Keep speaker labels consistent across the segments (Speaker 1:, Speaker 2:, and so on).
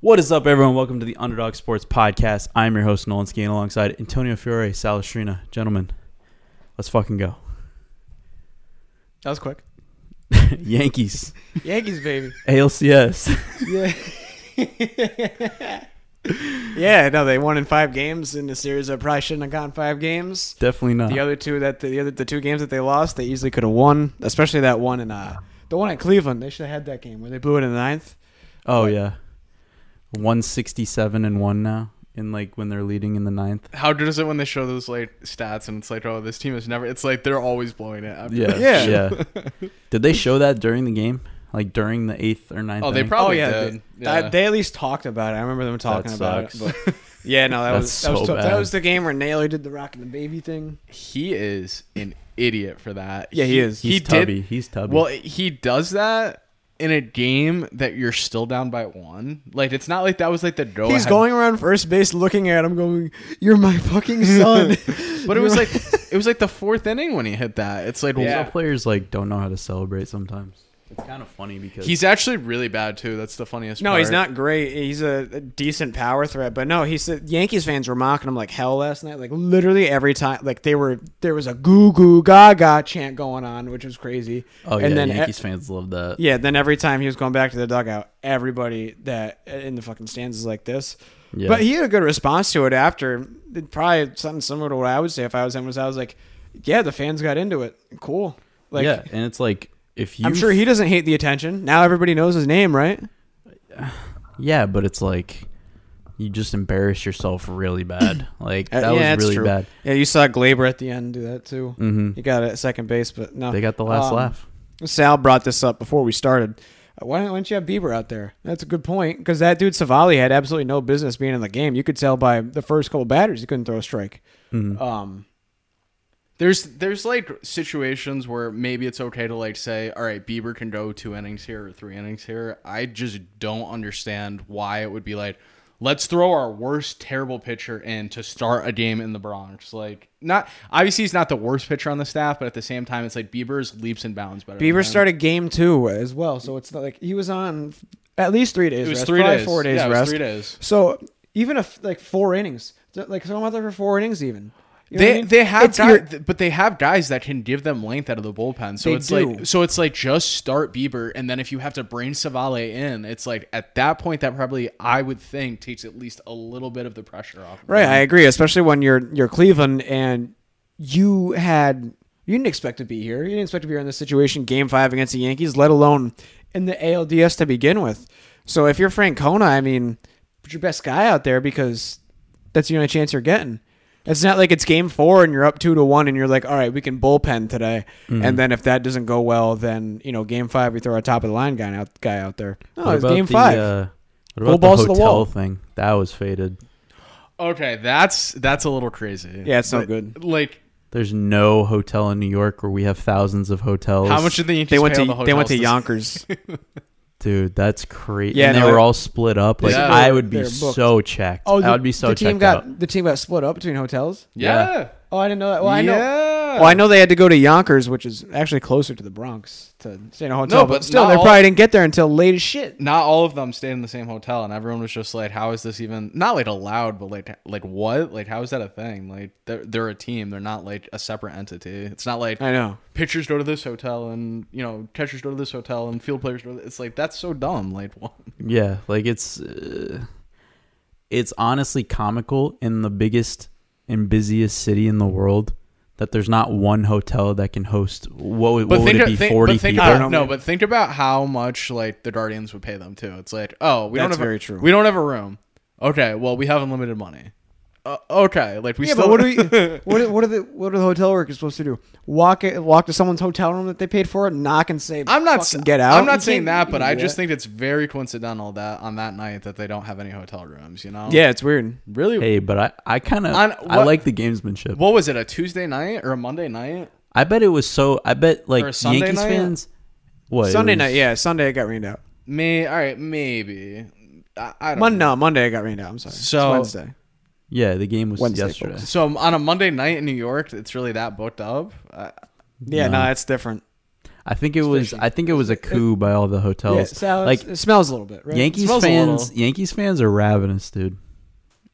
Speaker 1: What is up, everyone? Welcome to the Underdog Sports Podcast. I'm your host, Nolan Skeen, alongside Antonio Fiore, Salistrina. Gentlemen, let's fucking go.
Speaker 2: That was quick.
Speaker 1: Yankees,
Speaker 2: Yankees, baby.
Speaker 1: ALCS.
Speaker 2: Yeah. yeah, no, they won in five games in a series that probably shouldn't have gotten five games.
Speaker 1: Definitely not.
Speaker 3: Uh-huh.
Speaker 2: The other two that the other the two games that they lost, they easily could have won. Especially that one in uh the one at Cleveland. They should have had that game where they blew it in the ninth.
Speaker 1: oh, yeah. 167 and 1 now, in like when they're leading in the ninth.
Speaker 3: How good is it when they show those like stats and it's like, oh, this team is never. It's like they're always blowing it. After
Speaker 1: Yeah.
Speaker 3: that.
Speaker 2: Yeah.
Speaker 1: yeah. Did they show that during the game? Like during the eighth or ninth?
Speaker 3: Oh, they
Speaker 1: inning?
Speaker 3: probably
Speaker 2: oh yeah,
Speaker 3: did.
Speaker 2: They,
Speaker 3: yeah.
Speaker 2: that- they at least talked about it. I remember them talking about
Speaker 1: sucks.
Speaker 2: it. But yeah, no, that
Speaker 1: That's
Speaker 2: was that was,
Speaker 1: so
Speaker 2: tough.
Speaker 1: bad.
Speaker 2: that was the game where Naylor did the rock and the baby thing.
Speaker 3: he is an idiot for that.
Speaker 2: Yeah, he is.
Speaker 1: He's
Speaker 3: he
Speaker 1: tubby.
Speaker 3: Did,
Speaker 1: He's tubby.
Speaker 3: well, he does that in a game that you're still down by one. Like it's not like that was like the go.
Speaker 2: He's
Speaker 3: ahead-
Speaker 2: going around first base, looking at him, going, "You're my fucking son."
Speaker 3: but it was like it was like the fourth inning when he hit that. It's like
Speaker 1: yeah.
Speaker 2: Yeah.
Speaker 1: players like don't know how to celebrate sometimes. It's kind of funny because
Speaker 3: he's actually really bad too. That's the funniest.
Speaker 2: No,
Speaker 3: part.
Speaker 2: he's not great. He's a, a decent power threat, but no, he said Yankees fans were mocking him like hell last night. Like literally every time, like they were there was a goo goo gaga chant going on, which was crazy.
Speaker 1: Oh
Speaker 2: and
Speaker 1: yeah,
Speaker 2: then e-,
Speaker 1: Yankees fans love that.
Speaker 2: yeah, then every time he was going back to the dugout, everybody that in the fucking stands is like this.
Speaker 1: Yeah.
Speaker 2: But he had a good response to it after. It Probably something similar to what I would say if I was him. Was I was like, yeah, the fans got into it. Cool. Like
Speaker 1: yeah, and it's like if you
Speaker 2: I'm sure he doesn't hate the attention. Now everybody knows his name, right?
Speaker 1: Yeah, but it's like you just embarrass yourself really bad. Like that was really bad.
Speaker 2: Uh, Yeah, you saw Glaber at the end do that too.
Speaker 1: hmm
Speaker 2: He got it at second base, but no,
Speaker 1: They got the last
Speaker 2: Um,
Speaker 1: laugh.
Speaker 2: Sal brought this up before we started. Uh, Why don't, why don't you have Bieber out there? That's a good point because that dude Savali had absolutely no business being in the game. You could tell by the first couple batters he couldn't throw a strike.
Speaker 1: Mm-hmm.
Speaker 2: Um,
Speaker 3: There's there's like situations where maybe it's okay to like say, all right, Bieber can go two innings here or three innings here. I just don't understand why it would be like, let's throw our worst terrible pitcher in to start a game in the Bronx. Like, not obviously he's not the worst pitcher on the staff, but at the same time, it's like Bieber's leaps and bounds better. than
Speaker 2: Bieber
Speaker 3: him.
Speaker 2: started game two as well, so it's not like he was on at least three days.
Speaker 3: It was
Speaker 2: rest,
Speaker 3: three
Speaker 2: probably
Speaker 3: days,
Speaker 2: four days
Speaker 3: yeah, it was
Speaker 2: rest.
Speaker 3: three days.
Speaker 2: So even if like four innings, like so I'm out there for four innings even. You know what I
Speaker 3: They,
Speaker 2: mean?
Speaker 3: they have
Speaker 2: It's your-
Speaker 3: guy, but they have guys that can give them length out of the bullpen. So
Speaker 2: They
Speaker 3: it's
Speaker 2: do.
Speaker 3: like so it's like just start Bieber and then if you have to bring Savale in, it's like at that point that probably I would think takes at least a little bit of the pressure off. of
Speaker 2: Right,
Speaker 1: Mm-hmm.
Speaker 3: them.
Speaker 2: I agree. Especially when you're you're Cleveland and you had you didn't expect to be here. You didn't expect to be here in this situation, Game Five against the Yankees, let alone in the ALDS to begin with. So if you're Francona, I mean, put your best guy out there because that's the only chance you're getting. It's not like it's Game Four and you're up two to one and you're like, all right, we can bullpen today.
Speaker 1: Mm-hmm.
Speaker 2: And then if that doesn't go well, then you know, Game Five, we throw our top of the line guy out guy out there. No, it's Game
Speaker 1: the,
Speaker 2: Five.
Speaker 1: Uh, what
Speaker 2: Go
Speaker 1: about
Speaker 2: balls
Speaker 1: the
Speaker 2: to the
Speaker 1: hotel
Speaker 2: wall.
Speaker 1: thing? That was faded.
Speaker 3: Okay, that's that's a little crazy.
Speaker 2: yeah, it's not
Speaker 3: But,
Speaker 2: good.
Speaker 3: Like
Speaker 1: There's no hotel in New York where we have thousands of hotels.
Speaker 3: how much did the Yankees
Speaker 2: They went
Speaker 3: pay
Speaker 2: to
Speaker 3: all the
Speaker 2: they went
Speaker 3: hotels
Speaker 2: to
Speaker 3: this-
Speaker 2: Yonkers.
Speaker 1: dude? That's crazy.
Speaker 2: Yeah,
Speaker 1: and they
Speaker 2: no,
Speaker 1: were
Speaker 2: it-
Speaker 1: all split up. Like
Speaker 3: Yeah.
Speaker 1: I would be
Speaker 2: They're booked.
Speaker 1: so checked.
Speaker 2: Oh, the,
Speaker 1: I would be so
Speaker 2: the team
Speaker 1: checked
Speaker 2: got
Speaker 1: out.
Speaker 2: the team got split up between hotels.
Speaker 3: Yeah.
Speaker 1: Yeah.
Speaker 2: Oh, I didn't know that. Well, I know.
Speaker 3: Yeah.
Speaker 2: Well, I know they had to go to Yonkers, which is actually closer to the Bronx, to stay in a hotel.
Speaker 3: No,
Speaker 2: but,
Speaker 3: but
Speaker 2: still,
Speaker 3: not
Speaker 2: they
Speaker 3: all-
Speaker 2: probably didn't get there until late as shit.
Speaker 3: not all of them stayed in the same hotel and everyone was just like how is this even not like allowed but like like what like how is that a thing like they're, they're a team they're not like a separate entity it's not like
Speaker 2: I know.
Speaker 3: pitchers go to this hotel and you know catchers go to this hotel and field players go to it's like that's so dumb like what
Speaker 1: Yeah, like it's uh, it's honestly comical in the biggest and busiest city in the world that there's not one hotel that can host what, would- what would it be forty
Speaker 3: but think
Speaker 1: people?
Speaker 2: I
Speaker 3: about,
Speaker 2: don't know,
Speaker 3: no
Speaker 2: man.
Speaker 3: but think about how much like the guardians would pay them too it's like oh we
Speaker 2: That's
Speaker 3: don't have
Speaker 2: very
Speaker 3: a,
Speaker 2: true.
Speaker 3: we don't have a room okay well we have unlimited money uh, okay like we
Speaker 2: Yeah,
Speaker 3: still
Speaker 2: but what are we? What are, what are the what are the hotel workers supposed to do? Walk it, walk to someone's hotel room that they paid for, knock and say,
Speaker 3: I'm not
Speaker 2: "Fucking
Speaker 3: s-
Speaker 2: get out."
Speaker 3: I'm
Speaker 2: You
Speaker 3: not saying
Speaker 2: can't-
Speaker 3: that,
Speaker 2: you
Speaker 3: but
Speaker 2: can't
Speaker 3: I
Speaker 2: do
Speaker 3: just
Speaker 2: that.
Speaker 3: think it's very coincidental that on that night that they don't have any hotel rooms. You know?
Speaker 2: yeah, it's weird.
Speaker 3: Really?
Speaker 1: hey, but I I kind of
Speaker 3: On-
Speaker 1: I
Speaker 3: what-
Speaker 1: like the gamesmanship.
Speaker 3: What was it? A Tuesday night or a Monday night?
Speaker 1: I bet it was so. I bet like
Speaker 3: Or a Sunday
Speaker 1: Yankees
Speaker 3: night?
Speaker 1: fans. What it
Speaker 2: Sunday
Speaker 1: was-
Speaker 2: night, yeah, Sunday it got rained out.
Speaker 3: May. All right, maybe. I, I don't.
Speaker 2: Monday,
Speaker 3: know.
Speaker 2: no, Monday it got rained out. I'm sorry.
Speaker 3: So-
Speaker 2: it's Wednesday.
Speaker 1: Yeah, the game was
Speaker 2: Wednesday,
Speaker 1: yesterday.
Speaker 2: folks.
Speaker 3: So um, on a Monday night in New York, it's really that booked up. Uh,
Speaker 2: Yeah,
Speaker 1: No.
Speaker 2: no, it's different.
Speaker 1: I think it was.
Speaker 3: fishy.
Speaker 1: I think it was a coup by all the hotels. like
Speaker 2: it smells a little bit, right?
Speaker 1: Yankees
Speaker 3: smells a
Speaker 1: fans,
Speaker 3: little.
Speaker 1: Yankees fans are ravenous, dude.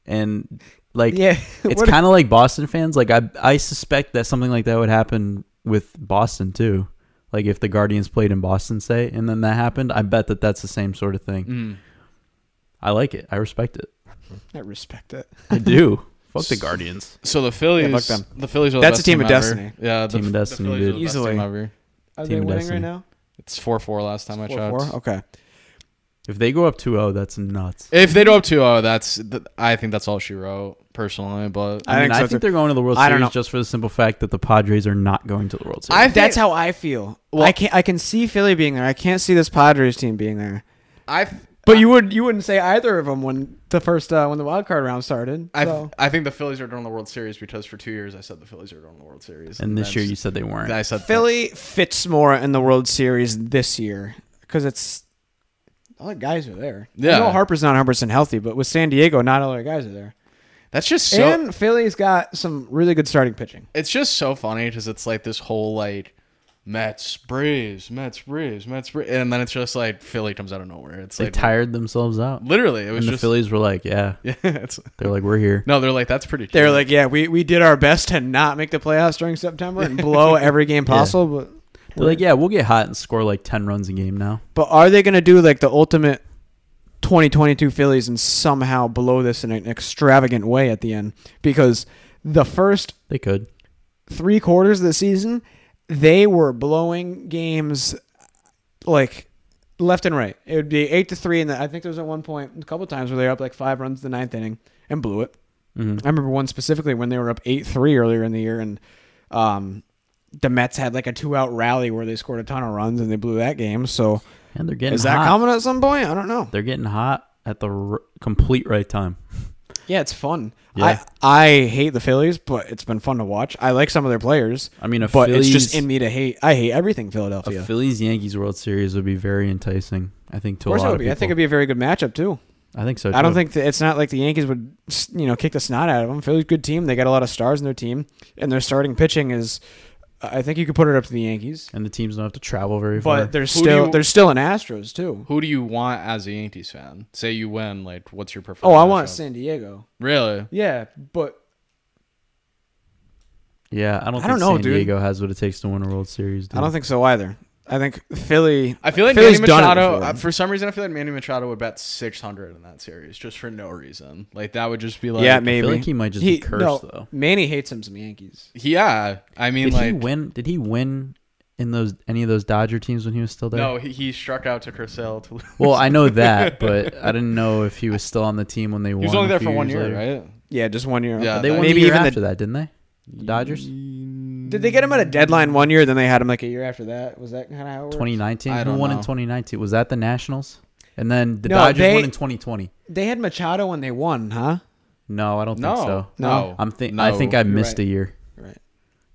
Speaker 1: And like,
Speaker 2: Yeah,
Speaker 1: it's
Speaker 2: what-
Speaker 1: kind of like Boston fans. Like, I I suspect that something like that would happen with Boston too. Like, if the Guardians played in Boston, say, and then that happened, I bet that that's the same sort of thing.
Speaker 3: mm.
Speaker 1: I like it. I respect it.
Speaker 2: I respect it.
Speaker 1: I do. Fuck the Guardians.
Speaker 3: So the Phillies,
Speaker 2: Yeah, fuck them.
Speaker 3: the Phillies are the
Speaker 2: That's
Speaker 3: best
Speaker 2: a team of
Speaker 3: ever.
Speaker 2: destiny.
Speaker 3: Yeah, the,
Speaker 1: Team of
Speaker 3: the
Speaker 1: destiny,
Speaker 3: Phillies are
Speaker 1: dude.
Speaker 3: the best team
Speaker 2: Easily.
Speaker 3: ever.
Speaker 2: Are
Speaker 1: Team
Speaker 2: they winning
Speaker 1: Destiny.
Speaker 2: right now?
Speaker 3: It's four four last time I
Speaker 2: Four,
Speaker 3: checked.
Speaker 2: four? Okay.
Speaker 1: If they go up 2-0, that's nuts.
Speaker 3: If they go up 2-0, that's th- I think that's all she wrote personally. But
Speaker 1: I,
Speaker 2: I
Speaker 1: mean,
Speaker 2: think so,
Speaker 1: I think
Speaker 2: too.
Speaker 1: they're going to the World
Speaker 2: I don't
Speaker 1: Series
Speaker 2: know.
Speaker 1: just for the simple fact that the Padres are not going to the World Series.
Speaker 3: I think,
Speaker 2: That's how I feel.
Speaker 3: Well-
Speaker 2: I can I can see Philly being there. I can't see this Padres team being there.
Speaker 3: I
Speaker 2: But you would you wouldn't say either of them when the first uh, when the wild card round started.
Speaker 3: I,
Speaker 2: so.
Speaker 3: I think the Phillies are going to the World Series because for two years I said the Phillies are going to the World Series,
Speaker 1: and this year
Speaker 3: that's-
Speaker 1: you said they weren't.
Speaker 3: I said
Speaker 2: Philly fits more in the World Series this year because it's all the guys are there.
Speaker 3: Yeah.
Speaker 2: I know Harper's not 100 percent healthy, but with San Diego, not all the guys are there.
Speaker 3: that's just so
Speaker 2: and Philly's got some really good starting pitching.
Speaker 3: it's just so funny because it's like this whole like Mets Braves Mets Braves Mets Braves, and then it's just like Philly comes out of nowhere. It's
Speaker 1: they
Speaker 3: like
Speaker 1: tired themselves out.
Speaker 3: literally it was
Speaker 1: And the
Speaker 3: just
Speaker 1: Phillies were like, yeah.
Speaker 3: yeah. It's,
Speaker 1: They're like, we're here.
Speaker 3: no, they're like that's pretty. Cute.
Speaker 2: They're like, yeah, we, we did our best to not make the playoffs during September and blow every game possible, but
Speaker 1: They're like, yeah, we'll get hot and score like 10 runs a game now.
Speaker 2: But are they going to do like the ultimate 2022 Phillies and somehow blow this in an extravagant way at the end? Because the first
Speaker 1: They could.
Speaker 2: three quarters of the season, they were blowing games like left and right. It would be eight to three, and I think there was at one point a couple times where they were up like five runs the ninth inning and blew it.
Speaker 1: Mm-hmm.
Speaker 2: I remember one specifically when they were up eight three earlier in the year, and um, the Mets had like a two out rally where they scored a ton of runs and they blew that game. So.
Speaker 1: And they're getting
Speaker 2: Is that
Speaker 1: hot.
Speaker 2: coming at some point? I don't know.
Speaker 1: They're getting hot at the r- complete right time.
Speaker 2: Yeah, it's fun.
Speaker 1: Yeah.
Speaker 2: I I hate the Phillies, but it's been fun to watch. I like some of their players,
Speaker 1: I mean, a
Speaker 2: but
Speaker 1: Phillies,
Speaker 2: it's just in me to hate. I hate everything
Speaker 1: a
Speaker 2: Philadelphia.
Speaker 1: Phillies Yankees World Series would be very enticing. I think to
Speaker 2: Of
Speaker 1: a
Speaker 2: course it
Speaker 1: lot
Speaker 2: would
Speaker 1: of
Speaker 2: be.
Speaker 1: people.
Speaker 2: I think it'd be a very good matchup too.
Speaker 1: I think so.
Speaker 2: I don't
Speaker 1: too.
Speaker 2: think that it's not like the Yankees would, s- you know, kick the snot out of them. Philly's a good team. They got a lot of stars in their team, and their starting pitching is. I think you could put it up to the Yankees,
Speaker 1: And the teams don't have to travel very far.
Speaker 2: but there's
Speaker 3: Who do
Speaker 2: still
Speaker 3: you-
Speaker 2: there's still an Astros too.
Speaker 3: who do you want as a Yankees fan? Say you win, like what's your preferred?
Speaker 2: Oh, I want
Speaker 3: matchup?
Speaker 2: San Diego.
Speaker 3: really.
Speaker 2: Yeah, but
Speaker 1: yeah, I don't. Think
Speaker 2: I don't know,
Speaker 1: San
Speaker 2: dude.
Speaker 1: Diego has what it takes to win a World Series. Dude.
Speaker 2: I don't think so either. I think Philly.
Speaker 3: I feel like
Speaker 2: Philly's
Speaker 3: Manny
Speaker 2: done it
Speaker 3: Machado.
Speaker 2: before.
Speaker 3: uh, For some reason, I feel like Manny Machado would bet six hundred in that series just for no reason. Like that would just be like
Speaker 2: yeah,
Speaker 1: I
Speaker 2: maybe.
Speaker 1: feel like he might just be cursed though.
Speaker 2: Manny hates him some Yankees.
Speaker 3: yeah. I mean,
Speaker 1: Did
Speaker 3: like
Speaker 1: he win? Did he win in those any of those Dodger teams when he was still there?
Speaker 3: no, he, he struck out to Purcell. To lose.
Speaker 1: Well, I know that, but I didn't know if he was still on the team when they won.
Speaker 3: he was only
Speaker 1: a
Speaker 3: there
Speaker 1: few
Speaker 3: for one
Speaker 1: years
Speaker 3: year,
Speaker 1: later.
Speaker 3: right?
Speaker 2: Yeah, just one year.
Speaker 3: Yeah,
Speaker 1: They won
Speaker 2: maybe
Speaker 1: the year
Speaker 2: even
Speaker 1: after
Speaker 2: the,
Speaker 1: that, didn't they? The Dodgers,
Speaker 2: Did they get him at a deadline one year? Then they had him like a year after that. Was that kind of how it worked?
Speaker 1: 2019.
Speaker 3: I
Speaker 1: Who
Speaker 3: don't
Speaker 1: won in
Speaker 3: know.
Speaker 1: 2019? Was that the Nationals? And then the
Speaker 2: No,
Speaker 1: Dodgers won
Speaker 2: they-
Speaker 1: in 2020.
Speaker 2: They had Machado when they won, huh?
Speaker 1: No, I don't
Speaker 3: No,
Speaker 1: think so.
Speaker 3: no.
Speaker 1: I'm think
Speaker 3: No,
Speaker 1: I think I
Speaker 3: you're
Speaker 1: missed
Speaker 2: right.
Speaker 1: a year.
Speaker 2: Right.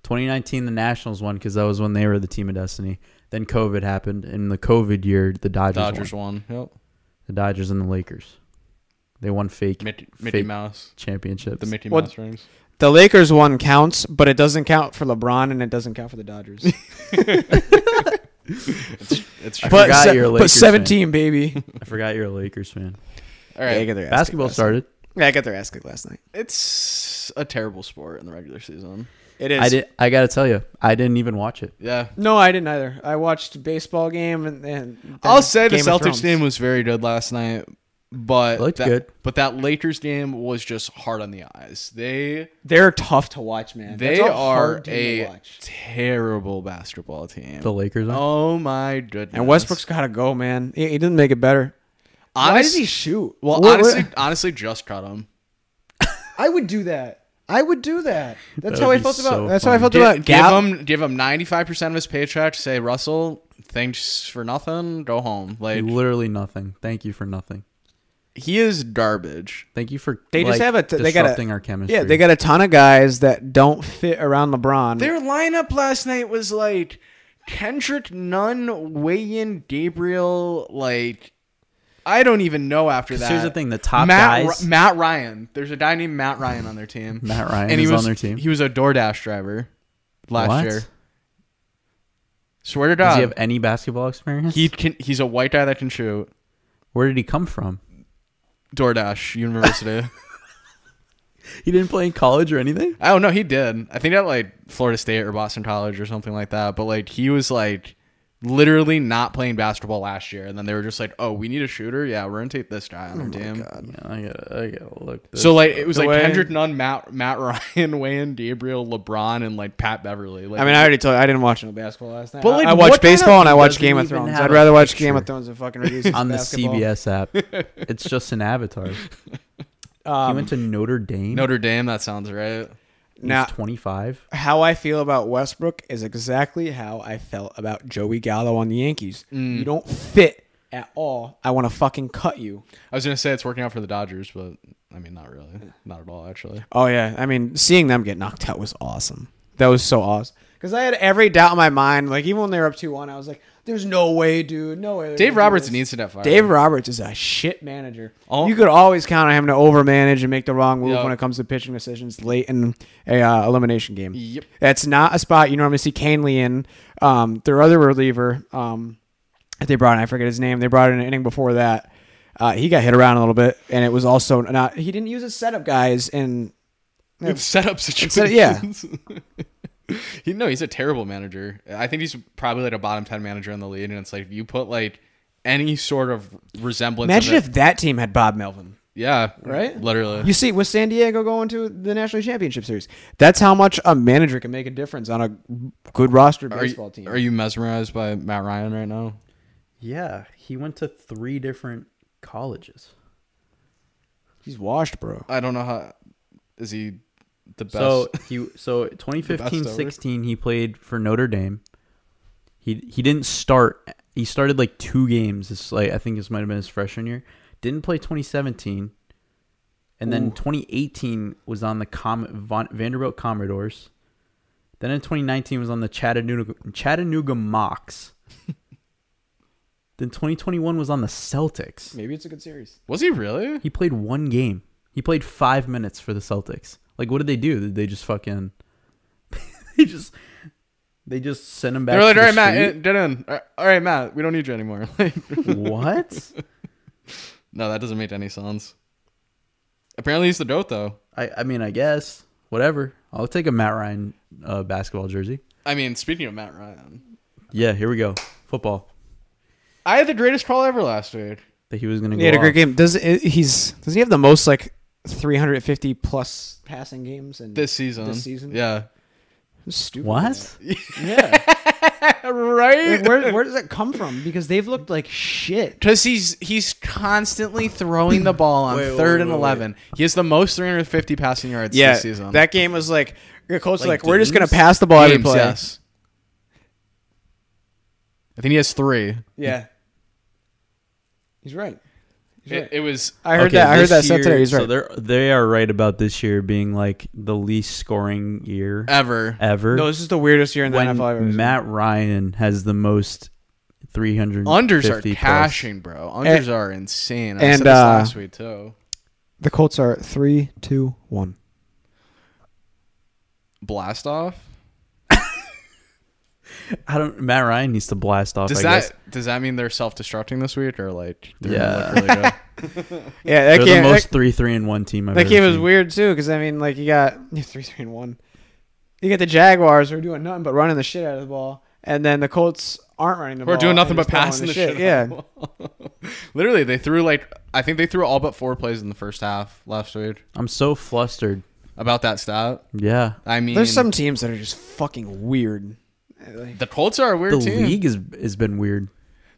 Speaker 1: 2019, the Nationals won because that was when they were the team of destiny. Then COVID happened, and the COVID year, the Dodgers,
Speaker 3: Dodgers
Speaker 1: won.
Speaker 3: won. Yep.
Speaker 1: The Dodgers and the Lakers, they won fake
Speaker 3: Mickey, Mickey
Speaker 1: Fake.
Speaker 3: Mouse.
Speaker 1: championships.
Speaker 3: The Mickey
Speaker 2: What-
Speaker 3: Mouse rings.
Speaker 2: The Lakers one counts, but it doesn't count for LeBron and it doesn't count for the Dodgers.
Speaker 3: It's
Speaker 1: I
Speaker 3: true.
Speaker 2: but
Speaker 1: forgot
Speaker 2: se-
Speaker 1: you're a
Speaker 2: but
Speaker 1: Lakers fan.
Speaker 2: 17, baby.
Speaker 1: I forgot you're a Lakers fan.
Speaker 3: All
Speaker 2: Yeah, I
Speaker 3: right.
Speaker 2: got their ass
Speaker 1: Basketball
Speaker 2: kicked last
Speaker 1: started.
Speaker 2: night. Yeah, I got their ass kicked last night.
Speaker 3: It's a terrible sport in the regular season.
Speaker 2: It is.
Speaker 1: I did. I gotta tell you, I didn't even watch it.
Speaker 3: Yeah.
Speaker 2: No, I didn't either. I watched a baseball game and, and then
Speaker 3: I'll say the
Speaker 2: Game of
Speaker 3: Celtics
Speaker 2: Thrones.
Speaker 3: game was very good last night, but
Speaker 1: It looked
Speaker 3: that,
Speaker 1: good.
Speaker 3: But that Lakers game was just hard on the eyes. They
Speaker 2: They're tough to watch, man.
Speaker 3: they
Speaker 2: That's a
Speaker 3: are
Speaker 2: hard team to
Speaker 3: a
Speaker 2: watch.
Speaker 3: terrible basketball team.
Speaker 1: The Lakers. Are.
Speaker 3: oh my goodness.
Speaker 2: And Westbrook's got to go, man. He, he didn't make it better. Why does
Speaker 3: Honest-
Speaker 2: he shoot?
Speaker 3: Well,
Speaker 2: What-
Speaker 3: honestly,
Speaker 2: what-
Speaker 3: honestly, just cut him.
Speaker 2: I would do that. I would do that. That's
Speaker 1: That
Speaker 2: how
Speaker 1: would
Speaker 2: I
Speaker 1: be
Speaker 2: felt about.
Speaker 1: so
Speaker 2: that's how I
Speaker 1: funny.
Speaker 2: felt
Speaker 3: Gi-
Speaker 2: about
Speaker 3: give
Speaker 2: Gal-
Speaker 3: him give him ninety five percent of his paycheck. Say Russell, thanks for nothing. Go home. Like
Speaker 1: Literally nothing. Thank you for nothing.
Speaker 3: he is garbage.
Speaker 1: Thank you for
Speaker 2: They just
Speaker 1: like,
Speaker 2: have a. T- they got
Speaker 1: disrupting
Speaker 2: a,
Speaker 1: our chemistry.
Speaker 2: Yeah, they got a ton of guys that don't fit around LeBron.
Speaker 3: Their lineup last night was like Kendrick Nunn, Wayan Gabriel, like I don't even know after that.
Speaker 1: here's the thing, the top
Speaker 3: Matt,
Speaker 1: guys-
Speaker 3: Ri- Matt Ryan. There's a guy named Matt Ryan on their team.
Speaker 1: Matt Ryan
Speaker 3: and he
Speaker 1: is
Speaker 3: was
Speaker 1: on their team?
Speaker 3: He was a DoorDash driver last
Speaker 1: What?
Speaker 3: year. Swear to
Speaker 1: Does
Speaker 3: God,
Speaker 1: he have any basketball experience?
Speaker 3: he can. He's a white guy that can shoot.
Speaker 1: Where did he come from?
Speaker 3: DoorDash University.
Speaker 1: He didn't play in college or anything.
Speaker 3: I don't know. Oh, He did. I think at like Florida State or Boston College or something like that. But like he was like literally not playing basketball last year, and then they were just like, "Oh, we need a shooter. Yeah, we're gonna take this guy on our team."
Speaker 1: Yeah, I gotta, I gotta look. This
Speaker 3: So like it was
Speaker 2: The
Speaker 3: like
Speaker 2: way-
Speaker 3: Kendrick Nunn, Matt Matt Ryan, Wayne, Gabriel, LeBron, and like Pat Beverly. Like,
Speaker 2: I mean, I already told you I didn't watch no basketball last night.
Speaker 3: But,
Speaker 2: I-
Speaker 3: like,
Speaker 2: I
Speaker 3: what
Speaker 2: watched
Speaker 3: kind of
Speaker 2: baseball and I
Speaker 1: thing
Speaker 2: watched
Speaker 1: doesn't
Speaker 2: Game of
Speaker 1: even
Speaker 2: Thrones.
Speaker 1: have
Speaker 2: I'd
Speaker 1: a
Speaker 2: rather watch
Speaker 1: picture?
Speaker 2: Game of Thrones than fucking reduce
Speaker 1: on the
Speaker 2: basketball.
Speaker 1: CBS app. It's just an avatar. he went to Um, Notre Dame.
Speaker 3: Notre Dame. That sounds right.
Speaker 1: Now
Speaker 2: Now,
Speaker 1: twenty five.
Speaker 2: how I feel about Westbrook is exactly how I felt about Joey Gallo on the Yankees. You don't fit at all. I want to fucking cut you.
Speaker 3: I was gonna say it's working out for the Dodgers, but I mean, not really, not at all, actually.
Speaker 2: Oh yeah, I mean, seeing them get knocked out was awesome. That was so awesome because I had every doubt in my mind. Like even when they were up two one, I was like, "There's no way, dude. No way." they're
Speaker 3: Dave
Speaker 2: gonna do
Speaker 3: Roberts
Speaker 2: this."
Speaker 3: needs to get fired.
Speaker 2: Dave Roberts is a shit manager.
Speaker 3: All-
Speaker 2: you could always count on him to overmanage and make the wrong move
Speaker 3: Yep.
Speaker 2: when it comes to pitching decisions late in a uh, elimination game.
Speaker 3: Yep.
Speaker 2: That's not a spot you normally see Canley in. Um, their other reliever um, that they brought in, I forget his name, they brought in an inning before that. Uh, he got hit around a little bit, and it was also not. He didn't use his setup guys, and
Speaker 3: With setup situations.
Speaker 2: yeah.
Speaker 3: he, no, he's a terrible manager. I think he's probably like a bottom ten manager in the league, and it's like if you put like any sort of resemblance.
Speaker 2: imagine
Speaker 3: of it-
Speaker 2: if that team had Bob Melvin.
Speaker 3: yeah,
Speaker 2: Right?
Speaker 3: literally.
Speaker 2: You see, with San Diego going to the National Championship Series, that's how much a manager can make a difference on a good roster
Speaker 3: are,
Speaker 2: baseball
Speaker 3: you,
Speaker 2: team.
Speaker 3: are you mesmerized by Matt Ryan right now?
Speaker 1: Yeah, he went to three different colleges.
Speaker 2: He's washed, bro.
Speaker 3: I don't know how. Is he the best?
Speaker 1: So he so 2015
Speaker 3: ever.
Speaker 1: 16 he played for Notre Dame. He he didn't start. He started like two games. It's like I think this might have been his freshman year. Didn't play 2017. And then 2018 was on the Com- Von- Vanderbilt Commodores. Then in 2019 was on the Chattanooga Chattanooga Mocs. then 2021 was on the Celtics.
Speaker 2: Maybe it's a good series.
Speaker 3: was he really?
Speaker 1: He played one game. He played five minutes for the Celtics. Like, what did they do? Did they just fucking? they just, they just sent him back.
Speaker 3: They're like,
Speaker 1: to
Speaker 3: all
Speaker 1: the
Speaker 3: right, Matt,
Speaker 1: street?"
Speaker 3: in- get in. All right, Matt, we don't need you anymore. Like,
Speaker 1: what?
Speaker 3: no, that doesn't make any sense. Apparently, he's the goat, though.
Speaker 1: I, I mean, I guess whatever. I'll take a Matt Ryan uh, basketball jersey.
Speaker 3: I mean, speaking of Matt Ryan,
Speaker 1: Yeah, here we go. Football.
Speaker 3: I had the greatest call ever last week.
Speaker 1: That he was gonna.
Speaker 2: He
Speaker 1: go
Speaker 2: had a great
Speaker 1: off.
Speaker 2: game. Does it- he's does he have the most like 350 plus passing games in
Speaker 3: This season.
Speaker 2: This season.
Speaker 3: Yeah.
Speaker 2: It's stupid.
Speaker 1: What?
Speaker 2: Yeah.
Speaker 3: Right?
Speaker 2: Like, where where does that come from? Because they've looked like shit.
Speaker 3: Because he's he's constantly throwing the ball on
Speaker 1: Wait, wait,
Speaker 3: third and
Speaker 1: wait, wait.
Speaker 3: 11. He has the most 350 passing yards this season.
Speaker 2: That game was like you're close. to
Speaker 1: Like
Speaker 2: like we're just gonna
Speaker 1: games?
Speaker 2: pass the ball every
Speaker 3: Games,
Speaker 2: play.
Speaker 3: yes. I think he has three.
Speaker 2: Yeah. He's right. He's
Speaker 3: It,
Speaker 2: right.
Speaker 3: it was
Speaker 2: I heard
Speaker 1: Okay,
Speaker 2: that. I heard
Speaker 1: this
Speaker 2: that said
Speaker 1: year-
Speaker 2: today. He's right.
Speaker 1: So they're they are right about this year being like the least scoring year
Speaker 3: ever.
Speaker 1: ever.
Speaker 2: Uh, no, this is the weirdest year in the
Speaker 1: when
Speaker 2: NFL I've ever seen.
Speaker 1: Matt Ryan has the most 300
Speaker 3: Unders are cashing, bro. Unders
Speaker 2: And-
Speaker 3: are insane. I
Speaker 2: and,
Speaker 3: said this
Speaker 2: uh,
Speaker 3: last week too.
Speaker 2: The Colts are three, two, one.
Speaker 3: Blast off.
Speaker 1: I don't. Matt Ryan needs to blast off.
Speaker 3: Does
Speaker 1: I
Speaker 3: that
Speaker 1: guess.
Speaker 3: does that mean they're self destructing this week or like? they're
Speaker 1: Yeah.
Speaker 3: gonna look really good?
Speaker 2: Yeah, that
Speaker 1: They're
Speaker 2: game.
Speaker 1: the most
Speaker 2: that,
Speaker 1: three three and one team I've
Speaker 2: that
Speaker 1: ever
Speaker 2: game was
Speaker 1: seen.
Speaker 2: weird too, because I mean, like you got yeah, three, three, and one. You got the Jaguars who are doing nothing but running the shit out of the ball, and then the Colts aren't running the ball.
Speaker 3: We're doing nothing
Speaker 2: they're
Speaker 3: but
Speaker 2: just throwing
Speaker 3: passing the shit.
Speaker 2: Yeah,
Speaker 3: Literally, they threw like I think they threw all but four plays in the first half last week.
Speaker 1: I'm so flustered.
Speaker 3: About that stat,
Speaker 1: Yeah,
Speaker 3: I mean,
Speaker 2: there's some teams that are just fucking weird. Like,
Speaker 3: The Colts are a weird
Speaker 1: the
Speaker 3: team.
Speaker 1: league has has been weird.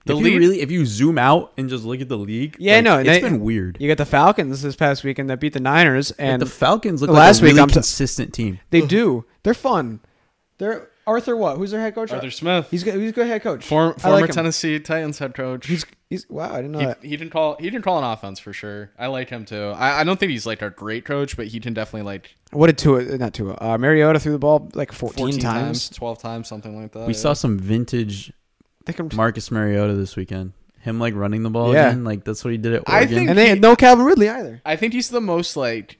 Speaker 3: The
Speaker 1: if you
Speaker 3: league-
Speaker 1: really, if you zoom out and just look at the league,
Speaker 2: Yeah,
Speaker 1: like,
Speaker 2: no,
Speaker 1: it's
Speaker 2: they-
Speaker 1: been weird.
Speaker 2: you got the Falcons this past weekend that beat the Niners, and
Speaker 1: the Falcons look like
Speaker 2: last
Speaker 1: a
Speaker 2: week
Speaker 1: really
Speaker 2: I'm t-
Speaker 1: consistent team.
Speaker 2: they do. They're fun. They're Arthur. What? Who's their head coach? Uh,
Speaker 3: Arthur Smith,
Speaker 2: He's good. He's a good head coach.
Speaker 3: form,
Speaker 2: I like
Speaker 3: former
Speaker 2: him.
Speaker 3: Tennessee Titans head coach.
Speaker 2: He's, he's wow. I didn't know
Speaker 3: he,
Speaker 2: that.
Speaker 3: he didn't call. He didn't call an offense for sure. I like him too. I, I don't think he's like a great coach, but he can definitely like
Speaker 2: What did Tua? Not Tua. Uh, Mariota threw the ball like 14,
Speaker 3: 14
Speaker 2: times.
Speaker 3: times, twelve times, something like that.
Speaker 1: We saw some vintage
Speaker 2: They can-
Speaker 1: Marcus Mariota this weekend. Him like running the ball
Speaker 2: Yeah.
Speaker 1: again, like that's what he did at
Speaker 3: I
Speaker 1: Oregon.
Speaker 3: think-
Speaker 2: And they had no Calvin Ridley either.
Speaker 3: I think he's the most like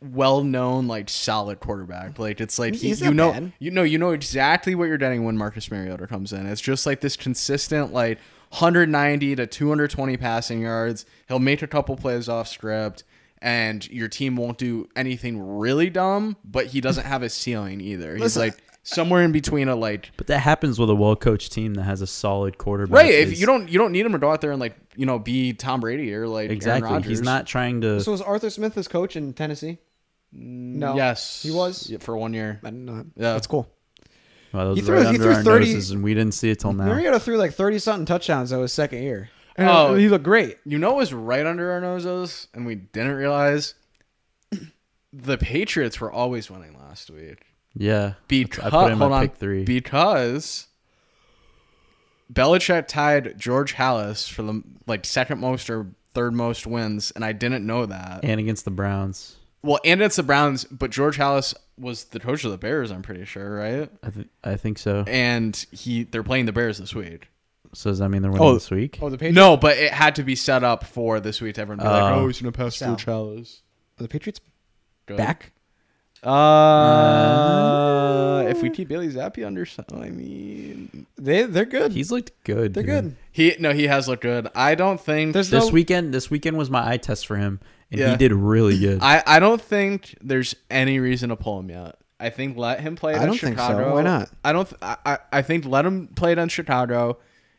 Speaker 3: well-known like solid quarterback. Like it's like he,
Speaker 2: He's
Speaker 3: you
Speaker 2: not
Speaker 3: know
Speaker 2: bad.
Speaker 3: you know you know exactly what you're getting when Marcus Mariota comes in. It's just like this consistent like 190 to 220 passing yards. He'll make a couple plays off script and your team won't do anything really dumb, but he doesn't have a ceiling either. He's
Speaker 2: Listen,
Speaker 3: like somewhere in between a like
Speaker 1: but that happens with a well coached team that has a solid quarterback.
Speaker 3: Right, if
Speaker 1: is-
Speaker 3: you don't you don't need him to go out there and like, you know, be Tom Brady or like
Speaker 1: exactly,
Speaker 3: Aaron
Speaker 1: he's
Speaker 3: Rodgers.
Speaker 1: not trying to.
Speaker 2: So was Arthur Smith his coach in Tennessee?
Speaker 1: Mm,
Speaker 2: No.
Speaker 3: Yes.
Speaker 2: He was?
Speaker 3: for one year.
Speaker 2: I didn't know that.
Speaker 3: Yeah.
Speaker 2: That's cool.
Speaker 1: Wow, that was
Speaker 2: He threw-
Speaker 1: right
Speaker 2: he
Speaker 1: under
Speaker 2: threw
Speaker 1: our
Speaker 2: 30
Speaker 1: noses, and we didn't see it till now.
Speaker 2: Mariota threw like 30 something touchdowns though his second year. And uh,
Speaker 3: Oh.
Speaker 2: he looked great.
Speaker 3: You know what was right under our noses and we didn't realize? The Patriots were always winning last week.
Speaker 1: Yeah,
Speaker 3: Because
Speaker 1: I put him
Speaker 3: hold
Speaker 1: at
Speaker 3: on,
Speaker 1: pick three.
Speaker 3: Because Belichick tied George Hallis for the like second most or third most wins, and I didn't know that.
Speaker 1: and against the Browns,
Speaker 3: well, and it's the Browns, but George Hallis was the coach of the Bears, I'm pretty sure, right?
Speaker 1: I, th- I think so.
Speaker 3: And he they're playing the Bears this week.
Speaker 1: So does that mean they're winning
Speaker 2: Oh.
Speaker 1: this week?
Speaker 2: Oh, the Patriots.
Speaker 3: No, but it had to be set up for this week to everyone be like,
Speaker 1: Oh.
Speaker 3: Oh, he's gonna pass
Speaker 2: Sal.
Speaker 3: George Hallis.
Speaker 2: Are the Patriots
Speaker 3: Go.
Speaker 2: back?
Speaker 3: Uh, if we keep Bailey Zappi under, so- I mean,
Speaker 2: They they're good.
Speaker 1: He's looked good.
Speaker 2: they're
Speaker 1: dude.
Speaker 2: good.
Speaker 3: he no, he has looked good. I don't think
Speaker 2: There's
Speaker 1: This
Speaker 2: no
Speaker 1: weekend, this weekend was my eye test for him, and
Speaker 3: Yeah.
Speaker 1: he did really good.
Speaker 3: I I don't think there's any reason to pull him yet. I think let him play. It
Speaker 2: I
Speaker 3: in
Speaker 2: don't think so.
Speaker 3: Chicago.
Speaker 2: Why not?
Speaker 3: I don't. Th- I, I I think let him play it on Chicago,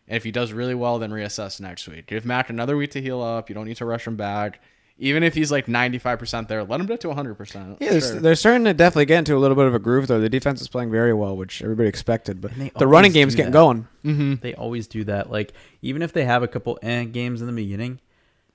Speaker 3: and if he does really well, then reassess next week. Give Mac another week to heal up. You don't need to rush him back. Even if he's like ninety five percent there, let him get to hundred percent.
Speaker 2: Yeah, they're, they're starting to definitely get into a little bit of a groove though. The defense is playing very well, which everybody expected, but
Speaker 1: And they
Speaker 2: the running
Speaker 1: always
Speaker 2: game's
Speaker 1: do
Speaker 2: getting
Speaker 1: that.
Speaker 2: going.
Speaker 1: They always do that. Like even if they have a couple eh games in the beginning,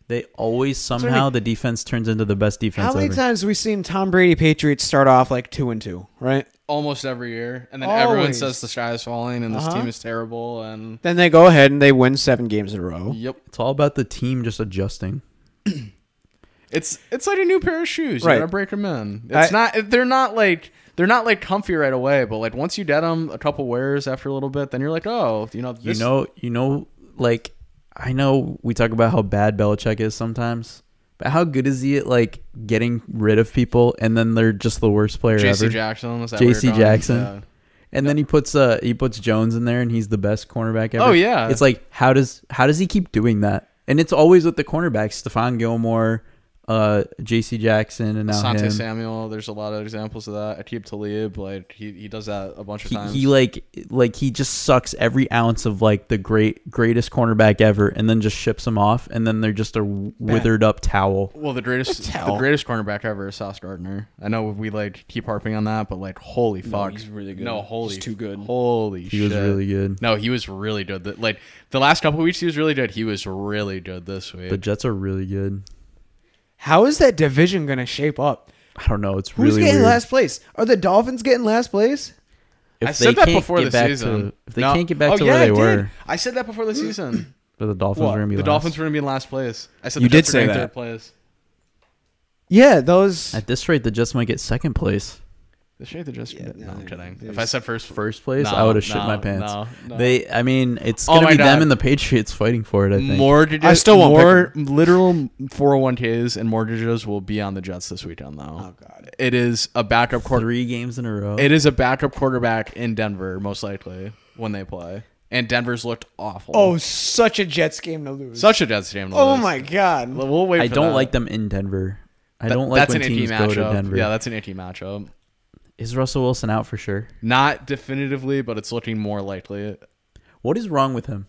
Speaker 1: they always
Speaker 2: I mean.
Speaker 1: somehow the defense turns into the best defense
Speaker 2: How many
Speaker 1: ever.
Speaker 2: times have we seen Tom Brady Patriots start off like two and two, right?
Speaker 3: almost every year, and then everyone
Speaker 2: Always.
Speaker 3: says the sky is falling and this
Speaker 2: Uh-huh.
Speaker 3: team is terrible. And
Speaker 2: Then they go ahead and they win seven games in a row.
Speaker 3: yep,
Speaker 1: It's all about the team just adjusting.
Speaker 3: it's it's like a new pair of shoes. You
Speaker 2: Right.
Speaker 3: gotta break them in. It's not they're not like they're not like comfy right away, but like once you get them a couple wears after a little bit, then you're like, oh, you know,
Speaker 1: You
Speaker 3: this,
Speaker 1: know, you know, like I know we talk about how bad Belichick is sometimes, but how good is he at like getting rid of people and then they're just the worst player
Speaker 3: J.C.
Speaker 1: ever.
Speaker 3: Jackson. Is that where you're
Speaker 1: J.C.
Speaker 3: going?
Speaker 1: Jackson.
Speaker 3: Yeah.
Speaker 1: and then he puts uh he puts Jones in there and he's the best cornerback ever.
Speaker 3: Oh, yeah.
Speaker 1: It's like how does how does he keep doing that? And it's always with the cornerbacks, Stephon Gilmore, uh JC Jackson and now
Speaker 3: Asante
Speaker 1: him.
Speaker 3: Samuel. There's a lot of examples of that. Akib Talib, like he, he does that a bunch of
Speaker 1: he,
Speaker 3: times.
Speaker 1: he like like he just sucks every ounce of like the great greatest cornerback ever and then just ships them off and then they're just a withered up towel.
Speaker 3: well, the greatest the
Speaker 2: hell?
Speaker 3: greatest cornerback ever is Sauce Gardner. I know we like keep harping on that, but like holy fuck,
Speaker 2: he's really good.
Speaker 3: No, holy,
Speaker 2: He's too good.
Speaker 3: Holy,
Speaker 1: He was really good.
Speaker 3: No, he was really good. The- Like the last couple weeks, he was really good. He was really good this week.
Speaker 1: The Jets are really good.
Speaker 2: How is that division going to shape up?
Speaker 1: I don't know. It's
Speaker 2: Who's
Speaker 1: really
Speaker 2: getting
Speaker 1: weird.
Speaker 2: last place? Are the Dolphins getting last place?
Speaker 1: if
Speaker 3: I said
Speaker 1: they
Speaker 3: that
Speaker 1: can't
Speaker 3: before
Speaker 1: get
Speaker 3: the
Speaker 1: back
Speaker 3: season.
Speaker 1: To, if they
Speaker 3: No.
Speaker 1: can't get back
Speaker 3: Oh,
Speaker 1: to
Speaker 3: yeah,
Speaker 1: where
Speaker 3: I
Speaker 1: they
Speaker 3: did.
Speaker 1: were,
Speaker 3: I said that before the season.
Speaker 1: but the Dolphins were gonna be
Speaker 3: the
Speaker 1: last.
Speaker 3: Dolphins were gonna be in last place. I said
Speaker 2: You
Speaker 3: the Jets
Speaker 2: did
Speaker 3: were
Speaker 2: say
Speaker 3: gonna be
Speaker 2: that.
Speaker 3: Third place.
Speaker 2: Yeah, those.
Speaker 1: At this rate, the Jets might get second place.
Speaker 3: The shade the Jets. no, I'm
Speaker 2: yeah,
Speaker 3: kidding. If
Speaker 2: there's-
Speaker 3: I said first,
Speaker 1: First place,
Speaker 3: No,
Speaker 1: I would have shit
Speaker 3: no,
Speaker 1: my pants.
Speaker 3: no, no.
Speaker 1: They, I mean, it's
Speaker 3: Oh
Speaker 1: gonna
Speaker 3: my
Speaker 1: be
Speaker 3: God.
Speaker 1: them and the Patriots fighting for it. I think.
Speaker 3: mortgages,
Speaker 2: I still won't pick
Speaker 3: more literal 401ks and mortgages will be on the Jets this weekend, though. Oh
Speaker 2: God.
Speaker 3: It is a backup quarter.
Speaker 1: three games in a row.
Speaker 3: It is a backup quarterback in Denver, most likely when they play. And Denver's looked awful.
Speaker 2: Oh, such a Jets game to lose.
Speaker 3: such a Jets game. to
Speaker 2: oh
Speaker 3: lose.
Speaker 2: my god.
Speaker 3: We'll wait.
Speaker 1: I
Speaker 3: for
Speaker 1: don't
Speaker 3: that.
Speaker 1: like them in Denver. I
Speaker 3: That-
Speaker 1: don't like
Speaker 3: that's
Speaker 1: when
Speaker 3: an icky
Speaker 1: teams go to
Speaker 3: matchup.
Speaker 1: Denver.
Speaker 3: Yeah, that's an icky matchup.
Speaker 1: is Russell Wilson out for sure?
Speaker 3: Not definitively, but it's looking more likely.
Speaker 1: What is wrong with him?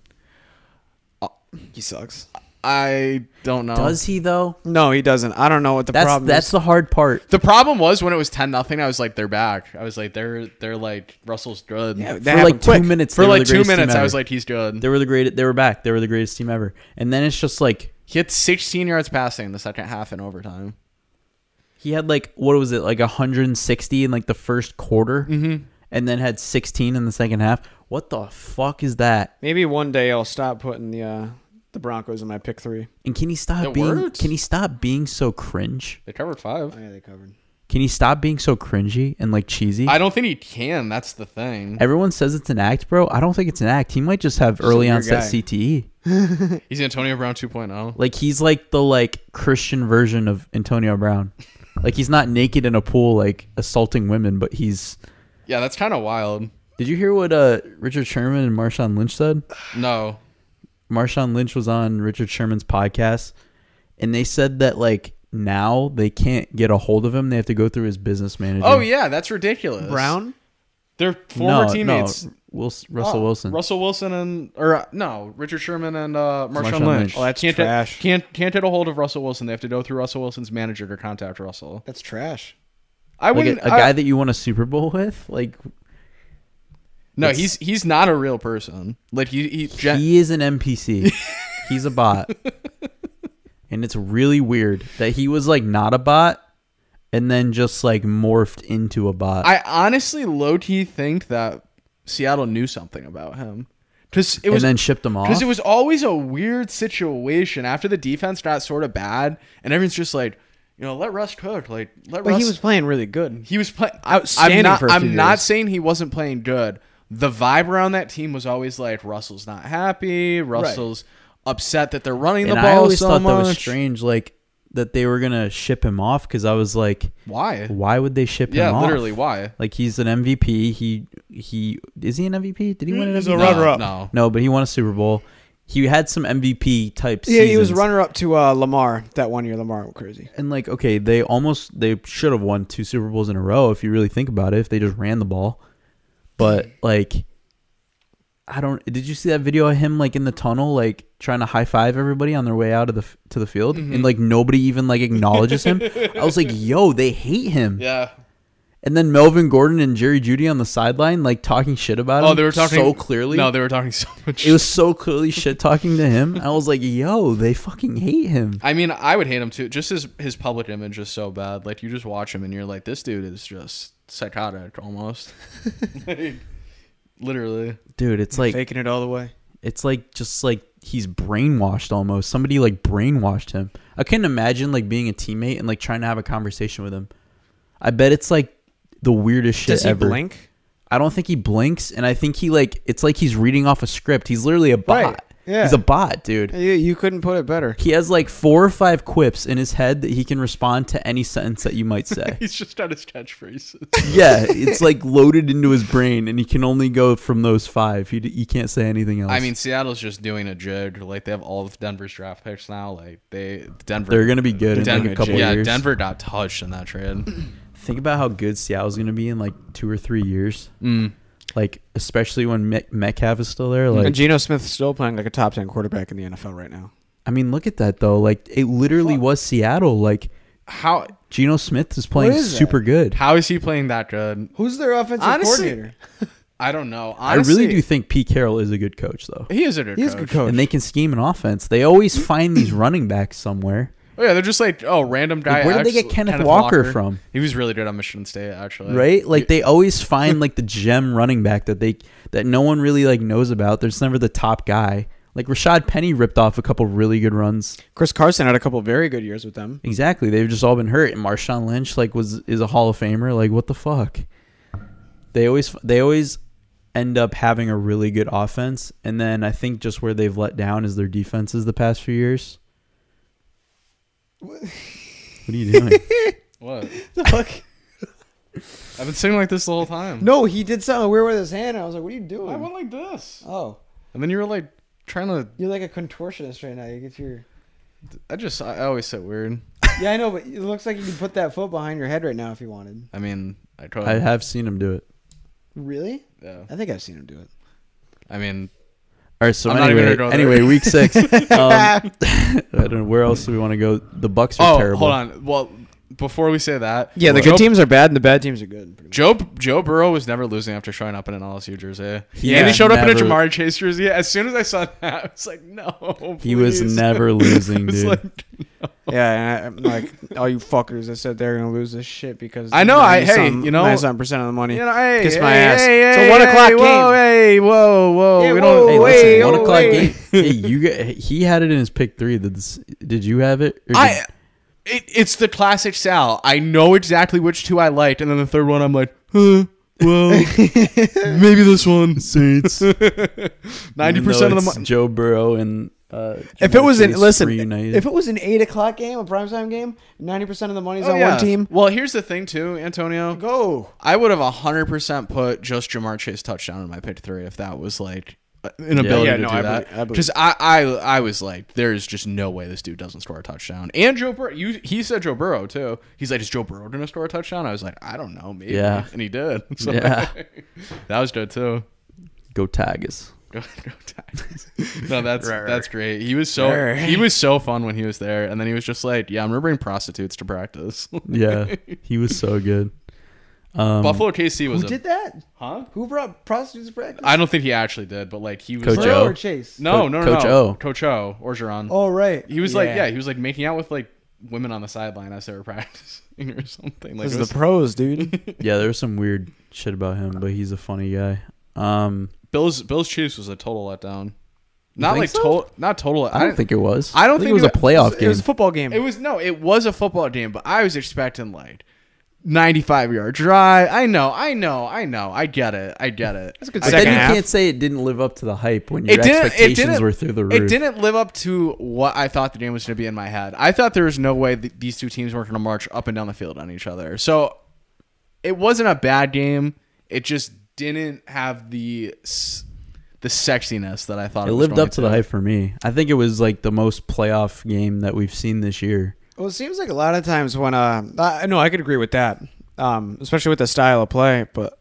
Speaker 2: He sucks.
Speaker 3: I don't know.
Speaker 1: Does he though?
Speaker 2: No, he doesn't. I don't know what the
Speaker 1: That's
Speaker 2: problem
Speaker 1: that's
Speaker 2: is.
Speaker 1: the hard part.
Speaker 3: the problem was when it was ten nothing. I was like, they're back. I was like, they're they're like Russell's good.
Speaker 2: Yeah, that
Speaker 1: For like
Speaker 2: happened
Speaker 1: two
Speaker 2: quick.
Speaker 1: minutes,
Speaker 3: For
Speaker 1: they were
Speaker 3: like
Speaker 1: the
Speaker 3: two
Speaker 1: greatest team
Speaker 3: minutes, I
Speaker 1: ever.
Speaker 3: was like, he's good.
Speaker 1: they were the great. They were back. They were the greatest team ever. And then it's just like
Speaker 3: He had 16 yards passing in the second half in overtime.
Speaker 1: he had like what was it like 160 in like the first quarter, and then had 16 in the second half. What the fuck is that?
Speaker 2: Maybe one day I'll stop putting the uh, the Broncos in my pick three.
Speaker 1: And can he stop
Speaker 3: It
Speaker 1: being
Speaker 3: works.
Speaker 1: can he stop being so cringe?
Speaker 3: They covered five.
Speaker 2: Oh, yeah, they covered.
Speaker 1: Can he stop being so cringy and like cheesy?
Speaker 3: I don't think he can. That's the thing.
Speaker 1: Everyone says it's an act, bro. I don't think it's an act. He might just have early
Speaker 2: weird
Speaker 1: onset E.
Speaker 2: guy.
Speaker 1: CTE.
Speaker 3: He's Antonio Brown oh. 2.0.
Speaker 1: Like he's like the like Christian version of Antonio Brown. like he's not naked in a pool like assaulting women, but he's.
Speaker 3: Yeah, that's kind of wild.
Speaker 1: Did you hear what uh Richard Sherman and Marshawn Lynch said?
Speaker 3: No.
Speaker 1: Marshawn Lynch was on Richard Sherman's podcast, and they said that like now they can't get a hold of him. They have to go through his business manager.
Speaker 3: Oh yeah, that's ridiculous.
Speaker 2: Brown?
Speaker 3: They're former
Speaker 1: no,
Speaker 3: teammates.
Speaker 1: No, Wils- Russell
Speaker 3: Oh,
Speaker 1: Wilson.
Speaker 3: Russell Wilson and or uh, no, Richard Sherman and uh, Marshawn,
Speaker 1: Marshawn
Speaker 3: Lynch.
Speaker 1: Lynch. Oh,
Speaker 2: that's
Speaker 3: can't
Speaker 2: trash.
Speaker 3: Get, can't can't get a hold of Russell Wilson. They have to go through Russell Wilson's manager to contact Russell.
Speaker 2: That's trash.
Speaker 3: I
Speaker 1: like
Speaker 3: wouldn't.
Speaker 1: a, a
Speaker 3: I-
Speaker 1: guy that you won a Super Bowl with, like
Speaker 3: no, he's he's not a real person. Like he he. gen-
Speaker 1: he is an NPC. He's a bot, and it's really weird that he was like not a bot, and then just like morphed into a bot.
Speaker 3: I honestly low key think that Seattle knew something about him because it
Speaker 1: and
Speaker 3: was
Speaker 1: then shipped him off.
Speaker 3: Because it was always a weird situation after the defense got sort of bad, and everyone's just like, you know, let Russ cook. Like, let
Speaker 2: But
Speaker 3: Russ.
Speaker 2: he was playing really good.
Speaker 3: he was playing. I'm
Speaker 2: Outstanding
Speaker 3: not.
Speaker 2: for a few
Speaker 3: I'm not
Speaker 2: years.
Speaker 3: saying he wasn't playing good. The vibe around that team was always like Russell's not happy. Russell's upset that they're running
Speaker 1: and
Speaker 3: the ball
Speaker 1: I always
Speaker 3: so
Speaker 1: thought
Speaker 3: much.
Speaker 1: that was strange, like that they were gonna ship him off because I was like,
Speaker 3: Why?
Speaker 1: why would they ship him
Speaker 3: Yeah,
Speaker 1: off?
Speaker 3: literally. Why?
Speaker 1: Like he's an MVP. He he is he an MVP? Did he win an MVP?
Speaker 2: a
Speaker 3: No,
Speaker 2: runner-up.
Speaker 3: No.
Speaker 1: No, but he won a Super Bowl. He had some MVP type.
Speaker 2: Yeah, he was
Speaker 1: seasons.
Speaker 2: runner up to uh, Lamar that one year. Lamar went crazy.
Speaker 1: And like, okay, they almost they should have won two Super Bowls in a row if you really think about it. If they just ran the ball, but like, I don't. Did you see that video of him like in the tunnel, like trying to high five everybody on their way out of the f- to the field,
Speaker 3: Mm-hmm.
Speaker 1: and like nobody even like acknowledges him? I was like, yo, they hate him.
Speaker 3: Yeah.
Speaker 1: And then Melvin Gordon and Jerry Judy on the sideline, like talking shit about him.
Speaker 3: Oh, they were talking
Speaker 1: so clearly.
Speaker 3: No, they were talking so much.
Speaker 1: it was so clearly shit talking to him. I was like, yo, they fucking hate him.
Speaker 3: I mean, I would hate him too. Just his his public image is so bad. Like you just watch him and you're like, this dude is just psychotic almost. like, literally.
Speaker 1: Dude, it's like
Speaker 2: Faking it all the way.
Speaker 1: It's like just like he's brainwashed almost. Somebody like brainwashed him. I couldn't imagine like being a teammate and like trying to have a conversation with him. I bet it's like the weirdest shit
Speaker 2: Does he
Speaker 1: ever.
Speaker 2: blink?
Speaker 1: I don't think he blinks, and I think he like it's like he's reading off a script. He's literally a bot.
Speaker 2: Right, yeah.
Speaker 1: He's a bot, dude.
Speaker 2: You, you couldn't put it better.
Speaker 1: He has like four or five quips in his head that he can respond to any sentence that you might say.
Speaker 3: He's just got his catchphrases.
Speaker 1: yeah, it's like loaded into his brain, and he can only go from those five. He, d- he can't say anything else.
Speaker 3: I mean, Seattle's just doing a jig. Like they have all of Denver's draft picks now. Like they Denver.
Speaker 1: they're gonna be good in
Speaker 3: Denver,
Speaker 1: like a couple
Speaker 3: yeah,
Speaker 1: years.
Speaker 3: Denver got touched in that trade.
Speaker 1: Think about how good Seattle's going to be in like two or three years.
Speaker 2: Mm.
Speaker 1: Like, especially when Met- Metcalf is still there. Like,
Speaker 2: and Geno Smith's still playing like a top ten quarterback in the NFL right now.
Speaker 1: I mean, look at that though. Like, it literally was Seattle. Like,
Speaker 3: How
Speaker 1: Geno Smith is playing
Speaker 2: is that?
Speaker 1: super good.
Speaker 3: how is he playing that good?
Speaker 2: Who's their offensive
Speaker 3: Honestly,
Speaker 2: coordinator?
Speaker 3: I don't know.
Speaker 1: I really
Speaker 3: Honestly,
Speaker 1: do think Pete Carroll is a good coach though,
Speaker 3: He is a good
Speaker 2: He's a
Speaker 3: coach.
Speaker 2: good coach. Mm.
Speaker 1: and they can scheme an offense. They always find these running backs somewhere.
Speaker 3: Oh, yeah, they're just like oh random guy.
Speaker 1: Like, where did they
Speaker 3: X-
Speaker 1: get Kenneth Walker from?
Speaker 3: He was really good on Michigan State actually.
Speaker 1: right? Like they always find like the gem running back that they that no one really like knows about. There's never the top guy. Like Rashad Penny ripped off a couple really good runs.
Speaker 2: Chris Carson had a couple very good years with them.
Speaker 1: Exactly. They've just all been hurt. And Marshawn Lynch like was is a Hall of Famer. Like what the fuck? They always they always end up having a really good offense, and then I think just where they've let down is their defenses the past few years. What are you doing?
Speaker 3: What?
Speaker 2: The fuck?
Speaker 3: I've been singing like this the whole time.
Speaker 2: no, he did something weird with his hand. And I was like, "What are you
Speaker 3: I
Speaker 2: doing?"
Speaker 3: went like this.
Speaker 2: oh,
Speaker 3: And then you were like trying to.
Speaker 2: you're like a contortionist right now. You get your
Speaker 3: I just. I always sit weird.
Speaker 2: yeah, I know, but it looks like you could put that foot behind your head right now if you wanted.
Speaker 3: I mean, I could.
Speaker 1: I have seen him do it.
Speaker 2: Really?
Speaker 3: yeah.
Speaker 2: I think I've seen him do it.
Speaker 3: I mean,
Speaker 1: All right, so
Speaker 3: I'm not even
Speaker 1: anyway,
Speaker 3: gonna go there.
Speaker 1: anyway, week six. Um, I don't know where else do we want to go. The Bucks are
Speaker 3: oh,
Speaker 1: terrible.
Speaker 3: hold on. Well, before we say that,
Speaker 2: Yeah, the
Speaker 3: Joe,
Speaker 2: good teams are bad, and the bad teams are good. pretty much.
Speaker 3: Joe Joe Burrow was never losing after showing up in an LSU jersey.
Speaker 1: Yeah,
Speaker 3: Yeah, and he showed up in a
Speaker 1: never.
Speaker 3: Jamar Chase jersey. As soon as I saw that, I was like, no.
Speaker 1: He was
Speaker 3: please.
Speaker 1: never
Speaker 3: I
Speaker 1: losing,
Speaker 3: was
Speaker 1: dude.
Speaker 3: like-
Speaker 2: Yeah, and I, I'm like all you fuckers that said they're gonna lose this shit because
Speaker 3: I know, I- hey, you know-
Speaker 2: ninety-seven percent of the money.
Speaker 3: you know, hey,
Speaker 2: Kiss
Speaker 3: hey,
Speaker 2: my ass.
Speaker 3: Hey,
Speaker 2: It's a
Speaker 3: hey,
Speaker 2: one
Speaker 3: hey,
Speaker 2: o'clock
Speaker 3: Whoa,
Speaker 2: game.
Speaker 3: hey, whoa, whoa.
Speaker 2: Yeah,
Speaker 3: we
Speaker 2: whoa,
Speaker 3: don't.
Speaker 1: Hey,
Speaker 2: Way
Speaker 1: listen, one
Speaker 2: oh,
Speaker 1: o'clock
Speaker 2: way.
Speaker 1: game. Hey, you got, he had it in his pick three. Did this, did you have it? Or
Speaker 3: I.
Speaker 1: did-
Speaker 3: It, it's the classic Sal. I know exactly which two I liked, and then the third one I'm like, huh, Well, maybe this one.
Speaker 1: Saints.
Speaker 3: Ninety percent of the
Speaker 1: it's
Speaker 3: money.
Speaker 1: Joe Burrow and uh,
Speaker 2: If it was an
Speaker 1: City
Speaker 2: listen,
Speaker 1: reunited.
Speaker 2: if it was an eight o'clock game, a primetime game, ninety percent of the money's on one team.
Speaker 3: Oh, Well, here's the thing too, Antonio.
Speaker 2: Go.
Speaker 3: I would have hundred percent put just Jamar Chase touchdown in my pick three if that was like an ability
Speaker 2: Yeah,
Speaker 3: to
Speaker 2: no,
Speaker 3: do
Speaker 2: I believe- I
Speaker 3: that.
Speaker 2: believe-
Speaker 3: Because I, I, I was like, there is just no way this dude doesn't score a touchdown. And Joe Burrow, you, he said Joe Burrow too. He's like, is Joe Burrow gonna score a touchdown? I was like, I don't know, maybe.
Speaker 1: Yeah.
Speaker 3: And he did. So,
Speaker 1: Yeah.
Speaker 3: that was good too.
Speaker 1: go Tigers.
Speaker 3: Go, go Tigers. no, that's
Speaker 2: Right, right.
Speaker 3: that's great. He was so
Speaker 2: Right.
Speaker 3: he was so fun when he was there, and then he was just like, "Yeah, I'm gonna bring prostitutes to practice."
Speaker 1: Yeah, he was so good. Um,
Speaker 3: Buffalo KC was
Speaker 2: Who
Speaker 3: a,
Speaker 2: did that?
Speaker 3: huh?
Speaker 2: Who brought prostitutes to practice?
Speaker 3: I don't think he actually did, but like he was
Speaker 1: Coach
Speaker 3: like,
Speaker 1: O?
Speaker 2: Burrow or Chase?
Speaker 3: No,
Speaker 1: Co-
Speaker 3: no, no,
Speaker 1: Coach
Speaker 3: no.
Speaker 1: O.
Speaker 3: Coach O or Geron.
Speaker 2: Oh right.
Speaker 3: He was like, yeah, he was like making out with like women on the sideline as they were practicing or something. Like,
Speaker 2: This
Speaker 3: it
Speaker 2: is
Speaker 3: was,
Speaker 2: the pros, dude.
Speaker 1: yeah, there was some weird shit about him, but he's a funny guy. Um,
Speaker 3: Bills Bills Chiefs was a total letdown. Not
Speaker 1: think
Speaker 3: like
Speaker 1: so?
Speaker 3: total, not total.
Speaker 1: I don't think it was.
Speaker 3: I don't
Speaker 1: it was
Speaker 3: think
Speaker 1: a
Speaker 3: it
Speaker 1: playoff
Speaker 2: It
Speaker 1: game.
Speaker 2: was a football game.
Speaker 3: It was no, it was a football game, but I was expecting like 95 yard drive. I know, I know, I know. I get it. I get it.
Speaker 2: That's a good
Speaker 1: but
Speaker 3: I
Speaker 1: then
Speaker 2: second
Speaker 1: you
Speaker 2: half.
Speaker 1: can't say it didn't live up to the hype when your
Speaker 3: it didn't. It
Speaker 1: expectations
Speaker 3: didn't.
Speaker 1: were through the roof.
Speaker 3: It didn't live up to what I thought the game was going to be in my head. I thought there was no way that these two teams weren't going to march up and down the field on each other. So it wasn't a bad game. It just didn't have the s- the sexiness that I thought it,
Speaker 1: It
Speaker 3: was
Speaker 1: lived
Speaker 3: going
Speaker 1: up to the hype for me. I think it was like the most playoff game that we've seen this year.
Speaker 2: Well, it seems like a lot of times when uh, I no, I could agree with that, um, especially with the style of play. But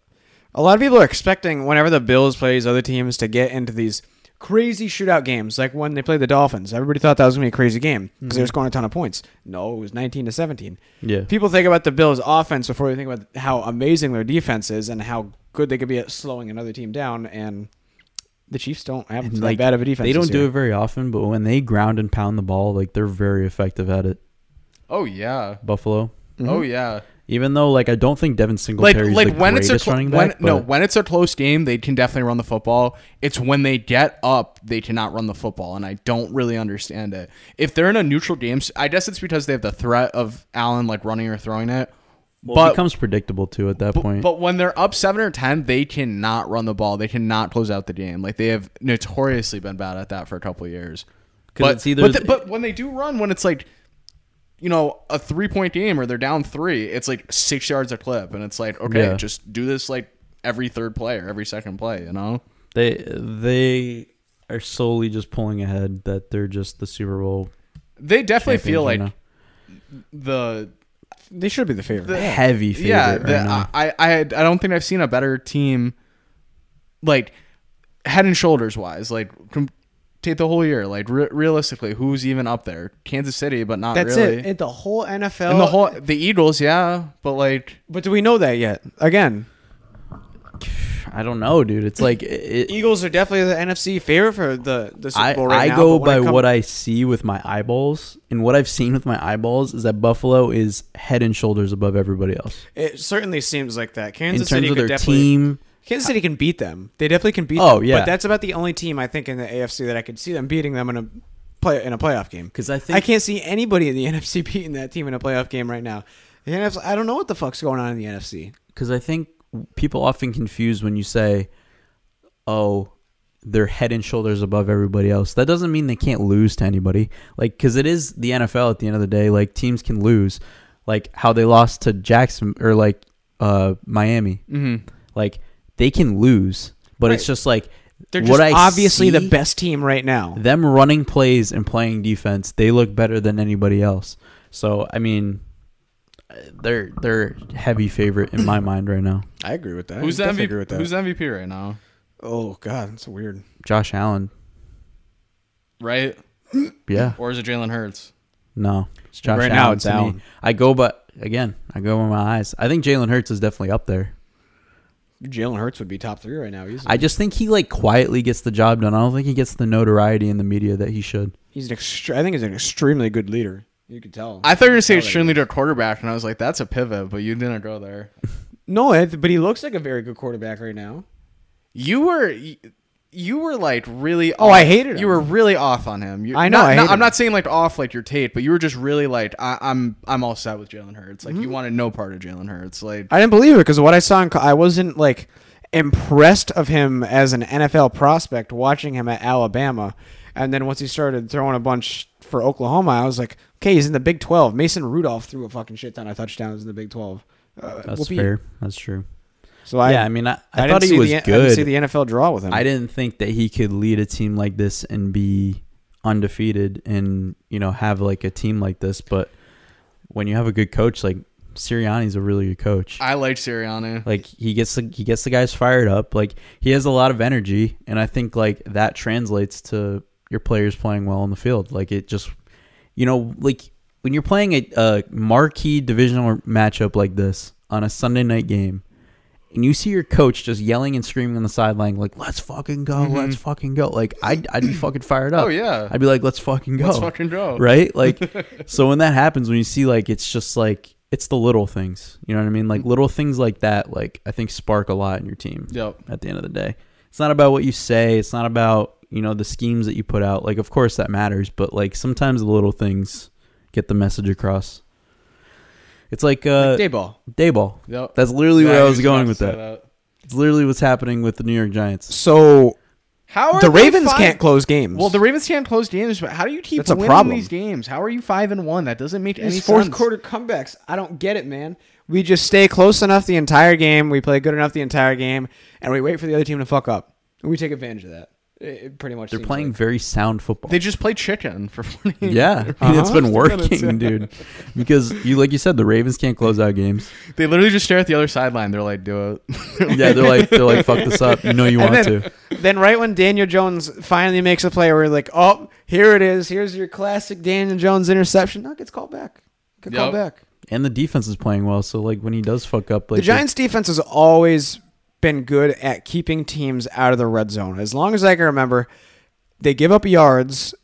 Speaker 2: a lot of people are expecting whenever the Bills play these other teams to get into these crazy shootout games, like when they played the Dolphins. Everybody thought that was gonna be a crazy game because they were scoring a ton of points. No, it was nineteen to seventeen.
Speaker 1: Yeah.
Speaker 2: People think about the Bills' offense before they think about how amazing their defense is and how good they could be at slowing another team down. And the Chiefs don't have that
Speaker 1: like,
Speaker 2: bad of a defense.
Speaker 1: They don't
Speaker 2: this
Speaker 1: do
Speaker 2: year.
Speaker 1: it very often, but when they ground and pound the ball, like they're very effective at it.
Speaker 3: Oh yeah.
Speaker 1: Buffalo.
Speaker 3: Oh yeah.
Speaker 1: Even though like I don't think Devin
Speaker 3: Like
Speaker 1: Singletary
Speaker 3: like
Speaker 1: the
Speaker 3: when it's
Speaker 1: greatest
Speaker 3: a cl-
Speaker 1: running
Speaker 3: when
Speaker 1: back.
Speaker 3: no
Speaker 1: but
Speaker 3: when it's a close game they can definitely run the football. It's when they get up they cannot run the football and I don't really understand it. If they're in a neutral game, s- I guess it's because they have the threat of Allen like running or throwing it.
Speaker 1: well, it
Speaker 3: but
Speaker 1: becomes predictable too at that
Speaker 3: But-
Speaker 1: point.
Speaker 3: But when they're up seven or ten, they cannot run the ball. They cannot close out the game. Like they have notoriously been bad at that for a couple of years.
Speaker 1: 'Cause
Speaker 3: But
Speaker 1: it's either-
Speaker 3: but, the- but when they do run, when it's like you know a three point game or they're down three, it's like six yards a clip, and it's like okay,
Speaker 1: Yeah.
Speaker 3: just do this like every third play or every second play. You know,
Speaker 1: they they are solely just pulling ahead that they're just the Super Bowl.
Speaker 3: they definitely feel like
Speaker 1: champions right
Speaker 3: the
Speaker 2: They should be the favorite.
Speaker 1: now. heavy favorite.
Speaker 3: yeah,
Speaker 1: right
Speaker 3: the- uh,
Speaker 1: now.
Speaker 3: I, I I I don't think I've seen a better team, like head and shoulders wise. Like com- take the whole year. Like re- realistically, who's even up there? Kansas City, but not
Speaker 2: That's
Speaker 3: really.
Speaker 2: it. it. The whole NFL.
Speaker 3: and the whole the Eagles, yeah, but like
Speaker 2: But do we know that yet? Again,
Speaker 1: I, don't know, dude. It's like it,
Speaker 2: Eagles are definitely the NFC favorite for the, the Super
Speaker 1: I,
Speaker 2: Bowl right
Speaker 1: I
Speaker 2: now.
Speaker 1: go by what I see with my eyeballs, and what I've seen with my eyeballs is that Buffalo is head and shoulders above everybody else
Speaker 2: It certainly seems like that. Kansas
Speaker 1: in
Speaker 2: City
Speaker 1: terms of
Speaker 2: could
Speaker 1: their
Speaker 2: definitely,
Speaker 1: team.
Speaker 2: Kansas City can beat them. They definitely can beat.
Speaker 1: Oh,
Speaker 2: them.
Speaker 1: yeah.
Speaker 2: But that's about the only team I think in the AFC that I could see them beating them in a play in a playoff game.
Speaker 1: 'Cause I think-
Speaker 2: I can't see anybody in the NFC beating that team in a playoff game right now. The NFC, I don't know what the fuck's going on in the NFC.
Speaker 1: Because I think people often confuse when you say, "Oh, they're head and shoulders above everybody else." That doesn't mean they can't lose to anybody. Like, because it is the NFL at the end of the day. Like, teams can lose, like how they lost to Jackson or like uh, Miami. Mm-hmm. Like, they can lose, but it's
Speaker 2: Right.
Speaker 1: just like.
Speaker 2: They're
Speaker 1: what
Speaker 2: just
Speaker 1: I
Speaker 2: obviously the
Speaker 1: see-
Speaker 2: best team right now.
Speaker 1: them running plays and playing defense, they look better than anybody else. So I mean, they're they're heavy favorite in my mind right now.
Speaker 2: I agree with that.
Speaker 3: who's the
Speaker 2: Definitely
Speaker 3: MVP? Who's the MVP right now?
Speaker 2: oh god, that's weird.
Speaker 1: Josh Allen,
Speaker 3: Right?
Speaker 1: yeah,
Speaker 3: Or is it Jalen Hurts?
Speaker 1: no, it's Josh
Speaker 2: Right
Speaker 1: Allen.
Speaker 2: now it's
Speaker 1: to me.
Speaker 2: Allen.
Speaker 1: I go, but again, I go with my eyes. I think Jalen Hurts is definitely up there.
Speaker 2: Jalen Hurts would be top three right now. He's,
Speaker 1: I just think he like quietly gets the job done. I don't think he gets the notoriety in the media that he should.
Speaker 2: he's an extre- I think he's an extremely good leader. You could tell.
Speaker 3: I thought you were gonna say extremely good quarterback, and I was like, that's a pivot, but you didn't go there.
Speaker 2: no, it- but he looks like a very good quarterback right now.
Speaker 3: You were. you were like really.
Speaker 2: Oh,
Speaker 3: off.
Speaker 2: I hated
Speaker 3: You
Speaker 2: him.
Speaker 3: were really off on him. You,
Speaker 2: I know,
Speaker 3: Not,
Speaker 2: I
Speaker 3: not-
Speaker 2: hated
Speaker 3: I'm
Speaker 2: him.
Speaker 3: not saying like off like your Tate, but you were just really like I, I'm. I'm all set with Jalen Hurts.
Speaker 2: Mm-hmm.
Speaker 3: Like you wanted no part of Jalen Hurts. Like
Speaker 2: I didn't believe it because what I saw, in, co- I wasn't like impressed of him as an NFL prospect. Watching him at Alabama, and then once he started throwing a bunch for Oklahoma, I was like, okay, he's in the Big Twelve. Mason Rudolph threw a fucking shit ton of touchdowns in the Big Twelve. Uh,
Speaker 1: That's
Speaker 2: whoopee.
Speaker 1: fair. That's true.
Speaker 2: So I,
Speaker 1: yeah, I mean, I, I,
Speaker 2: didn't
Speaker 1: thought he
Speaker 2: see
Speaker 1: was
Speaker 2: the,
Speaker 1: good.
Speaker 2: I didn't see the NFL draw with him.
Speaker 1: I didn't think that he could lead a team like this and be undefeated and, you know, have like a team like this. But when you have a good coach, like Sirianni's a really good coach.
Speaker 3: I liked
Speaker 2: Oh.
Speaker 3: Sirianni.
Speaker 1: like he gets the he gets the guys fired up. Like he has a lot of energy and I think like that translates to your players playing well on the field. Like it just you know, like when you're playing a, a marquee divisional matchup like this on a Sunday night game and you see your coach just yelling and screaming on the sideline, like, let's fucking go, let's fucking go. Like, I'd, I'd be fucking fired up.
Speaker 3: Mm-hmm. Oh, yeah.
Speaker 1: I'd be like, let's fucking go.
Speaker 3: Let's fucking go.
Speaker 1: Right? Like, so when that happens, when you see, like, it's just like, it's the little things. You know what I mean?
Speaker 3: Mm-hmm.
Speaker 1: Like, little things like that, like, I think spark a lot in your team
Speaker 3: Yep.
Speaker 1: at the end of the day. It's not about what you say, it's not about, you know, the schemes that you put out. Like, of course that matters, but, like, sometimes the little things get the message across. It's like, uh,
Speaker 2: Dayball.
Speaker 1: Dayball.
Speaker 3: Yep.
Speaker 1: That's literally
Speaker 3: Yeah,
Speaker 1: where I
Speaker 3: he
Speaker 1: was
Speaker 3: about
Speaker 1: going
Speaker 3: to
Speaker 1: with
Speaker 3: say
Speaker 1: that. It's literally what's happening with the New York Giants.
Speaker 2: So
Speaker 3: How are
Speaker 2: the
Speaker 3: they
Speaker 2: Ravens
Speaker 3: five-
Speaker 2: can't close games.
Speaker 3: Well, the Ravens can't close games, but how do you keep
Speaker 2: That's a
Speaker 3: winning
Speaker 2: problem.
Speaker 3: these games? How are you five and one? That doesn't make any
Speaker 2: These fourth
Speaker 3: sense.
Speaker 2: quarter comebacks. I don't get it, man. We just stay close enough the entire game. We play good enough the entire game, and we wait for the other team to fuck up. And we take advantage of that. It, it pretty much.
Speaker 1: They're
Speaker 2: seems
Speaker 1: playing
Speaker 2: like.
Speaker 1: very sound football.
Speaker 3: They just play chicken for forty.
Speaker 1: yeah, I mean, it's
Speaker 2: Uh-huh.
Speaker 1: been working, dude. Because you, like you said, the Ravens can't close out games.
Speaker 3: They literally just stare at the other sideline. They're like, do it.
Speaker 1: Yeah, they're like, they're like, fuck this up. You know you want
Speaker 2: then,
Speaker 1: to.
Speaker 2: then right when Daniel Jones finally makes a play, we're like, oh, here it is. Here's your classic Daniel Jones interception. No, it gets called back. Get
Speaker 3: Yep.
Speaker 2: called back.
Speaker 1: And the defense is playing well, so like when he does fuck up, like
Speaker 2: the Giants' defense has always been good at keeping teams out of the red zone. As long as I can remember, they give up yards,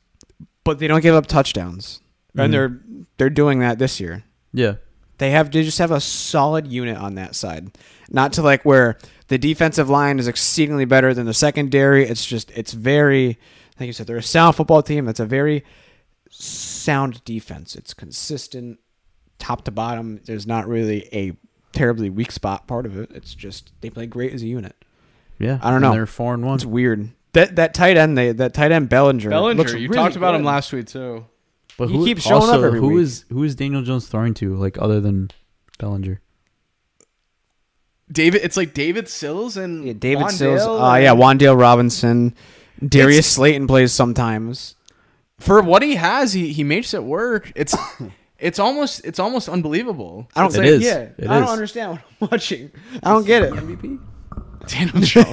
Speaker 2: but they don't give up touchdowns, and they're they're doing that this year.
Speaker 1: yeah,
Speaker 2: They have they just have a solid unit on that side, not to like where the defensive line is exceedingly better than the secondary. It's just it's very, like you said, they're a sound football team. That's a very sound defense. It's consistent, top to bottom. There's not really a terribly weak spot part of it. It's just they play great as a unit.
Speaker 1: yeah.
Speaker 2: I don't
Speaker 1: And
Speaker 2: know.
Speaker 1: They're four and one.
Speaker 2: It's weird. That that tight end they that tight end Bellinger.
Speaker 3: Bellinger,
Speaker 2: looks
Speaker 3: you
Speaker 2: really
Speaker 3: talked about him
Speaker 2: good.
Speaker 3: last week too.
Speaker 1: But
Speaker 2: He
Speaker 1: who
Speaker 2: keeps showing up
Speaker 1: also,
Speaker 2: every
Speaker 1: who
Speaker 2: week.
Speaker 1: is- who is Daniel Jones throwing to? Like other than Bellinger,
Speaker 3: David, it's like David Sills and
Speaker 2: Yeah, David
Speaker 3: Wandale
Speaker 2: Sills. Uh,
Speaker 3: and-
Speaker 2: yeah, Wandale Robinson. Darius Slayton plays sometimes.
Speaker 3: For what he has, he he makes it work. It's it's almost it's almost unbelievable.
Speaker 2: I don't.
Speaker 1: It
Speaker 2: think
Speaker 1: is.
Speaker 2: Yeah,
Speaker 1: It
Speaker 2: I don't
Speaker 1: is.
Speaker 2: understand what I'm watching. I don't get it.
Speaker 3: Daniel Jones,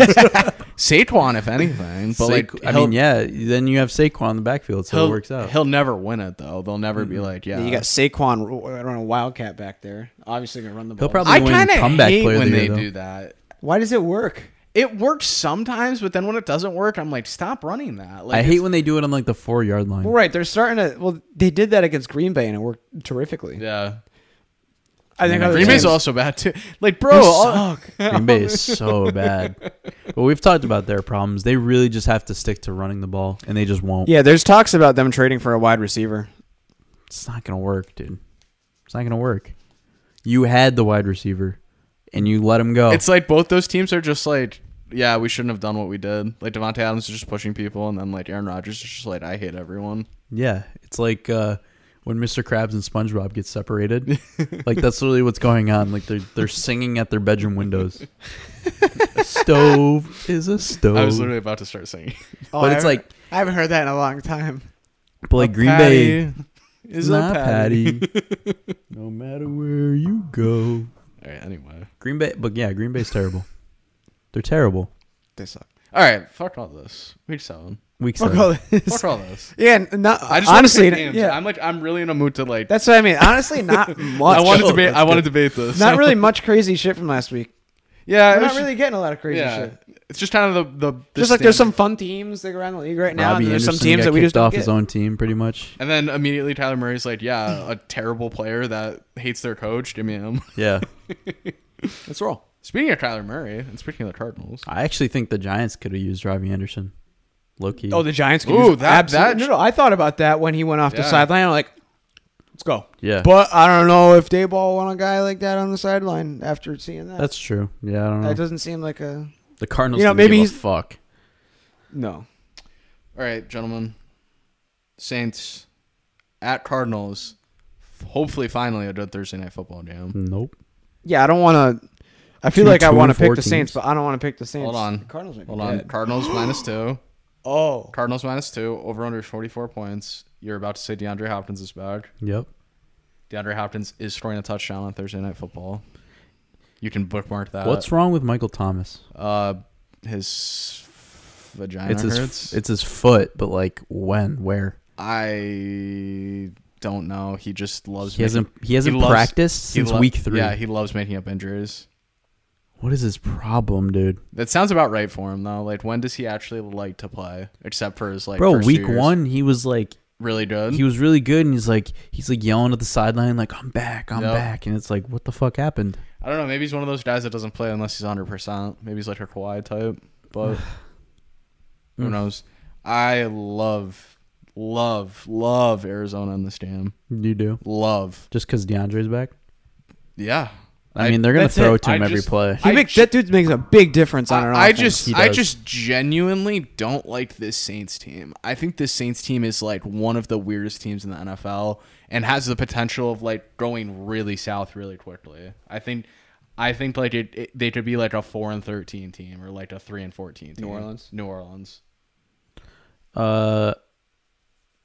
Speaker 3: Saquon, if anything, but like
Speaker 1: I
Speaker 3: he'll-
Speaker 1: mean, yeah. Then you have Saquon in the backfield, so
Speaker 3: he'll,
Speaker 1: it works out.
Speaker 3: He'll never win it though. They'll never be like, yeah.
Speaker 2: You got Saquon. I don't know Wildcat back there. Obviously gonna run the ball.
Speaker 1: He'll probably
Speaker 3: I
Speaker 1: win
Speaker 3: kind of
Speaker 1: comeback
Speaker 3: hate
Speaker 1: player of
Speaker 3: when
Speaker 1: the year,
Speaker 3: they
Speaker 1: though.
Speaker 3: do that.
Speaker 2: Why does it work?
Speaker 3: It works sometimes, but then when it doesn't work, I'm like, stop running that. Like,
Speaker 1: I
Speaker 3: it's-
Speaker 1: hate when they do it on like the four yard line.
Speaker 2: Well, right. They're starting to. Well, they did that against Green Bay and it worked terrifically.
Speaker 3: Yeah,
Speaker 2: I think other
Speaker 3: Green Bay's
Speaker 2: teams- Oh,
Speaker 3: also bad too. Like, bro, all-
Speaker 1: Green Bay is so bad. But we've talked about their problems. They really just have to stick to running the ball, and they just won't.
Speaker 2: Yeah, there's talks about them trading for a wide receiver.
Speaker 1: It's not going to work, dude. It's not going to work. You had the wide receiver, and you let him
Speaker 2: Oh.
Speaker 1: go.
Speaker 3: it's like both those teams are just like, yeah, we shouldn't have done what we did. Like Devontae Adams is just pushing people, and then like Aaron Rodgers is just like, I hate everyone.
Speaker 1: yeah, it's like uh, when Mr. Krabs and SpongeBob get separated. like that's literally what's going on. Like they're they're singing at their bedroom windows. a stove is a stove.
Speaker 3: I was literally about to start singing.
Speaker 2: Oh,
Speaker 1: But it's
Speaker 2: haven't-
Speaker 1: like-
Speaker 2: I haven't heard that in a long time.
Speaker 1: but like Green Bay
Speaker 3: Patty is
Speaker 1: is
Speaker 3: a
Speaker 1: not
Speaker 3: patty.
Speaker 1: patty. no matter where you go.
Speaker 3: All right, anyway.
Speaker 1: Green Bay, but yeah, Green Bay's terrible. They're terrible.
Speaker 2: They suck.
Speaker 3: All right, fuck all this. Week seven.
Speaker 1: Week
Speaker 2: Fuck
Speaker 1: seven.
Speaker 2: all this.
Speaker 3: Fuck all this.
Speaker 2: Yeah, n- not,
Speaker 3: I just
Speaker 2: honestly,
Speaker 3: want to pick names.
Speaker 2: yeah.
Speaker 3: I'm like, I'm really in a mood to like.
Speaker 2: that's what I mean. Honestly, not much.
Speaker 3: I want to
Speaker 1: go.
Speaker 3: debate. I
Speaker 1: Let's
Speaker 3: want to debate this.
Speaker 2: not really much crazy shit from last week.
Speaker 3: Yeah,
Speaker 2: We're
Speaker 3: it was
Speaker 2: not
Speaker 3: ju-
Speaker 2: really getting a lot of crazy
Speaker 3: Yeah,
Speaker 2: shit.
Speaker 3: it's just kind of the the, the
Speaker 2: just like there's some
Speaker 3: standard.
Speaker 2: fun teams that are around the league right now.
Speaker 1: Robbie
Speaker 2: and there's
Speaker 1: Anderson
Speaker 2: some teams
Speaker 1: got
Speaker 2: that we just
Speaker 1: kicked
Speaker 2: don't
Speaker 1: off
Speaker 2: get.
Speaker 1: his own team, pretty much.
Speaker 3: And then immediately Tyler Murray's like, "Yeah, a terrible player that hates their coach. Give me him."
Speaker 1: Yeah,
Speaker 2: That's all.
Speaker 3: Speaking of Kyler Murray and speaking of the Cardinals,
Speaker 1: I actually think the Giants could have used Robbie Anderson. Low key.
Speaker 2: Oh, the Giants. Could
Speaker 3: Ooh,
Speaker 2: use-
Speaker 3: that-
Speaker 2: absolutely.
Speaker 3: that-
Speaker 2: No, no, I thought about that when he went off the
Speaker 3: Yeah.
Speaker 2: sideline. I'm like, let's go.
Speaker 1: Yeah.
Speaker 2: But I don't know if Dayball want a guy like that on the sideline after seeing that.
Speaker 1: That's true. Yeah, I don't know.
Speaker 2: that doesn't seem like a
Speaker 1: the Cardinals
Speaker 2: you know,
Speaker 1: didn't give
Speaker 2: maybe
Speaker 1: a
Speaker 2: he's-
Speaker 1: fuck.
Speaker 2: no.
Speaker 3: all right, gentlemen, Saints at Cardinals. Hopefully, finally a good Thursday night football game.
Speaker 1: Nope.
Speaker 2: Yeah, I don't want to. I feel
Speaker 1: Two-
Speaker 2: like I
Speaker 1: two
Speaker 2: want to
Speaker 1: and four
Speaker 2: pick the Saints,
Speaker 1: teams.
Speaker 2: but I don't want to pick the Saints.
Speaker 3: Hold on.
Speaker 2: The Cardinals. Might
Speaker 3: Hold
Speaker 2: be
Speaker 3: on,
Speaker 2: dead.
Speaker 3: Cardinals minus two.
Speaker 2: Oh,
Speaker 3: Cardinals minus two. Over under is forty four points. You're about to say DeAndre Hopkins is back.
Speaker 1: Yep.
Speaker 3: DeAndre Hopkins is scoring a touchdown on Thursday night football. You can bookmark
Speaker 2: Uh,
Speaker 3: that.
Speaker 1: What's wrong with Michael Thomas?
Speaker 3: uh his f- vagina
Speaker 1: It's his
Speaker 3: hurts?
Speaker 1: it's his foot, but like when, where?
Speaker 3: I don't know. He just loves.
Speaker 1: He hasn't he hasn't
Speaker 3: loves-
Speaker 1: practiced
Speaker 3: he
Speaker 1: since
Speaker 3: lo-
Speaker 1: week 3.
Speaker 3: Yeah, he loves making up injuries.
Speaker 1: what is his problem, dude?
Speaker 3: That sounds about right for him though. Like, when does he actually like to play? Except for his like.
Speaker 1: Bro,
Speaker 3: first two
Speaker 1: week
Speaker 3: years.
Speaker 1: 1 he was like
Speaker 3: really good.
Speaker 1: he was really good and he's like he's like yelling at the sideline like I'm back, I'm
Speaker 3: Yep.
Speaker 1: back and it's like what the fuck happened?
Speaker 3: I don't know. Maybe he's one of those guys that doesn't play unless he's hundred percent. Maybe he's like a Kawhi type, but who
Speaker 1: Mm.
Speaker 3: knows? I love, love, love Arizona in this game.
Speaker 1: You do.
Speaker 3: Love,
Speaker 1: Just cuz DeAndre's back?
Speaker 3: yeah.
Speaker 1: I, mean, they're going to
Speaker 2: that's
Speaker 1: throw
Speaker 2: it.
Speaker 1: to him
Speaker 3: I
Speaker 1: every
Speaker 3: just-
Speaker 1: play.
Speaker 2: he
Speaker 3: I
Speaker 2: makes
Speaker 3: ju-
Speaker 2: that dude makes a big difference on an
Speaker 3: I
Speaker 2: offense.
Speaker 3: just
Speaker 1: He
Speaker 3: I
Speaker 1: does.
Speaker 3: just genuinely don't like this Saints team. I think this Saints team is like one of the weirdest teams in the NFL and has the potential of like going really south really quickly. I think I think like it, it- they could be like a 4 and 13 team or like a 3 and 14 team.
Speaker 2: New Orleans?
Speaker 3: New Orleans.
Speaker 1: Uh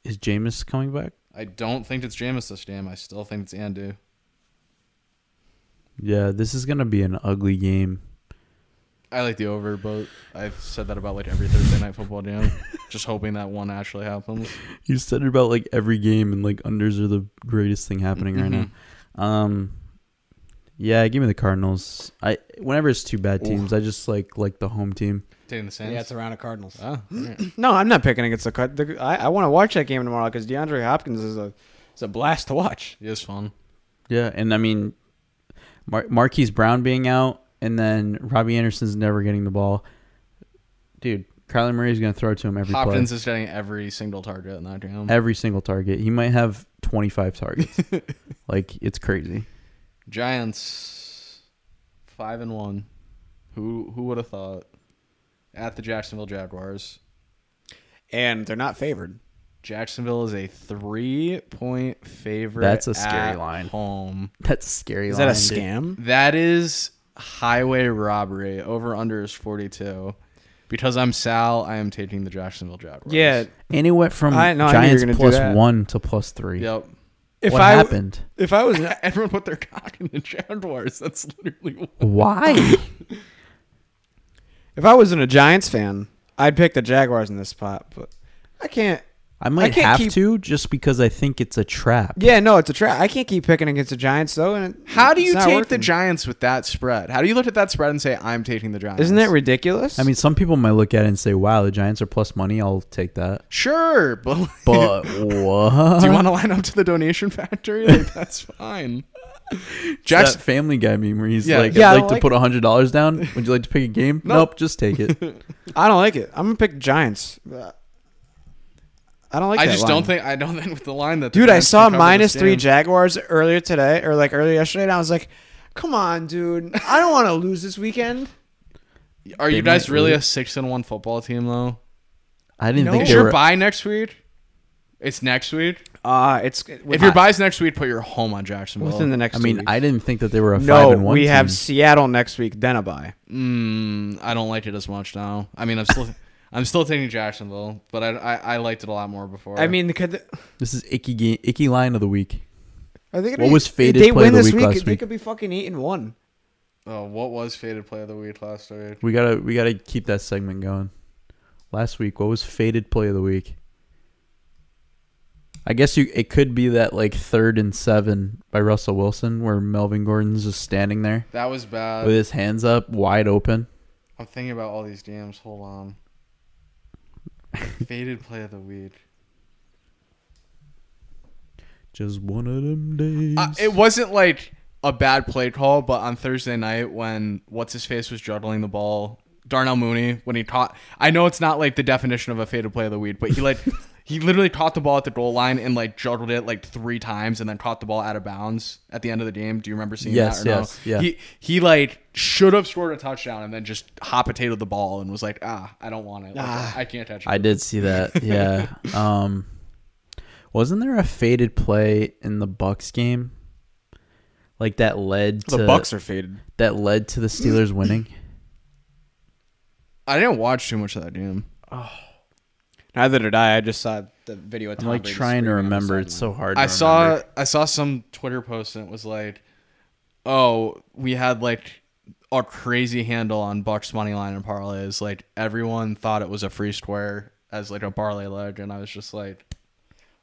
Speaker 1: is Jameis coming back?
Speaker 3: I don't think it's Jameis this game. I still think it's Andu.
Speaker 1: Yeah, this is going to be an ugly game.
Speaker 3: I like the over, but I've said that about like every Thursday night football game. Just hoping that one actually happens.
Speaker 1: You said it about like every game and like unders are the greatest thing happening right now. Um yeah, give me the Cardinals. I whenever it's two bad teams, I just like like the home team.
Speaker 3: Taking the Saints.
Speaker 2: around a Cardinals.
Speaker 3: Ah, all right.
Speaker 2: No, I'm not picking against the cut. The, I, I want to watch that game tomorrow because DeAndre Hopkins is a is a blast to watch.
Speaker 3: It is fun.
Speaker 1: Yeah, and I mean Mar- Marquise Brown being out and then Robbie Anderson's never getting the ball. Dude, Kyler Murray's going to throw to him every
Speaker 3: Hopkins
Speaker 1: play.
Speaker 3: is getting every single target in that game.
Speaker 1: Every single target. He might have 25 targets. like it's crazy.
Speaker 3: Giants five and one. Who who would have thought? At the Jacksonville Jaguars.
Speaker 2: And they're not favored.
Speaker 3: Jacksonville is a three point favorite.
Speaker 1: That's a scary
Speaker 3: at
Speaker 1: line.
Speaker 3: Home.
Speaker 1: That's a scary.
Speaker 2: Is that a
Speaker 1: line, dude.
Speaker 2: scam?
Speaker 3: That is highway robbery. Over under is forty two. Because I'm Sal, I am taking the Jacksonville Jaguars.
Speaker 2: Yeah.
Speaker 1: And it went from
Speaker 2: I- no, I knew you were
Speaker 1: Giants
Speaker 2: gonna do
Speaker 1: plus
Speaker 2: that.
Speaker 1: one to plus three.
Speaker 3: Yep.
Speaker 2: If
Speaker 1: what
Speaker 2: I w-
Speaker 1: happened?
Speaker 2: if I was not,
Speaker 3: Everyone put their cock in the Jaguars. That's literally what
Speaker 1: Why?
Speaker 2: if I wasn't a Giants fan, I'd pick the Jaguars in this spot, but I can't.
Speaker 1: I might
Speaker 2: can't
Speaker 1: have
Speaker 2: keep-
Speaker 1: to just because I think it's a trap.
Speaker 2: Yeah, no, it's a trap. I can't keep picking against the Giants though. And it-
Speaker 3: How do you
Speaker 2: it's not
Speaker 3: take the
Speaker 2: working.
Speaker 3: Giants with that spread? How do you look at that spread and say I'm taking the Giants?
Speaker 2: Isn't that ridiculous?
Speaker 1: I mean, some people might look at it and say, "Wow, the Giants are plus money. I'll take that."
Speaker 3: sure? But
Speaker 1: But what?
Speaker 3: do you want to line up to the donation factory? Like, that's fine.
Speaker 1: that
Speaker 3: Jackson,
Speaker 1: Family Guy meme where he's
Speaker 3: Yeah.
Speaker 1: like,
Speaker 2: Yeah,
Speaker 1: "I'd
Speaker 2: I don't
Speaker 1: like to
Speaker 2: like
Speaker 1: put put hundred dollars down. Would you like to pick a game? Nope, just take it."
Speaker 2: I don't like it. I'm gonna pick Giants. I don't like.
Speaker 3: I
Speaker 2: that
Speaker 3: just
Speaker 2: line.
Speaker 3: don't think I don't think with the line that the
Speaker 2: Dude, I
Speaker 3: Giants
Speaker 2: saw
Speaker 3: can cover
Speaker 2: minus
Speaker 3: this
Speaker 2: three
Speaker 3: game.
Speaker 2: Jaguars earlier today, or like earlier yesterday, and I was like, "Come on, dude! I don't want to lose this weekend."
Speaker 3: Are
Speaker 1: They
Speaker 3: you guys
Speaker 1: might
Speaker 3: really
Speaker 1: lose.
Speaker 3: a six and one football team though?
Speaker 1: I didn't think
Speaker 3: Is
Speaker 1: they
Speaker 3: your
Speaker 1: were.
Speaker 3: bye next week? It's next week.
Speaker 2: Uh it's
Speaker 3: if your bye's next week, put your home on Jacksonville.
Speaker 2: within the next.
Speaker 1: I
Speaker 2: two
Speaker 1: mean,
Speaker 2: weeks.
Speaker 1: I didn't think that they were a
Speaker 2: no,
Speaker 1: five and one.
Speaker 2: we have
Speaker 1: team.
Speaker 2: Seattle next week, then a bye.
Speaker 3: Mm, I don't like it as much now. I mean, I'm still I'm still taking Jacksonville, but I, I I liked it a lot more before.
Speaker 2: I mean, could the,
Speaker 1: This is icky game, icky line of the week.
Speaker 2: are they gonna
Speaker 1: What
Speaker 2: be,
Speaker 1: was
Speaker 2: if
Speaker 1: faded
Speaker 2: They
Speaker 1: play
Speaker 2: win
Speaker 1: of the
Speaker 2: this
Speaker 1: week
Speaker 2: week.
Speaker 1: last
Speaker 2: They
Speaker 1: week?
Speaker 2: could be fucking eight and one.
Speaker 3: Oh, what was faded play of the week last week?
Speaker 1: We gotta we gotta keep that segment going. Last week, what was faded play of the week? I guess you it could be that like third and seven by Russell Wilson where Melvin Gordon's just standing there
Speaker 3: That was bad.
Speaker 1: with his hands up wide open.
Speaker 3: I'm thinking about all these games. Hold on. faded play of the week.
Speaker 1: Just one of them days.
Speaker 3: Uh, it wasn't like a bad play call, but on Thursday night when what's his face was juggling the ball, Darnell Mooney when he caught. I know it's not like the definition of a faded play of the week, but he like he literally caught the ball at the goal line and like juggled it like three times and then caught the ball out of bounds at the end of the game. Do you remember seeing
Speaker 1: Yes,
Speaker 3: that? Or
Speaker 1: yes,
Speaker 3: no?
Speaker 1: yeah.
Speaker 3: He he like should have scored a touchdown and then just hot potatoed the ball and was like, ah, I don't want it. Like, I can't touch it.
Speaker 1: I did see that. Yeah. um, wasn't there a faded play in the Bucks game? Like that led to
Speaker 2: The Bucks are faded.
Speaker 1: that led to the Steelers winning.
Speaker 3: I didn't watch too much of that game.
Speaker 2: Neither did I. I just saw the video. Of
Speaker 1: I'm
Speaker 2: Tom
Speaker 1: like
Speaker 2: Brady
Speaker 1: trying to
Speaker 2: screaming on the
Speaker 1: remember.
Speaker 2: sideline.
Speaker 1: It's so hard. To
Speaker 3: I saw
Speaker 1: remember.
Speaker 3: I saw some Twitter post and it was like, "Oh, we had like a crazy handle on Bucks money line and parlays. Like everyone thought it was a free square as like a parlay leg, and I was just like,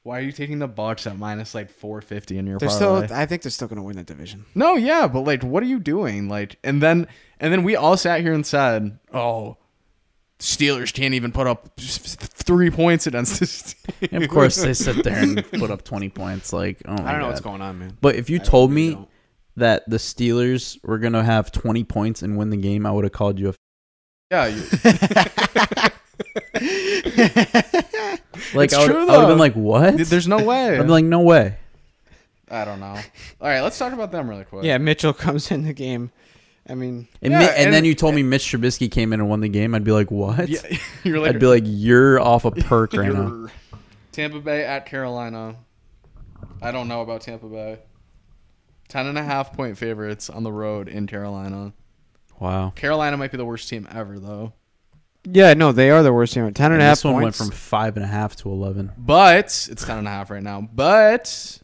Speaker 3: why are you taking the Bucks at minus like four fifty in your
Speaker 2: They're
Speaker 3: parlay?
Speaker 2: still. I think they're still going to win that division.
Speaker 3: no, yeah, but like, what are you doing? Like, and then and then we all sat here and said, oh. Steelers can't even put up three points against this team.
Speaker 1: And of course, they sit there and put up 20 points. Like, oh my
Speaker 2: I don't know what's
Speaker 1: God.
Speaker 2: going on, man.
Speaker 1: But if you told
Speaker 2: really
Speaker 1: me
Speaker 2: don't.
Speaker 1: that the Steelers were gonna have 20 points and win the game, I would have called you a f-
Speaker 3: Yeah, you,
Speaker 1: like
Speaker 3: It's
Speaker 1: I would
Speaker 3: true,
Speaker 1: have
Speaker 3: though.
Speaker 1: been like, what?
Speaker 3: there's no way.
Speaker 1: I'm like, no way.
Speaker 3: I don't know. All right, let's talk about them really quick.
Speaker 2: Yeah, Mitchell comes in the game. I mean,
Speaker 1: And,
Speaker 3: Yeah,
Speaker 1: Mi- and,
Speaker 3: and-
Speaker 1: then you told me Mitch Trubisky came in and won the game. I'd be like, what?
Speaker 3: yeah you're like,
Speaker 1: I'd be like, you're off a perk right now.
Speaker 3: "Grr." Tampa Bay at Carolina. I don't know about Tampa Bay. Ten and a half point favorites on the road in Carolina.
Speaker 1: Wow.
Speaker 3: Carolina might be the worst team ever, though.
Speaker 2: yeah, no, they are the worst team. Ten and
Speaker 1: And
Speaker 2: a half
Speaker 1: this one went
Speaker 2: points.
Speaker 1: from five and a half to 11.
Speaker 3: But it's ten and a half right now. But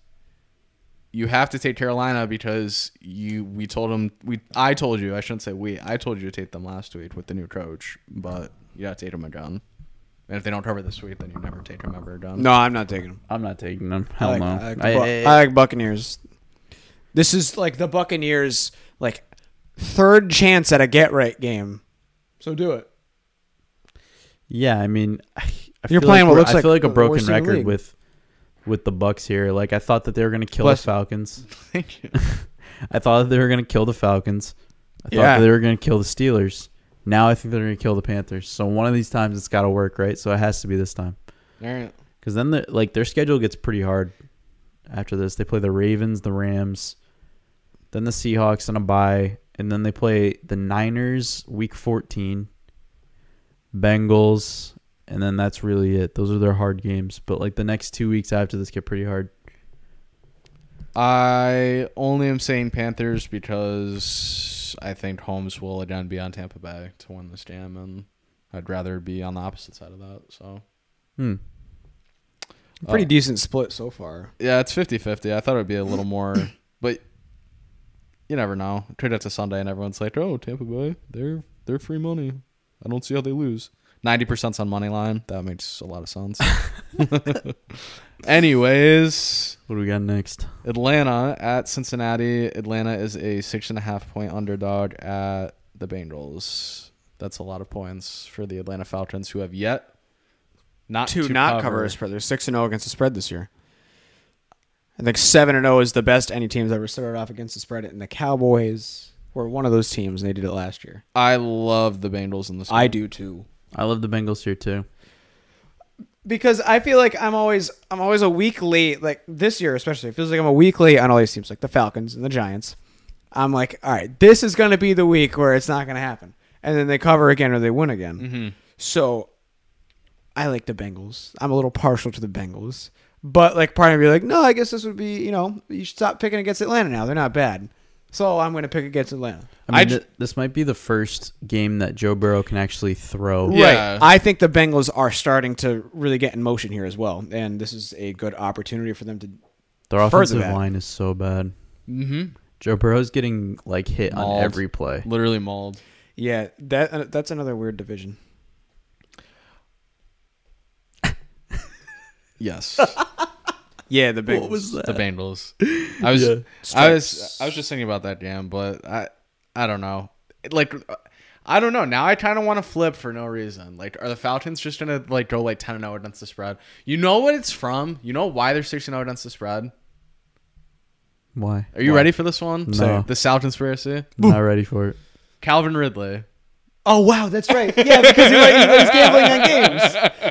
Speaker 3: you have to take Carolina because you we told them we I told you I shouldn't say we I told you to take them last week with the new coach, but you got to take them again. And if they don't cover this week, then you never take them ever again.
Speaker 2: No, I'm not taking them.
Speaker 1: I'm not taking them. Hell
Speaker 2: I like,
Speaker 1: no.
Speaker 2: I like, the
Speaker 1: I-
Speaker 2: Bu-
Speaker 1: I-
Speaker 2: I like Buccaneers. This is like the Buccaneers, like third chance at a get right game. So do it.
Speaker 1: yeah, I mean, I I
Speaker 2: You're
Speaker 1: feel
Speaker 2: playing what
Speaker 1: we're-
Speaker 2: looks
Speaker 1: I
Speaker 2: like
Speaker 1: feel like a
Speaker 2: the
Speaker 1: broken
Speaker 2: worst team in the
Speaker 1: record
Speaker 2: league.
Speaker 1: with with the Bucks here. Like I thought that they were gonna kill
Speaker 2: Bless
Speaker 1: the Falcons.
Speaker 3: Thank you.
Speaker 1: I thought that they were gonna kill the Falcons. I thought
Speaker 2: Yeah.
Speaker 1: that they were gonna kill the Steelers. Now I think they're gonna kill the Panthers. So one of these times it's gotta work, right? So it has to be this time.
Speaker 3: All right.
Speaker 1: Because then, the, like, their schedule gets pretty hard after this. They play the Ravens, the Rams, then the Seahawks on a bye, and then they play the Niners week 14, Bengals, and then that's really it. Those are their hard games. But, like, the next two weeks after this get pretty hard.
Speaker 3: I only am saying Panthers because I think Holmes will again be on Tampa Bay to win this game, and I'd rather be on the opposite side of that. So
Speaker 1: Hmm.
Speaker 2: Pretty
Speaker 3: Oh.
Speaker 2: decent split so far.
Speaker 3: yeah, it's 50-50. I thought it would be a little more, but you never know. Trade out to Sunday, and everyone's like, "Oh, Tampa Bay, they're they're free money. I don't see how they lose." Ninety percent's on money line. That makes a lot of sense. Anyways,
Speaker 1: What do we got next?
Speaker 3: Atlanta at Cincinnati. Atlanta is a six and a half point underdog at the Bengals. That's a lot of points for the Atlanta Falcons, who have yet not
Speaker 2: to not cover. a spread. They're six and zero against the spread this year. I think seven and zero is the best any team's ever started off against the spread, and the Cowboys were one of those teams, and they did it last year.
Speaker 3: I love the Bengals in this.
Speaker 2: I
Speaker 3: game.
Speaker 2: do too,
Speaker 1: I love the Bengals here, too.
Speaker 2: because I feel like I'm always I'm always a week late. Like this year, especially, it feels like I'm a week late on all these teams, like the Falcons and the Giants. I'm like, all right, this is going to be the week where it's not going to happen, and then they cover again or they win again. So I like the Bengals. I'm a little partial to the Bengals. But like part of me like, no, I guess this would be, you know, you should stop picking against Atlanta now. They're not bad. So I'm gonna pick against Atlanta.
Speaker 1: I
Speaker 3: I
Speaker 1: mean,
Speaker 3: ju-
Speaker 1: th- this might be the first game that Joe Burrow can actually throw.
Speaker 3: Yeah.
Speaker 2: Right. I think the Bengals are starting to really get in motion here as well. And this is a good opportunity for them to
Speaker 1: Their
Speaker 2: Further
Speaker 1: offensive
Speaker 2: back.
Speaker 1: line is so bad.
Speaker 3: Mm-hmm.
Speaker 1: Joe Burrow's getting, like, hit
Speaker 3: Mauled.
Speaker 1: on every play.
Speaker 3: Literally mauled.
Speaker 2: Yeah, that uh, that's another weird division.
Speaker 3: Yes.
Speaker 2: Yeah, the Bengals.
Speaker 3: the Bengals. I was I was I was just thinking about that damn, but I I don't know. It- Like I don't know. Now I kind of want to flip for no reason. Like are the Falcons just going to like go like 10 and 0 against oh the spread? You know what it's from? You know why they're 6 and 0 against the spread?
Speaker 1: Why?
Speaker 3: Are you ready for this one?
Speaker 1: No.
Speaker 3: The Sal conspiracy.
Speaker 1: I'm not ready for it.
Speaker 3: Calvin Ridley.
Speaker 2: Oh wow, that's right. Yeah, because he was, he was gambling on games.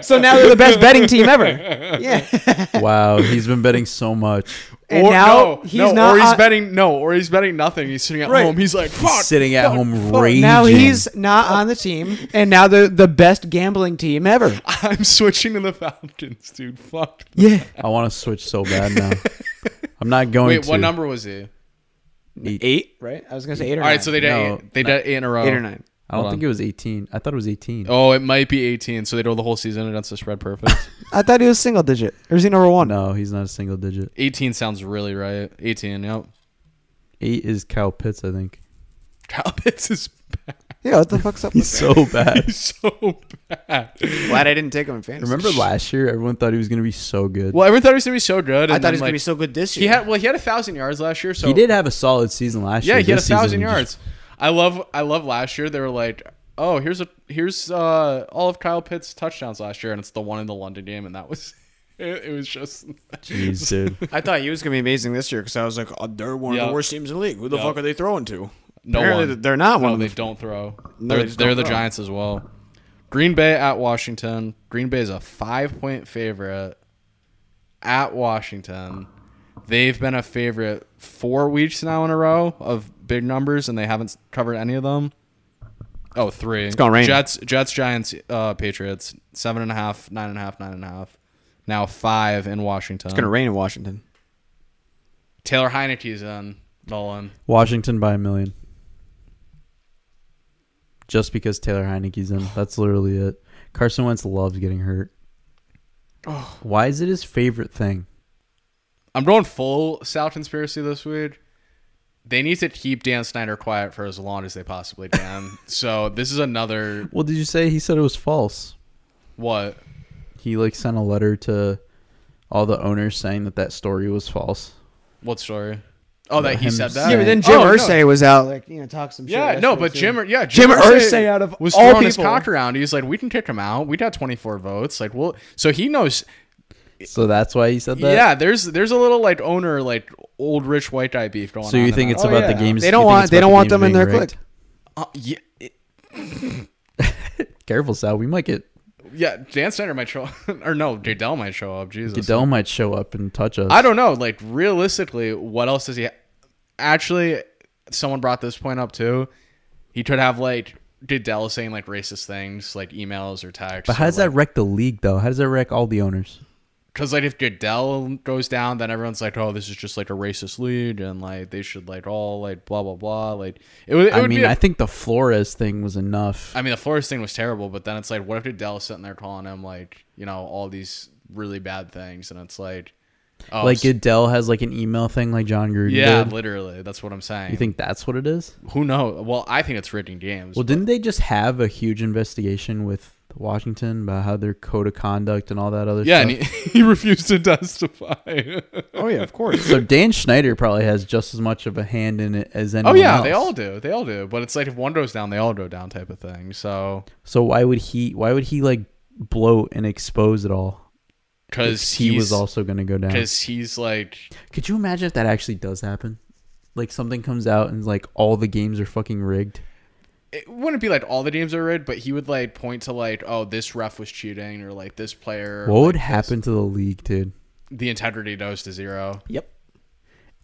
Speaker 2: So now they're the best betting team ever. Yeah.
Speaker 1: Wow, he's been betting so much.
Speaker 2: And
Speaker 3: or,
Speaker 2: now
Speaker 3: no,
Speaker 2: he's
Speaker 3: no,
Speaker 2: not
Speaker 3: or he's
Speaker 2: on-
Speaker 3: betting no, or he's betting nothing. He's sitting at
Speaker 2: Right.
Speaker 3: home. He's like, fuck.
Speaker 1: Sitting at home raging.
Speaker 2: Now he's not on the team, and now they're the best gambling team ever.
Speaker 3: I'm switching to the Falcons, dude. Fuck.
Speaker 2: Yeah.
Speaker 1: I want to switch so bad now. I'm not going
Speaker 3: Wait,
Speaker 1: to.
Speaker 3: what number was he?
Speaker 2: Eight, right? I was gonna say eight or
Speaker 3: All right, so they did
Speaker 1: No,
Speaker 3: eight, they did eight in a row.
Speaker 2: eight or nine.
Speaker 1: I don't
Speaker 3: Hold
Speaker 1: think
Speaker 3: on.
Speaker 1: it was 18. I thought it was 18.
Speaker 3: Oh, it might be 18. So they drove the whole season against the spread perfect.
Speaker 2: I thought he was single digit. Or is he number one?
Speaker 1: No, he's not a single digit.
Speaker 3: 18 sounds really right. 18, yep.
Speaker 1: Eight is Kyle Pitts, I think.
Speaker 3: Kyle Pitts is bad.
Speaker 2: Yeah, what the fuck's up?
Speaker 1: He's
Speaker 2: with
Speaker 1: so bad.
Speaker 3: He's so bad.
Speaker 2: that? Glad I didn't take him in fantasy.
Speaker 1: Remember last year, everyone thought he was going to be so good.
Speaker 3: Well, everyone thought he was gonna be so good.
Speaker 2: I
Speaker 3: and
Speaker 2: thought
Speaker 3: then,
Speaker 2: he was
Speaker 3: like,
Speaker 2: gonna be so good this year.
Speaker 3: He had well, he had a thousand yards last year. So
Speaker 1: he did have a solid season last
Speaker 3: Yeah,
Speaker 1: year.
Speaker 3: he had a
Speaker 1: This season,
Speaker 3: thousand
Speaker 1: he just-
Speaker 3: yards. I love I love last year. They were like, oh, here's a here's uh, all of Kyle Pitts' touchdowns last year, and it's the one in the London game, and that was it, it was just
Speaker 1: Jeez, dude.
Speaker 2: I thought he was gonna be amazing this year because I was like, oh, they're one of
Speaker 3: Yeah.
Speaker 2: the worst teams in the league. Who the
Speaker 3: Yeah.
Speaker 2: fuck are they throwing to?
Speaker 3: No
Speaker 2: Apparently
Speaker 3: one.
Speaker 2: they're not one
Speaker 3: no,
Speaker 2: of
Speaker 3: Oh, they
Speaker 2: the
Speaker 3: don't throw.
Speaker 2: No,
Speaker 3: they're
Speaker 2: they just
Speaker 3: they're
Speaker 2: don't
Speaker 3: the
Speaker 2: throw.
Speaker 3: Giants as well. Green Bay at Washington. Green Bay is a five point favorite at Washington. They've been a favorite four weeks now in a row of big numbers, and they haven't covered any of them. Oh, three. It's
Speaker 2: gonna rain.
Speaker 3: Jets, Jets, Giants, uh, Patriots. Seven and a half, nine and a half, nine and a half. Now five in Washington.
Speaker 2: It's gonna rain in Washington.
Speaker 3: Taylor Heineke's in. Nolan.
Speaker 1: Washington by a million. Just because Taylor Heineke's in. That's literally it. Carson Wentz loves getting hurt.
Speaker 2: Oh.
Speaker 1: Why is it his favorite thing?
Speaker 3: I'm going full Sal conspiracy this week. They need to keep Dan Snyder quiet for as long as they possibly can. so this is another
Speaker 1: Well, did you say he said it was false?
Speaker 3: what?
Speaker 1: He like sent a letter to all the owners saying that that story was false.
Speaker 3: What story? Oh, that he
Speaker 1: Him
Speaker 3: said that.
Speaker 1: saying- Yeah, but then
Speaker 3: Oh, no.
Speaker 2: was out, like you know, talk some
Speaker 3: Yeah, no, but Jim. Yeah,
Speaker 2: Jim Irsay out of
Speaker 3: was
Speaker 2: all
Speaker 3: throwing his
Speaker 2: people.
Speaker 3: cock around. He's like, we can kick him out. We got 24 votes. Like, well, so he knows.
Speaker 1: So that's why he said that.
Speaker 3: yeah, there's there's a little like owner like old rich white guy beef going on.
Speaker 1: So you
Speaker 3: in
Speaker 1: think
Speaker 3: that.
Speaker 1: it's
Speaker 2: Oh,
Speaker 1: about
Speaker 2: yeah.
Speaker 1: the games?
Speaker 2: They don't
Speaker 1: you think
Speaker 2: want-
Speaker 1: it's
Speaker 2: they
Speaker 1: about
Speaker 2: don't
Speaker 1: the
Speaker 2: want
Speaker 1: games
Speaker 2: them in
Speaker 1: being
Speaker 2: their
Speaker 1: rigged?
Speaker 2: clique.
Speaker 3: Uh, yeah, it-
Speaker 1: Careful, Sal. We might get
Speaker 3: yeah, Dan Snyder might show or no, Goodell might show up. Jesus,
Speaker 1: Goodell might show up and touch us.
Speaker 3: I don't know. Like realistically, what else does he? Ha- Actually, someone brought this point up too. He could have like Goodell saying like racist things, like emails or texts.
Speaker 1: but how does that wreck the league, though? How does that wreck all the owners?
Speaker 3: Because like if Goodell goes down, then everyone's like, "Oh, this is just like a racist league," and like they should like all like blah blah blah. Like it would. It
Speaker 1: I
Speaker 3: would
Speaker 1: mean,
Speaker 3: be a-
Speaker 1: I think the Flores thing was enough.
Speaker 3: I mean, the Flores thing was terrible, but then it's like, what if Goodell's sitting there calling him like you know all these really bad things, and it's like, oh,
Speaker 1: like
Speaker 3: it's-
Speaker 1: Goodell has like an email thing, like John Gruden.
Speaker 3: yeah,
Speaker 1: did.
Speaker 3: literally, that's what I'm saying.
Speaker 1: You think that's what it is?
Speaker 3: Who knows? Well, I think it's rigging games.
Speaker 1: Well, didn't they just have a huge investigation with Washington about how their code of conduct and all that other
Speaker 3: Yeah,
Speaker 1: stuff?
Speaker 3: and he, he refused to testify.
Speaker 2: Oh yeah, of course.
Speaker 1: so Dan Schneider probably has just as much of a hand in it as anyone
Speaker 3: oh yeah,
Speaker 1: else.
Speaker 3: they all do. They all do. But it's like if one goes down, they all go down type of thing. So
Speaker 1: So why would he? Why would he like bloat and expose it all?
Speaker 3: because
Speaker 1: he was also going to go down.
Speaker 3: because he's like
Speaker 1: Could you imagine if that actually does happen? Like something comes out and like all the games are fucking rigged.
Speaker 3: it wouldn't be like all the games are rigged, but he would like point to like oh this ref was cheating or like this player.
Speaker 1: What would
Speaker 3: like,
Speaker 1: happen to the league, dude?
Speaker 3: this- The integrity goes to zero.
Speaker 1: Yep.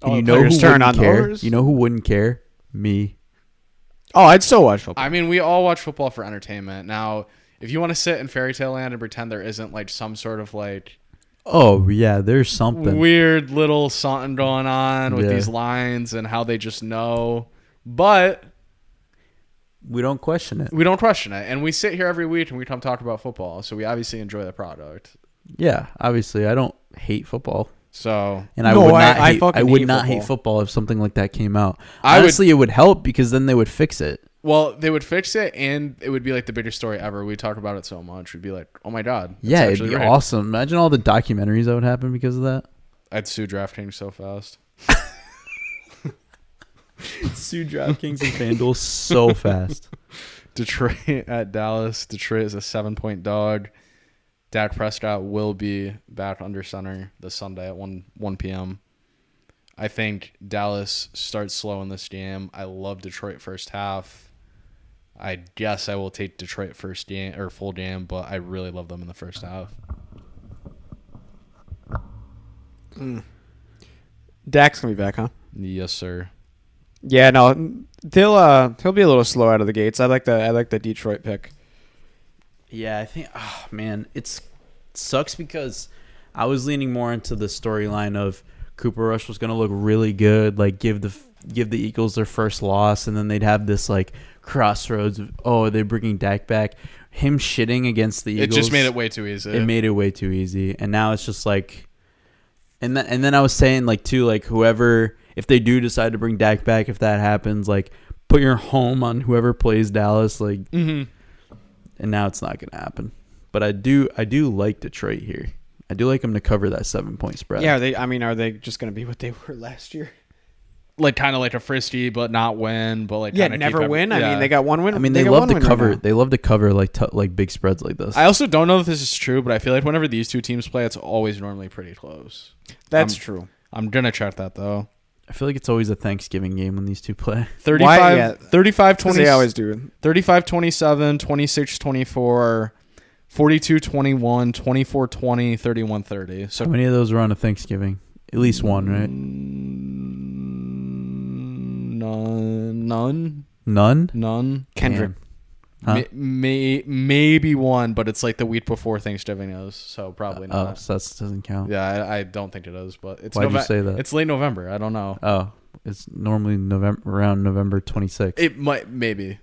Speaker 2: All
Speaker 1: And you
Speaker 2: Oh, the
Speaker 1: know who
Speaker 2: players
Speaker 1: wouldn't
Speaker 2: turn on the
Speaker 1: care?
Speaker 2: owners.
Speaker 1: You know who wouldn't care? Me.
Speaker 2: Oh, I'd still watch football.
Speaker 3: I mean, we all watch football for entertainment. Now, if you want to sit in fairy tale land and pretend there isn't like some sort of like
Speaker 1: Oh yeah, there's something.
Speaker 3: weird little something going on with
Speaker 1: Yeah.
Speaker 3: these lines and how they just know. But
Speaker 1: we don't question it.
Speaker 3: we don't question it. And we sit here every week and we come talk about football. So we obviously enjoy the product.
Speaker 1: Yeah, obviously, I don't hate football,
Speaker 3: So
Speaker 1: and I
Speaker 2: No,
Speaker 1: would
Speaker 2: I-
Speaker 1: not.
Speaker 2: I
Speaker 1: hate, I
Speaker 2: fucking
Speaker 1: would
Speaker 2: hate
Speaker 1: not hate
Speaker 2: football.
Speaker 1: football if something like that came out.
Speaker 3: I would-
Speaker 1: Honestly, it would help because then they would fix it.
Speaker 3: well, they would fix it and it would be like the biggest story ever. We talk about it so much. We'd be like, Oh my god. that's
Speaker 1: Yeah, it'd
Speaker 3: actually
Speaker 1: be
Speaker 3: right.
Speaker 1: awesome. Imagine all the documentaries that would happen because of that.
Speaker 3: I'd sue DraftKings so fast.
Speaker 1: Sue DraftKings and FanDuel so fast.
Speaker 3: Detroit at Dallas. Detroit is a seven point dog. Dak Prescott will be back under center this Sunday at one one p.m. I think Dallas starts slow in this game. I love Detroit first half. I guess I will take Detroit first game or full game, but I really love them in the first half.
Speaker 2: Dak's gonna be back, huh?
Speaker 3: Yes, sir.
Speaker 2: Yeah, no, they'll uh, he'll be a little slow out of the gates. I like the I like the Detroit pick.
Speaker 1: Yeah, I think. Oh man, it's sucks because I was leaning more into the storyline of Cooper Rush was going to look really good, like give the give the Eagles their first loss, and then they'd have this like crossroads of oh, are they bringing Dak back? Him shitting against the Eagles.
Speaker 3: It just made it way too easy.
Speaker 1: It made it way too easy, and now it's just like, and then and then I was saying like too like whoever if they do decide to bring Dak back, if that happens, like put your home on whoever plays Dallas, like,
Speaker 3: Mm-hmm.
Speaker 1: and now it's not going to happen. But I do I do like Detroit here. I do like them to cover that seven point spread.
Speaker 2: Yeah, are they. I mean, are they just gonna be what they were last year?
Speaker 3: like kind of like a frisky, but not win, but like
Speaker 2: Yeah,
Speaker 3: kinda
Speaker 2: never
Speaker 3: keep every-
Speaker 2: win. I
Speaker 3: Yeah.
Speaker 2: mean, they got one win.
Speaker 1: I mean, they,
Speaker 2: got
Speaker 1: love
Speaker 2: one
Speaker 1: to
Speaker 2: win right
Speaker 1: cover.
Speaker 2: now.
Speaker 1: they love to cover like t- like big spreads like this.
Speaker 3: I also don't know if this is true, but I feel like whenever these two teams play, it's always normally pretty close.
Speaker 2: um, That's
Speaker 3: I'm-
Speaker 2: true.
Speaker 3: I'm gonna check that though.
Speaker 1: I feel like it's always a Thanksgiving game when these two play.
Speaker 3: 35,
Speaker 2: yeah.
Speaker 3: 35
Speaker 2: 'Cause
Speaker 3: 20,
Speaker 2: they always do.
Speaker 3: 35 27, 26 24, 42 21, 24 20, 31 30.
Speaker 1: How
Speaker 3: So Mm,
Speaker 1: many of those were on a Thanksgiving? At least one, right?
Speaker 3: none, none,
Speaker 1: None.
Speaker 3: none.
Speaker 2: Kendrick.
Speaker 1: Damn. Huh?
Speaker 3: May, may, maybe one, but it's like the week before Thanksgiving is, so probably
Speaker 1: Oh,
Speaker 3: not.
Speaker 1: so that doesn't count.
Speaker 3: Yeah, I, I don't think it is, but it's
Speaker 1: Why'd you
Speaker 3: Nove-
Speaker 1: say that?
Speaker 3: It's late November. I don't know.
Speaker 1: Oh, it's normally November around November 26th.
Speaker 3: It might, maybe.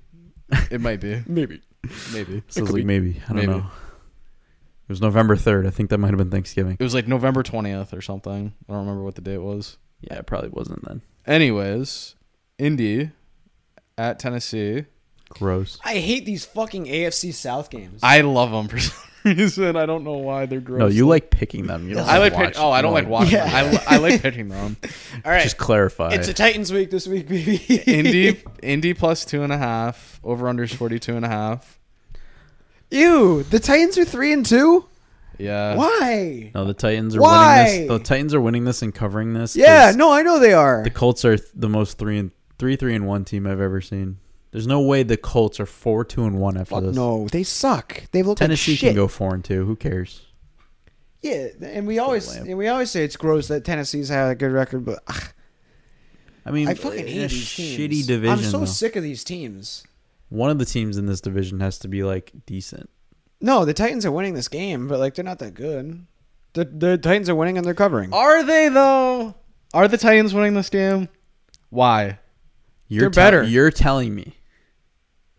Speaker 3: It might be,
Speaker 2: Maybe.
Speaker 3: maybe.
Speaker 1: so
Speaker 2: it
Speaker 1: it's
Speaker 2: could
Speaker 1: like
Speaker 2: be-
Speaker 1: maybe I don't
Speaker 3: maybe.
Speaker 1: know. It was November 3rd. I think that might have been Thanksgiving.
Speaker 3: It was like November 20th or something. I don't remember what the date was.
Speaker 1: Yeah, it probably wasn't then.
Speaker 3: Anyways, Indy at Tennessee.
Speaker 1: Gross.
Speaker 2: I hate these fucking AFC South games.
Speaker 3: I love them for some reason. I don't know why they're gross.
Speaker 1: No, you like picking them. You don't
Speaker 3: I like.
Speaker 1: watch-
Speaker 3: Pick, oh, I don't like watching.
Speaker 2: Yeah.
Speaker 3: Them. I, I like picking them.
Speaker 2: All right,
Speaker 1: Just clarify.
Speaker 2: it's a Titans week this week, baby.
Speaker 3: Indy, Indy plus two and a half. Over under is forty two and a half.
Speaker 2: Ew, the Titans are three and two.
Speaker 3: Yeah.
Speaker 2: Why?
Speaker 1: no, the Titans are winning
Speaker 2: Why?
Speaker 1: this. The Titans are winning this and covering this. 'cause
Speaker 2: Yeah, no, I know they are.
Speaker 1: The Colts are th- the most three and three three and one team I've ever seen. There's no way the Colts are four two and one after
Speaker 2: Fuck
Speaker 1: this.
Speaker 2: no, they suck. They've looked
Speaker 1: Tennessee
Speaker 2: like shit.
Speaker 1: can go four and two. Who cares?
Speaker 2: Yeah, and we always
Speaker 1: lamp.
Speaker 2: and we always say it's gross that Tennessee's had a good record, but ugh,
Speaker 1: I mean,
Speaker 2: I fucking hate
Speaker 1: in a
Speaker 2: these teams.
Speaker 1: shitty division.
Speaker 2: I'm so
Speaker 1: though.
Speaker 2: sick of these teams.
Speaker 1: One of the teams in this division has to be like decent.
Speaker 2: No, the Titans are winning this game, but like they're not that good. The the Titans are winning and they're covering.
Speaker 3: Are they though? Are the Titans winning this game? Why?
Speaker 1: You're
Speaker 2: They're
Speaker 1: tell-
Speaker 2: better.
Speaker 1: You're telling me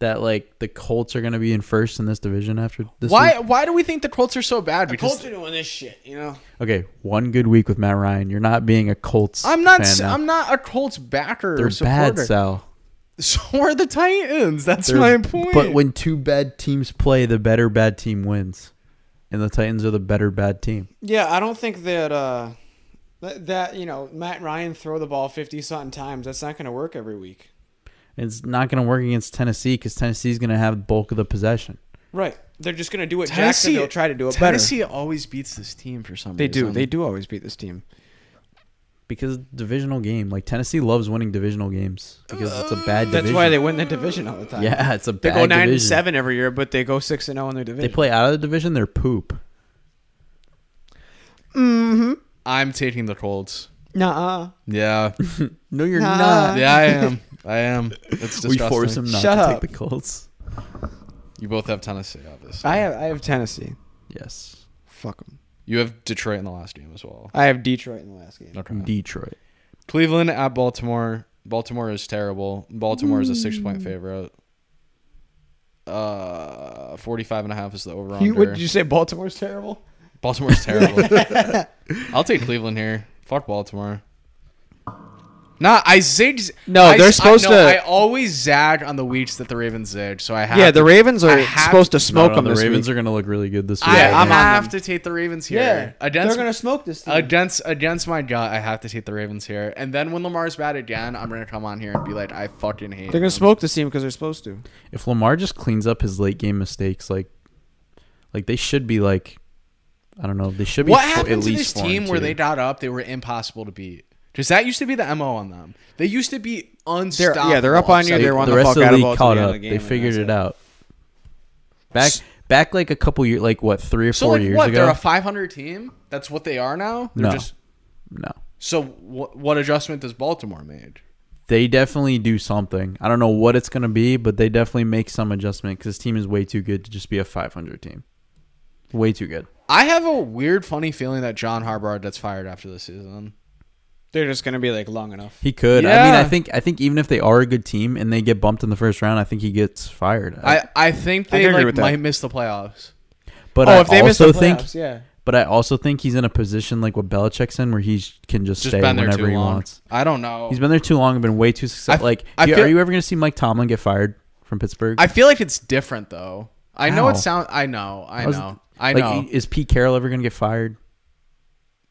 Speaker 1: that like the Colts are going to be in first in this division after this.
Speaker 3: why?
Speaker 1: week?
Speaker 3: Why do we think the Colts are so bad? Because
Speaker 2: Colts are doing this shit, you know.
Speaker 1: Okay, one good week with Matt Ryan. You're not being a Colts.
Speaker 3: I'm not.
Speaker 1: Fan
Speaker 3: s-
Speaker 1: now.
Speaker 3: I'm not a Colts backer.
Speaker 1: They're
Speaker 3: or supporter.
Speaker 1: bad, Sal.
Speaker 3: So are the Titans. That's
Speaker 1: They're-
Speaker 3: my point.
Speaker 1: But when two bad teams play, the better bad team wins, and the Titans are the better bad team.
Speaker 2: Yeah, I don't think that uh that, that you know Matt Ryan throw the ball fifty something times. That's not going to work every week,
Speaker 1: And It's not going to work against Tennessee because Tennessee's going to have the bulk of the possession.
Speaker 2: right? They're just going to do what
Speaker 3: Tennessee-
Speaker 2: Jacksonville try to do it
Speaker 3: Tennessee always beats this team for some
Speaker 2: better. They do.
Speaker 3: reason.
Speaker 2: They do always beat this team.
Speaker 1: Because it's a divisional game, like Tennessee loves winning divisional games because it's a bad
Speaker 2: That's
Speaker 1: division.
Speaker 2: why they win the division all the time.
Speaker 1: Yeah, it's a
Speaker 2: They
Speaker 1: bad
Speaker 2: go nine
Speaker 1: division.
Speaker 2: and seven every year, but they go six and zero in their division.
Speaker 1: They play out of the division, they're poop.
Speaker 3: I'm taking the Colts.
Speaker 2: Nuh-uh.
Speaker 3: Yeah.
Speaker 1: No, you're
Speaker 2: Nah.
Speaker 1: not.
Speaker 3: Yeah, I am. I am. It's disgusting.
Speaker 1: We force them not
Speaker 2: Shut
Speaker 1: to
Speaker 2: up.
Speaker 1: take the Colts.
Speaker 3: You both have Tennessee, obviously.
Speaker 2: I have I have Tennessee.
Speaker 1: Yes,
Speaker 2: Fuck them.
Speaker 3: You have Detroit in the last game as well.
Speaker 2: I have Detroit in the last game.
Speaker 3: Okay.
Speaker 1: Detroit.
Speaker 3: Cleveland at Baltimore. Baltimore is terrible. Baltimore is a six
Speaker 1: Mm.
Speaker 3: point favorite. Uh, 45 and a half is the over
Speaker 2: You, what,
Speaker 3: under.
Speaker 2: did you say Baltimore's terrible?
Speaker 3: Baltimore's terrible. I'll take Cleveland here. Fuck Baltimore. Nah, I zig.
Speaker 2: No,
Speaker 3: I,
Speaker 2: they're
Speaker 3: I-
Speaker 2: supposed
Speaker 3: no,
Speaker 2: to-
Speaker 3: I always zag on the weeks that the Ravens zig, so I have.
Speaker 2: Yeah, the
Speaker 3: to-
Speaker 2: Ravens
Speaker 3: I
Speaker 2: are
Speaker 3: have-
Speaker 2: supposed to
Speaker 1: No,
Speaker 2: smoke
Speaker 1: no,
Speaker 2: them
Speaker 1: the
Speaker 2: this
Speaker 1: Ravens
Speaker 2: week.
Speaker 1: are going to look really good this week.
Speaker 3: I
Speaker 2: Yeah, I'm on
Speaker 3: have
Speaker 2: them.
Speaker 3: to take the Ravens here.
Speaker 2: yeah,
Speaker 3: against
Speaker 2: they're gonna smoke this team.
Speaker 3: against against my gut, I have to take the Ravens here. And then when Lamar's bad again, I'm gonna come on here and be like, I fucking hate.
Speaker 2: they're gonna
Speaker 3: him.
Speaker 2: smoke this team because they're supposed to.
Speaker 1: if Lamar just cleans up his late game mistakes, like, like they should be like, I don't know, they should be
Speaker 3: What
Speaker 1: fo-
Speaker 3: happened
Speaker 1: at
Speaker 3: to
Speaker 1: least
Speaker 3: this
Speaker 1: four and
Speaker 3: team where
Speaker 1: two.
Speaker 3: they got up? They were impossible to beat. Because that used to be the mo on them. They used to be
Speaker 2: they're
Speaker 3: unstoppable.
Speaker 2: yeah, they're up on you.
Speaker 3: upset.
Speaker 2: They're on
Speaker 1: the
Speaker 2: the,
Speaker 1: rest
Speaker 2: fuck
Speaker 1: of the
Speaker 2: out
Speaker 1: league
Speaker 2: of all till
Speaker 1: caught
Speaker 2: the end
Speaker 1: up.
Speaker 2: of the game,
Speaker 1: they
Speaker 2: and
Speaker 1: figured
Speaker 2: that's
Speaker 1: it out. Back back like a couple years, like what three or
Speaker 3: So
Speaker 1: four
Speaker 3: like
Speaker 1: years
Speaker 3: what?
Speaker 1: ago.
Speaker 3: They're a 500 team. That's what they are now. They're
Speaker 1: No.
Speaker 3: just
Speaker 1: no,
Speaker 3: so. What, what adjustment does Baltimore made?
Speaker 1: they definitely do something. I don't know what it's gonna be, but they definitely make some adjustment because this team is way too good to just be a 500 team. Way too good.
Speaker 3: I have a weird, funny feeling that John Harbaugh gets fired after the season.
Speaker 2: They're just gonna be like long enough.
Speaker 1: He could. I mean, I
Speaker 3: Yeah.
Speaker 1: think I think even if they are a good team and they get bumped in the first round, I think he gets fired.
Speaker 3: I, I think
Speaker 2: I
Speaker 3: they
Speaker 2: agree
Speaker 3: like,
Speaker 2: with that.
Speaker 3: might miss the playoffs.
Speaker 1: but I
Speaker 2: oh, if they miss
Speaker 1: also
Speaker 2: the
Speaker 1: think,
Speaker 2: playoffs, yeah.
Speaker 1: but I also think he's in a position like what Belichick's in, where he can just,
Speaker 3: Just
Speaker 1: stay
Speaker 3: been there
Speaker 1: whenever
Speaker 3: too
Speaker 1: he
Speaker 3: long.
Speaker 1: wants.
Speaker 3: I don't know.
Speaker 1: He's been there too long and been way too
Speaker 3: I-
Speaker 1: successful. Like,
Speaker 3: I
Speaker 1: do you-
Speaker 3: feel-
Speaker 1: are you ever going to see Mike Tomlin get fired from Pittsburgh?
Speaker 3: I feel like it's different though. I know
Speaker 1: How?
Speaker 3: it sounds. I know. I
Speaker 1: How's-
Speaker 3: know. I
Speaker 1: like,
Speaker 3: know.
Speaker 1: Is Pete Carroll ever going to get fired?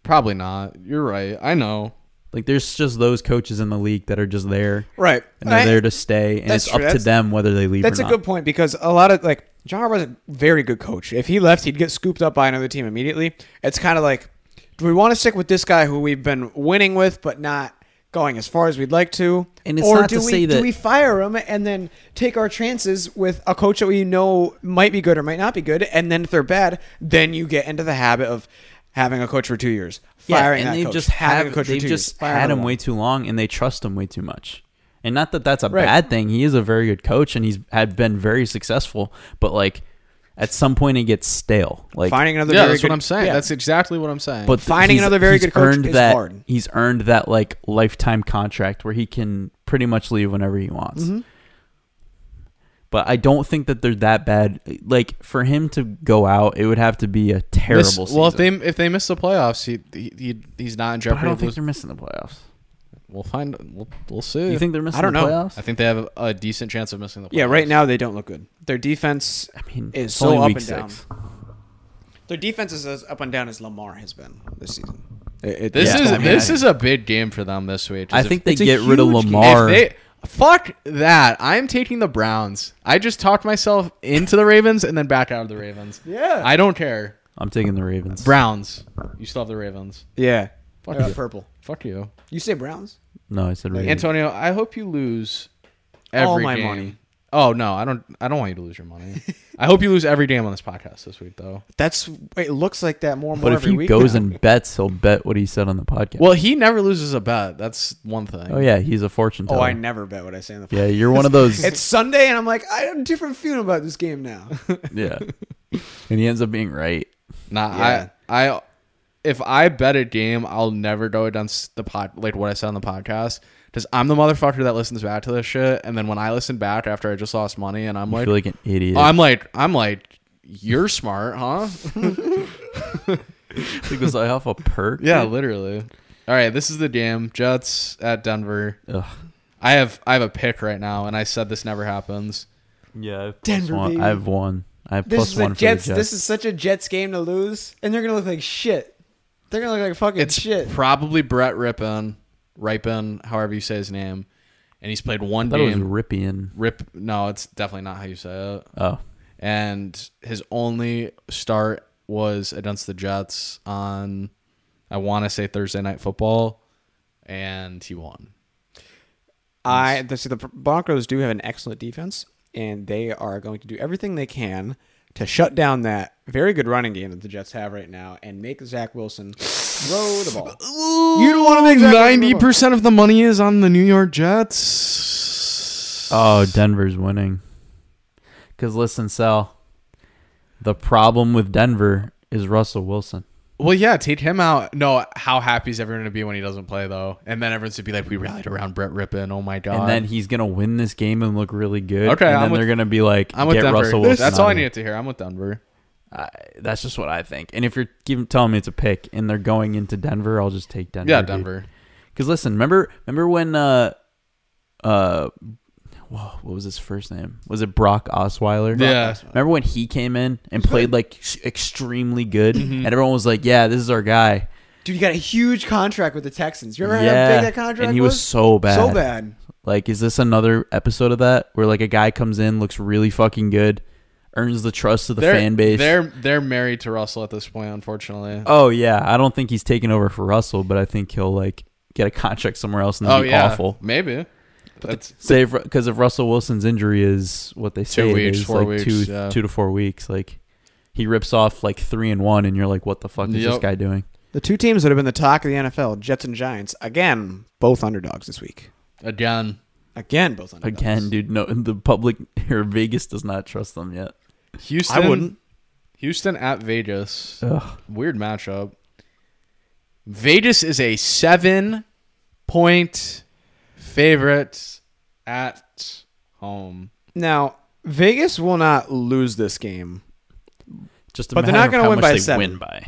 Speaker 3: Probably not. You're right. I know.
Speaker 1: Like, there's just those coaches in the league that are just there
Speaker 2: Right.
Speaker 1: and they're
Speaker 2: I-
Speaker 1: there to stay, and
Speaker 2: that's
Speaker 1: it's up
Speaker 2: true.
Speaker 1: to
Speaker 2: That's-
Speaker 1: them whether they leave.
Speaker 2: That's
Speaker 1: or
Speaker 2: a
Speaker 1: not.
Speaker 2: good point because a lot of like John Harbaugh's a very good coach. If he left, he'd get scooped up by another team immediately. It's kind of like, do we want to stick with this guy who we've been winning with, but not going as far as we'd like to?
Speaker 1: And it's
Speaker 2: or
Speaker 1: not
Speaker 2: do
Speaker 1: to
Speaker 2: we
Speaker 1: say
Speaker 2: do
Speaker 1: that-
Speaker 2: we fire him and then take our chances with a coach that we know might be good or might not be good? And then if they're bad, then you get into the habit of having a coach for two years, firing
Speaker 1: and
Speaker 2: that
Speaker 1: they've
Speaker 2: coach,
Speaker 1: just
Speaker 2: having
Speaker 1: have
Speaker 2: a coach for
Speaker 1: they've
Speaker 2: two
Speaker 1: just
Speaker 2: years,
Speaker 1: had
Speaker 2: firing
Speaker 1: him way too long, and they trust him way too much. And not that that's a
Speaker 2: Right.
Speaker 1: bad thing. He is a very good coach, and he's had been very successful. But like, at some point, it gets stale. Like
Speaker 2: finding another.
Speaker 3: yeah,
Speaker 2: very
Speaker 3: that's
Speaker 2: good,
Speaker 3: what I'm saying.
Speaker 2: yeah.
Speaker 3: That's exactly what I'm saying.
Speaker 1: but th-
Speaker 2: Finding
Speaker 1: he's-
Speaker 2: another very
Speaker 1: he's
Speaker 2: good coach
Speaker 1: earned
Speaker 2: is
Speaker 1: that,
Speaker 2: hard.
Speaker 1: He's earned that like lifetime contract where he can pretty much leave whenever he wants.
Speaker 2: Mm-hmm.
Speaker 1: But I don't think that they're that bad. Like for him to go out, it would have to be a terrible
Speaker 3: Miss-
Speaker 1: season.
Speaker 3: well, if they if they miss the playoffs, he, he, he he's not in
Speaker 1: But I
Speaker 3: jeopardy.
Speaker 1: don't
Speaker 3: of
Speaker 1: think
Speaker 3: losing-
Speaker 1: they're missing the playoffs.
Speaker 3: we'll find. We'll, we'll see.
Speaker 1: You think they're missing
Speaker 2: I don't
Speaker 1: the
Speaker 2: know.
Speaker 1: playoffs?
Speaker 3: I think they have a decent chance of missing the playoffs.
Speaker 2: yeah, right now they don't look good. Their defense
Speaker 1: I mean,
Speaker 2: is
Speaker 1: it's
Speaker 2: so
Speaker 1: only
Speaker 2: up
Speaker 1: week
Speaker 2: and down.
Speaker 1: six.
Speaker 2: Their defense is as up and down as Lamar has been this season.
Speaker 3: This
Speaker 1: Yeah.
Speaker 3: is
Speaker 1: I mean,
Speaker 3: this
Speaker 1: I-
Speaker 3: is a big game for them this week.
Speaker 1: I
Speaker 3: If-
Speaker 1: think they
Speaker 2: it's a
Speaker 1: get rid of
Speaker 2: huge game.
Speaker 1: Lamar.
Speaker 3: If they fuck that, I'm taking the Browns. I just talked myself into the Ravens and then back out of the Ravens.
Speaker 2: Yeah.
Speaker 3: I don't care.
Speaker 1: I'm taking the Ravens.
Speaker 3: Browns. You still have the Ravens.
Speaker 2: yeah.
Speaker 3: Fuck you.
Speaker 2: Uh, purple.
Speaker 3: Fuck you,
Speaker 2: You say Browns?
Speaker 1: No, I said Ravens.
Speaker 3: Antonio. I hope you lose every
Speaker 2: All my
Speaker 3: game.
Speaker 2: money.
Speaker 3: Oh no, I don't. I don't want you to lose your money. I hope you lose every game on this podcast this week, though.
Speaker 2: That's it looks like that more and more
Speaker 1: but if
Speaker 2: every
Speaker 1: he
Speaker 2: week
Speaker 1: goes
Speaker 2: now.
Speaker 1: and bets, he'll bet what he said on the podcast.
Speaker 3: Well, he never loses a bet. That's one thing.
Speaker 1: oh yeah, he's a fortune
Speaker 2: Oh,
Speaker 1: teller.
Speaker 2: I never bet what I say in the
Speaker 1: Yeah, you're one of those.
Speaker 2: It's Sunday and I'm like, I have a different feeling about this game now.
Speaker 1: yeah, and he ends up being right.
Speaker 3: Nah,
Speaker 2: Yeah.
Speaker 3: I, I, if I bet a game, I'll never go against the pod, like what I said on the podcast, because I'm the motherfucker that listens back to this shit, and then when I listen back after I just lost money, and I'm
Speaker 1: I
Speaker 3: like,
Speaker 1: feel like an idiot.
Speaker 3: I'm like, I'm like, you're smart, huh?
Speaker 1: like, was I off a perk?
Speaker 3: yeah, literally. All right, this is the game. Jets at Denver.
Speaker 1: Ugh.
Speaker 3: I have I have a pick right now, and I said this never happens.
Speaker 1: Yeah. I have
Speaker 2: Denver,
Speaker 1: Plus one.
Speaker 2: baby.
Speaker 1: I have one. I have
Speaker 2: This
Speaker 1: plus
Speaker 2: is
Speaker 1: one
Speaker 2: a Jets,
Speaker 1: for the Jets.
Speaker 2: This is such a Jets game to lose, and they're gonna look like shit. They're gonna look like fucking
Speaker 3: It's
Speaker 2: shit.
Speaker 3: probably Brett Rippin, Ripon, however you say his name, and he's played one
Speaker 1: I thought it was
Speaker 3: game.
Speaker 1: Rippian.
Speaker 3: Rip. No, it's definitely not how you say it.
Speaker 1: Oh,
Speaker 3: and his only start was against the Jets on I want to say Thursday night football and he won.
Speaker 2: I the, see the Broncos do have an excellent defense, and they are going to do everything they can to shut down that very good running game that the Jets have right now and make Zach Wilson throw the ball. you don't want to make Zach Wilson throw the ball.
Speaker 3: percent of the money is on the New York Jets.
Speaker 1: oh, Denver's winning. Because listen, Sal, the problem with Denver is Russell Wilson.
Speaker 3: Well, yeah, take him out. No, how happy is everyone going to be when he doesn't play though? And then everyone's going to be like, "We rallied around Brett Rippin. Oh my god!"
Speaker 1: And then he's gonna win this game and look really good.
Speaker 3: Okay,
Speaker 1: and
Speaker 3: I'm
Speaker 1: then
Speaker 3: with-
Speaker 1: they're gonna be like,
Speaker 3: I'm with
Speaker 1: get
Speaker 3: Denver.
Speaker 1: Russell Wilson.
Speaker 3: That's
Speaker 1: out
Speaker 3: all I
Speaker 1: of here.
Speaker 3: needed to hear. I'm with Denver.
Speaker 1: I, that's just what I think. And if you're giving, telling me it's a pick and they're going into Denver, I'll just take Denver.
Speaker 3: Yeah,
Speaker 1: dude.
Speaker 3: Denver.
Speaker 1: Because listen, remember, remember when, uh, uh, whoa, what was his first name? Was it Brock Osweiler?
Speaker 3: Yeah.
Speaker 1: Remember when he came in and played like s- extremely good,
Speaker 3: Mm-hmm.
Speaker 1: and everyone was like, "Yeah, this is our guy."
Speaker 2: Dude, you got a huge contract with the Texans. You remember how
Speaker 1: yeah,
Speaker 2: big that contract
Speaker 1: and he was, so bad,
Speaker 2: So bad.
Speaker 1: Like, is this another episode of that where like a guy comes in, looks really fucking good, earns the trust of the
Speaker 3: they're,
Speaker 1: fan base?
Speaker 3: They're they're married to Russell at this point, unfortunately.
Speaker 1: Oh yeah, I don't think he's taking over for Russell, but I think he'll like get a contract somewhere else and
Speaker 3: Oh
Speaker 1: that'd be
Speaker 3: yeah,
Speaker 1: awful.
Speaker 3: maybe. That's
Speaker 1: Say because if Russell Wilson's injury is what they say it
Speaker 3: weeks,
Speaker 1: is,
Speaker 3: four
Speaker 1: like two
Speaker 3: weeks, yeah.
Speaker 1: two to four weeks, like he rips off like three and one, and you're like, what the fuck is this
Speaker 3: Yep.
Speaker 1: guy doing?
Speaker 2: The two teams that have been the talk of the NFL, Jets and Giants, again, both underdogs this week.
Speaker 3: again.
Speaker 2: Again, both underdogs.
Speaker 1: Again, dude, no, the public or Vegas does not trust them yet.
Speaker 3: Houston.
Speaker 2: I wouldn't. Uh.
Speaker 3: Houston at Vegas.
Speaker 1: Ugh.
Speaker 3: Weird matchup. Vegas is a seven point favorite at home.
Speaker 2: Now, Vegas will not lose this game.
Speaker 1: Just a
Speaker 2: But they're
Speaker 1: matter
Speaker 2: not gonna
Speaker 1: of how
Speaker 2: win
Speaker 1: much
Speaker 2: by
Speaker 1: they
Speaker 2: seven.
Speaker 1: win by.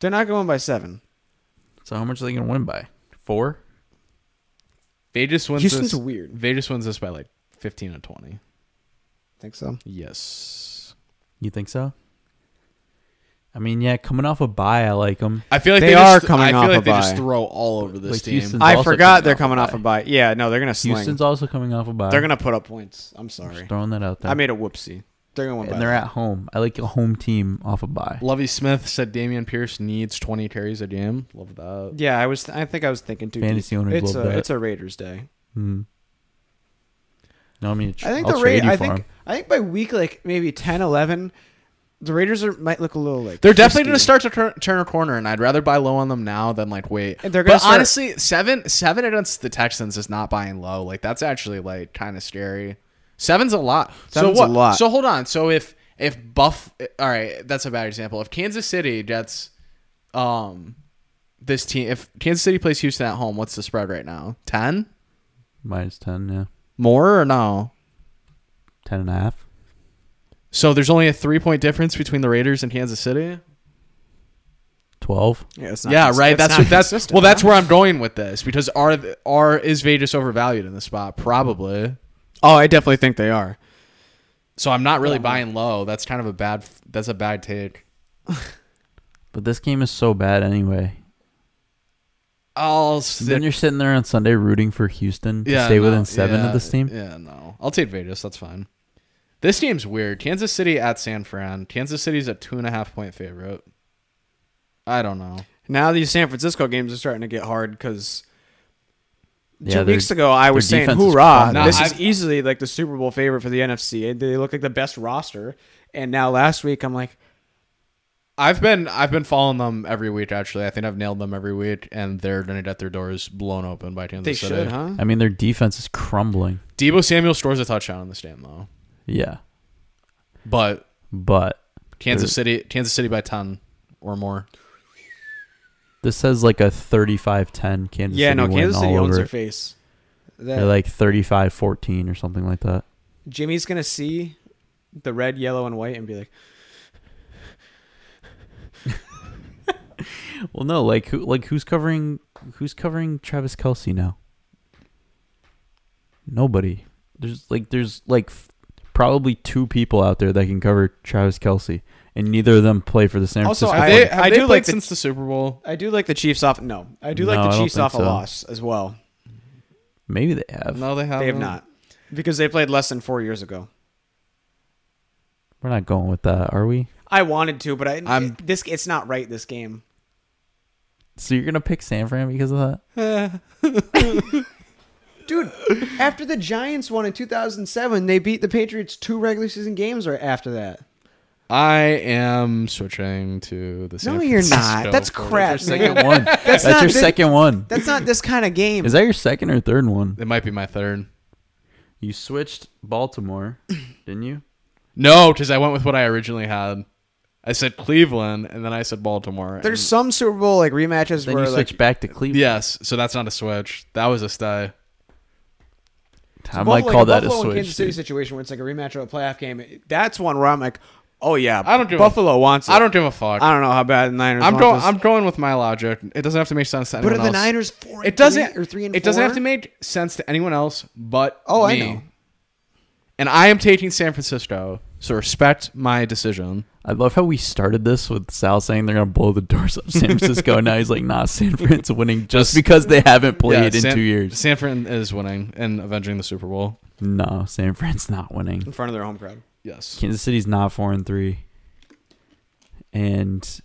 Speaker 2: They're not going by seven.
Speaker 1: So how much are they gonna win by? Four?
Speaker 3: Vegas wins
Speaker 2: Houston's
Speaker 3: this.
Speaker 2: weird.
Speaker 3: Vegas wins this by like fifteen or twenty.
Speaker 2: Think so?
Speaker 3: Yes.
Speaker 1: You think so? I mean, yeah, coming off a bye, I like them.
Speaker 3: I feel like
Speaker 2: They
Speaker 3: they, just-
Speaker 2: are coming
Speaker 3: I feel
Speaker 2: off
Speaker 3: like
Speaker 2: a
Speaker 3: they just
Speaker 2: bye.
Speaker 3: throw all over this
Speaker 1: Like
Speaker 3: team.
Speaker 1: Houston's
Speaker 2: I
Speaker 1: also
Speaker 2: forgot
Speaker 1: coming
Speaker 2: they're
Speaker 1: off a
Speaker 2: coming off a
Speaker 1: bye.
Speaker 2: bye. Yeah, no, they're going to sling.
Speaker 1: Houston's also coming off a bye.
Speaker 2: they're going to put up points. I'm sorry.
Speaker 1: throwing that out there.
Speaker 2: I made a whoopsie. They're going to win
Speaker 1: and
Speaker 2: by
Speaker 1: they're at home. I like a home team off a bye.
Speaker 3: Lovey Smith said Damian Pierce needs twenty carries a game. Love that.
Speaker 2: Yeah, I was. I think I was thinking too.
Speaker 1: Fantasy
Speaker 2: deep.
Speaker 1: owners
Speaker 2: It's
Speaker 1: love
Speaker 2: a
Speaker 1: that.
Speaker 2: it's a Raiders day.
Speaker 1: Hmm. No, I mean, tr-
Speaker 2: I think
Speaker 1: I'll
Speaker 2: the
Speaker 1: trade
Speaker 2: Raiders.
Speaker 1: you
Speaker 2: I
Speaker 1: for
Speaker 2: think
Speaker 1: 'em.
Speaker 2: I think by week like maybe 10, 11, the Raiders are might look a little like
Speaker 3: They're definitely going
Speaker 2: frisky.
Speaker 3: to start to turn, turn a corner, and I'd rather buy low on them now than like wait.
Speaker 2: And they're gonna
Speaker 3: but
Speaker 2: start-
Speaker 3: honestly, seven seven against the Texans is not buying low. Like that's actually like kind of scary. Seven's a lot.
Speaker 2: Seven's
Speaker 3: so
Speaker 2: a
Speaker 3: what?
Speaker 2: lot.
Speaker 3: So hold on. So if if Buff, all right, that's a bad example. If Kansas City gets, um, this team, if Kansas City plays Houston at home, what's the spread right now? Ten
Speaker 1: minus 10, yeah.
Speaker 3: more or no?
Speaker 1: 10 and a half.
Speaker 3: So there's only a three point difference between the Raiders and Kansas City.
Speaker 1: 12.
Speaker 2: Yeah, it's not
Speaker 3: yeah,
Speaker 2: cons-
Speaker 3: right.
Speaker 2: it's
Speaker 3: That's
Speaker 2: not
Speaker 3: what, that's
Speaker 2: consistent,
Speaker 3: well.
Speaker 2: huh?
Speaker 3: That's where I'm going with this because are th- are is Vegas overvalued in this spot? Probably.
Speaker 2: Oh, I definitely think they are.
Speaker 3: So I'm not really buying low. That's kind of a bad. f- That's a bad take.
Speaker 1: But this game is so bad anyway.
Speaker 3: I'll
Speaker 1: then you're sitting there on Sunday rooting for Houston to stay within seven of this team.
Speaker 3: Yeah, no. I'll take Vegas. That's fine. This game's weird. Kansas City at San Fran. Kansas City's a two and a half point favorite. I don't know.
Speaker 2: Now these San Francisco games are starting to get hard because
Speaker 1: Yeah,
Speaker 2: two
Speaker 1: their-
Speaker 2: weeks ago I
Speaker 1: their
Speaker 2: was saying,
Speaker 1: defense is
Speaker 2: "Hoorah!
Speaker 1: phenomenal.
Speaker 2: this
Speaker 3: Nah,
Speaker 2: is
Speaker 3: I've-
Speaker 2: easily like the Super Bowl favorite for the NFC. They look like the best roster." And now last week I'm like,
Speaker 3: I've been I've been following them every week. Actually, I think I've nailed them every week, and they're gonna get their doors blown open by Kansas
Speaker 2: "They
Speaker 3: City.
Speaker 2: should, huh?"
Speaker 1: I mean, their defense is crumbling.
Speaker 3: Debo Samuel scores a touchdown in this game though.
Speaker 1: Yeah.
Speaker 3: But
Speaker 1: But
Speaker 3: Kansas City, Kansas City by ten or more.
Speaker 1: this says like a 35 10 Kansas
Speaker 2: yeah,
Speaker 1: City.
Speaker 2: no,
Speaker 1: win
Speaker 2: Kansas City
Speaker 1: all
Speaker 2: owns
Speaker 1: over
Speaker 2: their
Speaker 1: it.
Speaker 2: face.
Speaker 1: They're
Speaker 2: That,
Speaker 1: like 35 14 or something like that.
Speaker 2: Jimmy's gonna see the red, yellow, and white and be like,
Speaker 1: Well, no, like who, like who's covering who's covering Travis Kelsey now? Nobody. There's like there's like f- probably two people out there that can cover Travis Kelsey, and neither of them play for the San
Speaker 2: Also,
Speaker 1: Francisco.
Speaker 2: I-
Speaker 3: Have
Speaker 1: Fo-
Speaker 3: they, have
Speaker 2: I
Speaker 3: they
Speaker 2: do
Speaker 3: played
Speaker 2: like the-
Speaker 3: since the Super Bowl.
Speaker 2: "I do like the Chiefs off." No, I do
Speaker 1: No,
Speaker 2: like
Speaker 1: I
Speaker 2: the
Speaker 1: don't
Speaker 2: Chiefs
Speaker 1: think
Speaker 2: off a
Speaker 1: so.
Speaker 2: loss as well.
Speaker 1: Maybe they have.
Speaker 3: No, they haven't.
Speaker 2: They have not because they played less than four years ago.
Speaker 1: We're not going with that, are we?
Speaker 2: I wanted to, but I
Speaker 3: I'm-
Speaker 2: this it's not right. This game.
Speaker 1: So you're gonna pick San Fran because of that?
Speaker 2: Dude, after the Giants won in 2007, they beat the Patriots two regular season games right after that.
Speaker 3: I am switching to the San
Speaker 2: No, you're
Speaker 3: Francisco
Speaker 2: not. That's
Speaker 3: 49ers.
Speaker 2: crap.
Speaker 1: Second
Speaker 2: man.
Speaker 1: one. That's,
Speaker 2: not
Speaker 1: your
Speaker 2: the-
Speaker 1: second one.
Speaker 2: That's not this kind of game.
Speaker 1: Is that your second or third one?
Speaker 3: It might be my third.
Speaker 1: You switched Baltimore, didn't you?
Speaker 3: No, because I went with what I originally had. I said Cleveland, and then I said Baltimore.
Speaker 2: There's
Speaker 3: and-
Speaker 2: some Super Bowl like rematches
Speaker 1: Then
Speaker 2: where
Speaker 1: you
Speaker 2: like
Speaker 1: switched back to Cleveland.
Speaker 3: yes, so that's not a switch. That was a stay.
Speaker 1: I might
Speaker 2: Buffalo-
Speaker 1: call
Speaker 2: like
Speaker 1: that
Speaker 2: a
Speaker 1: a
Speaker 2: Buffalo and
Speaker 1: switch.
Speaker 2: Kansas City
Speaker 1: dude.
Speaker 2: situation where it's like a rematch of a playoff game. That's one where I'm like, oh yeah,
Speaker 3: I don't give a-
Speaker 2: Buffalo wants. It.
Speaker 3: I don't give a fuck.
Speaker 2: I don't know how bad the Niners.
Speaker 3: I'm
Speaker 2: want
Speaker 3: going.
Speaker 2: this.
Speaker 3: I'm going with my logic. It doesn't have to make sense to
Speaker 2: But
Speaker 3: anyone
Speaker 2: are the
Speaker 3: else.
Speaker 2: Niners four?
Speaker 3: it doesn't
Speaker 2: or three and
Speaker 3: it doesn't
Speaker 2: four?
Speaker 3: have to make sense to anyone else but
Speaker 2: Oh, I
Speaker 3: me.
Speaker 2: know.
Speaker 3: and i am taking san francisco so respect my decision
Speaker 1: I love how we started this with Sal saying they're gonna blow the doors up San Francisco, and now he's like, "Nah, San Fran's winning just because they haven't played in
Speaker 3: San,
Speaker 1: two years."
Speaker 3: san fran is winning and avenging the super bowl
Speaker 1: No, San Fran's not
Speaker 2: in
Speaker 1: winning.
Speaker 2: front of their home crowd.
Speaker 3: yes
Speaker 1: Kansas City's not four and three, and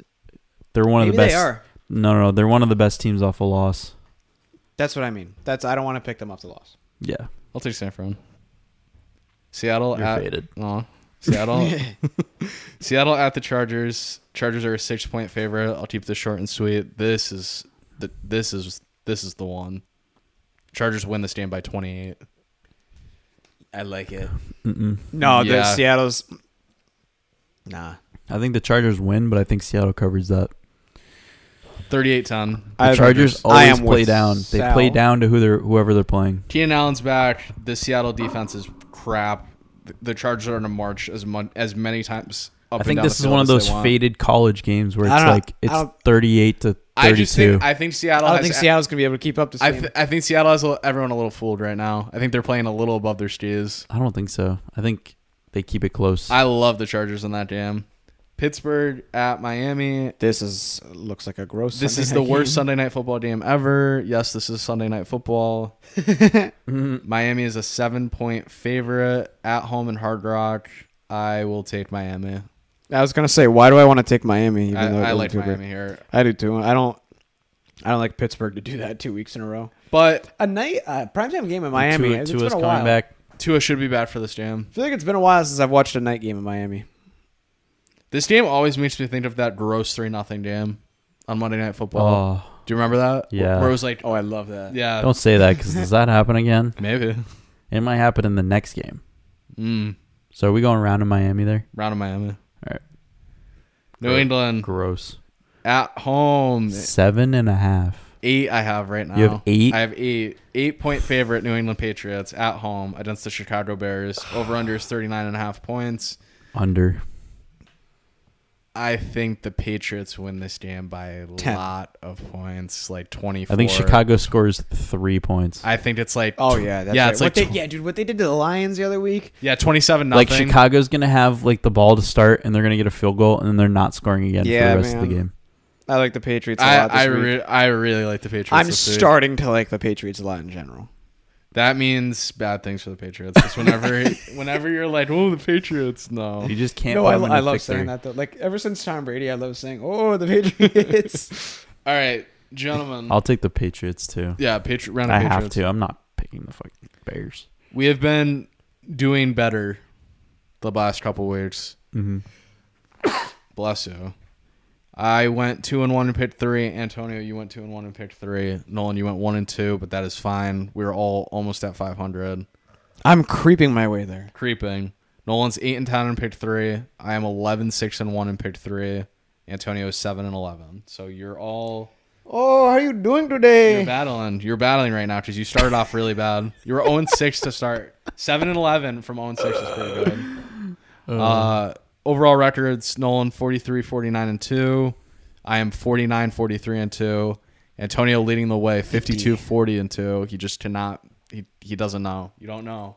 Speaker 1: they're one of
Speaker 2: Maybe
Speaker 1: the best.
Speaker 2: they are.
Speaker 1: No, no, no, they're one of the best teams off a loss.
Speaker 2: That's what I mean. That's I don't want to pick them up to loss.
Speaker 1: Yeah,
Speaker 3: I'll take San Fran. Seattle
Speaker 1: You're
Speaker 3: at
Speaker 1: faded.
Speaker 3: Aw. Seattle. Seattle at the Chargers. Chargers are a six point favorite. I'll keep this short and sweet. This is the this is this is the one. Chargers win this game by twenty eight.
Speaker 2: I like it.
Speaker 1: Mm-mm.
Speaker 2: No, the
Speaker 3: Yeah.
Speaker 2: Seattle's. Nah,
Speaker 1: I think the Chargers win, but I think Seattle covers that.
Speaker 3: Thirty eight ten.
Speaker 1: The
Speaker 2: I-
Speaker 1: Chargers
Speaker 2: I am
Speaker 1: always play
Speaker 2: with
Speaker 1: down. They
Speaker 2: Sal.
Speaker 1: play down to who they're whoever they're playing.
Speaker 3: Keenan Allen's back. The Seattle defense is crap. The- The Chargers are gonna march as much as many times.
Speaker 1: I
Speaker 3: Up and
Speaker 1: think
Speaker 3: down the
Speaker 1: this is
Speaker 3: field
Speaker 1: one of
Speaker 3: as they
Speaker 1: those
Speaker 3: want.
Speaker 1: faded college games where
Speaker 2: I
Speaker 1: it's
Speaker 2: don't know.
Speaker 1: like
Speaker 2: I
Speaker 1: it's
Speaker 2: don't-
Speaker 1: thirty-eight to
Speaker 3: I just
Speaker 1: thirty-two.
Speaker 3: think I think Seattle.
Speaker 2: I don't
Speaker 3: has
Speaker 2: think
Speaker 3: a-
Speaker 2: Seattle's gonna be able to keep up this
Speaker 3: I,
Speaker 2: game.
Speaker 3: th- I think Seattle has a- everyone a little fooled right now. I think they're playing a little above their skis.
Speaker 1: I don't think so. I think they keep it close.
Speaker 3: I love the Chargers in that jam. Pittsburgh at Miami.
Speaker 2: this is looks like a gross.
Speaker 3: This
Speaker 2: Sunday
Speaker 3: is the
Speaker 2: night
Speaker 3: worst
Speaker 2: game.
Speaker 3: Sunday night football game ever. Yes, this is Sunday night football. Mm-hmm. Miami is a seven point favorite at home in Hard Rock. I will take Miami.
Speaker 2: I was gonna say, why do I want to take Miami? Even
Speaker 3: I,
Speaker 2: though it
Speaker 3: I
Speaker 2: doesn't
Speaker 3: like
Speaker 2: feel great?
Speaker 3: Miami here.
Speaker 2: I do too. I don't. I don't like Pittsburgh to do that two weeks in a row.
Speaker 3: But
Speaker 2: A night uh, primetime game in
Speaker 1: And
Speaker 2: Miami.
Speaker 1: Tua-
Speaker 2: it's
Speaker 1: Tua's
Speaker 2: been a
Speaker 1: coming
Speaker 2: while.
Speaker 1: back.
Speaker 3: Tua should be bad for this jam.
Speaker 2: I feel like it's been a while since I've watched a night game in Miami.
Speaker 3: This game always makes me think of that gross 3 0 jam on Monday Night Football.
Speaker 1: Oh,
Speaker 3: Do you remember that?
Speaker 1: Yeah.
Speaker 3: Where it was like,
Speaker 2: Oh, I love that.
Speaker 3: yeah,
Speaker 1: don't say that because does that happen again?
Speaker 3: maybe.
Speaker 1: It might happen in the next game.
Speaker 3: Mm,
Speaker 1: So are we going round in Miami there?
Speaker 3: round of Miami.
Speaker 1: All right.
Speaker 3: New England
Speaker 1: Gross.
Speaker 3: at home.
Speaker 1: Seven and a half.
Speaker 3: Eight I have right now.
Speaker 1: You have eight?
Speaker 3: I have eight. Eight point favorite New England Patriots at home against the Chicago Bears. Over under is 39 and a half points.
Speaker 1: Under.
Speaker 3: I think the Patriots win this game by a
Speaker 2: Ten.
Speaker 3: lot of points, like 24.
Speaker 1: I think Chicago scores three points.
Speaker 3: I think it's like.
Speaker 2: Oh
Speaker 3: tw-
Speaker 2: yeah, that's
Speaker 3: yeah,
Speaker 2: right.
Speaker 3: it's
Speaker 2: What
Speaker 3: like.
Speaker 2: they-
Speaker 3: tw-
Speaker 2: yeah, dude, what they did to the Lions the other week.
Speaker 3: yeah, 27 nothing.
Speaker 1: Like Chicago's gonna have like the ball to start, and they're gonna get a field goal, and then they're not scoring again for
Speaker 2: Yeah,
Speaker 1: the rest of the
Speaker 2: man.
Speaker 1: game.
Speaker 2: I like the Patriots a
Speaker 3: I
Speaker 2: lot this
Speaker 3: I,
Speaker 2: week.
Speaker 3: re- I really like the Patriots.
Speaker 2: I'm
Speaker 3: this week.
Speaker 2: starting to like the Patriots a lot in general.
Speaker 3: That means bad things for the Patriots. 'Cause whenever, whenever you're like, "Oh, the Patriots," no,
Speaker 1: You just can't.
Speaker 2: No,
Speaker 1: buy
Speaker 2: I,
Speaker 1: them
Speaker 2: I
Speaker 1: into
Speaker 2: love
Speaker 1: victory.
Speaker 2: saying that though. Like ever since Tom Brady, I love saying, "Oh, the Patriots."
Speaker 3: All right, gentlemen.
Speaker 1: I'll take the Patriots too.
Speaker 3: yeah, Patri- round of
Speaker 1: I
Speaker 3: Patriots.
Speaker 1: have to. I'm not picking the fucking Bears.
Speaker 3: We have been doing better the last couple weeks.
Speaker 1: Mm-hmm.
Speaker 3: Bless you. I went two and one and picked three. Antonio, you went two and one and picked three. Nolan, you went one and two, but that is fine. We are all almost at 500,
Speaker 2: I'm creeping my way there.
Speaker 3: creeping. Nolan's eight and ten and picked three. I am 11, six and one and picked three. Antonio is seven and eleven. So you're all
Speaker 2: Oh, how are you doing
Speaker 3: You're
Speaker 2: today?
Speaker 3: battling. You're battling right now because you started off really bad. You were 0 6 to start. 7 and 11 from 0 6 is pretty good. Uh, overall records Nolan 43, 49 and 2. I am 49, 43 and 2. Antonio leading the way 52, 40 and 2. He just cannot, he, he doesn't know. You don't know.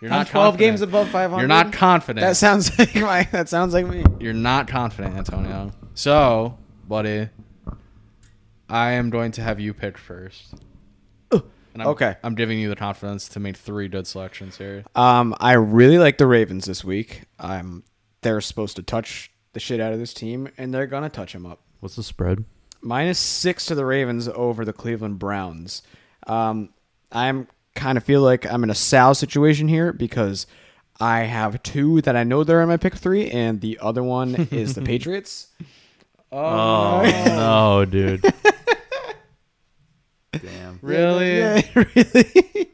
Speaker 3: You're
Speaker 2: I'm
Speaker 3: not
Speaker 2: 12
Speaker 3: confident.
Speaker 2: games above 500.
Speaker 3: You're not confident.
Speaker 2: That sounds like my. That sounds like me.
Speaker 3: You're not confident, Antonio. So, buddy, I am going to have you pick first. And I'm,
Speaker 2: Okay.
Speaker 3: I'm giving you the confidence to make three good selections here.
Speaker 2: Um, I really like the Ravens this week. Um, they're supposed to touch the shit out of this team, and they're gonna touch them up.
Speaker 1: What's the spread?
Speaker 2: minus six to the Ravens over the Cleveland Browns. Um, I'm kind of feel like I'm in a Sal situation here because I have two that I know they're in my pick three, and the other one is the Patriots.
Speaker 1: Oh no, dude. Damn.
Speaker 3: Really?
Speaker 2: really.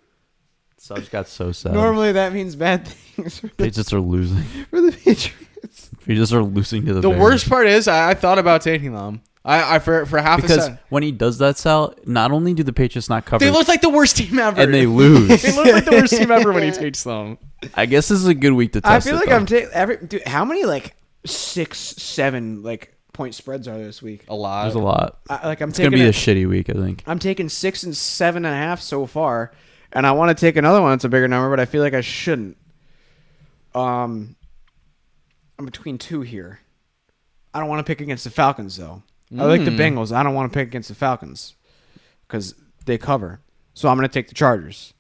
Speaker 1: Subs got so sad.
Speaker 2: Normally that means bad things for the,
Speaker 1: They just are losing.
Speaker 2: for the Patriots.
Speaker 1: They just are losing to the.
Speaker 3: The
Speaker 1: Bears.
Speaker 3: worst part is I, I thought about taking them. I, I for for half a
Speaker 1: because
Speaker 3: second.
Speaker 1: when he does that, Sal, not only do the Patriots not cover,
Speaker 3: They look like the worst team ever.
Speaker 1: and they lose.
Speaker 3: They look like the worst team ever when he takes them.
Speaker 1: I guess this is a good week to test.
Speaker 2: I feel
Speaker 1: it,
Speaker 2: like
Speaker 1: though.
Speaker 2: I'm taking every. Dude, how many like six, seven like point spreads are there this week?
Speaker 3: A lot.
Speaker 1: There's a lot.
Speaker 2: I, like I'm
Speaker 1: It's gonna
Speaker 2: taking
Speaker 1: be
Speaker 2: a-
Speaker 1: a shitty week, I think.
Speaker 2: I'm taking six and seven and a half so far, and I want to take another one that's a bigger number, but I feel like I shouldn't. Um, I'm between two here. I don't want to pick against the Falcons though. I like
Speaker 3: Hmm.
Speaker 2: the Bengals. I don't want to pick against the Falcons because they cover. So I'm gonna take the Chargers,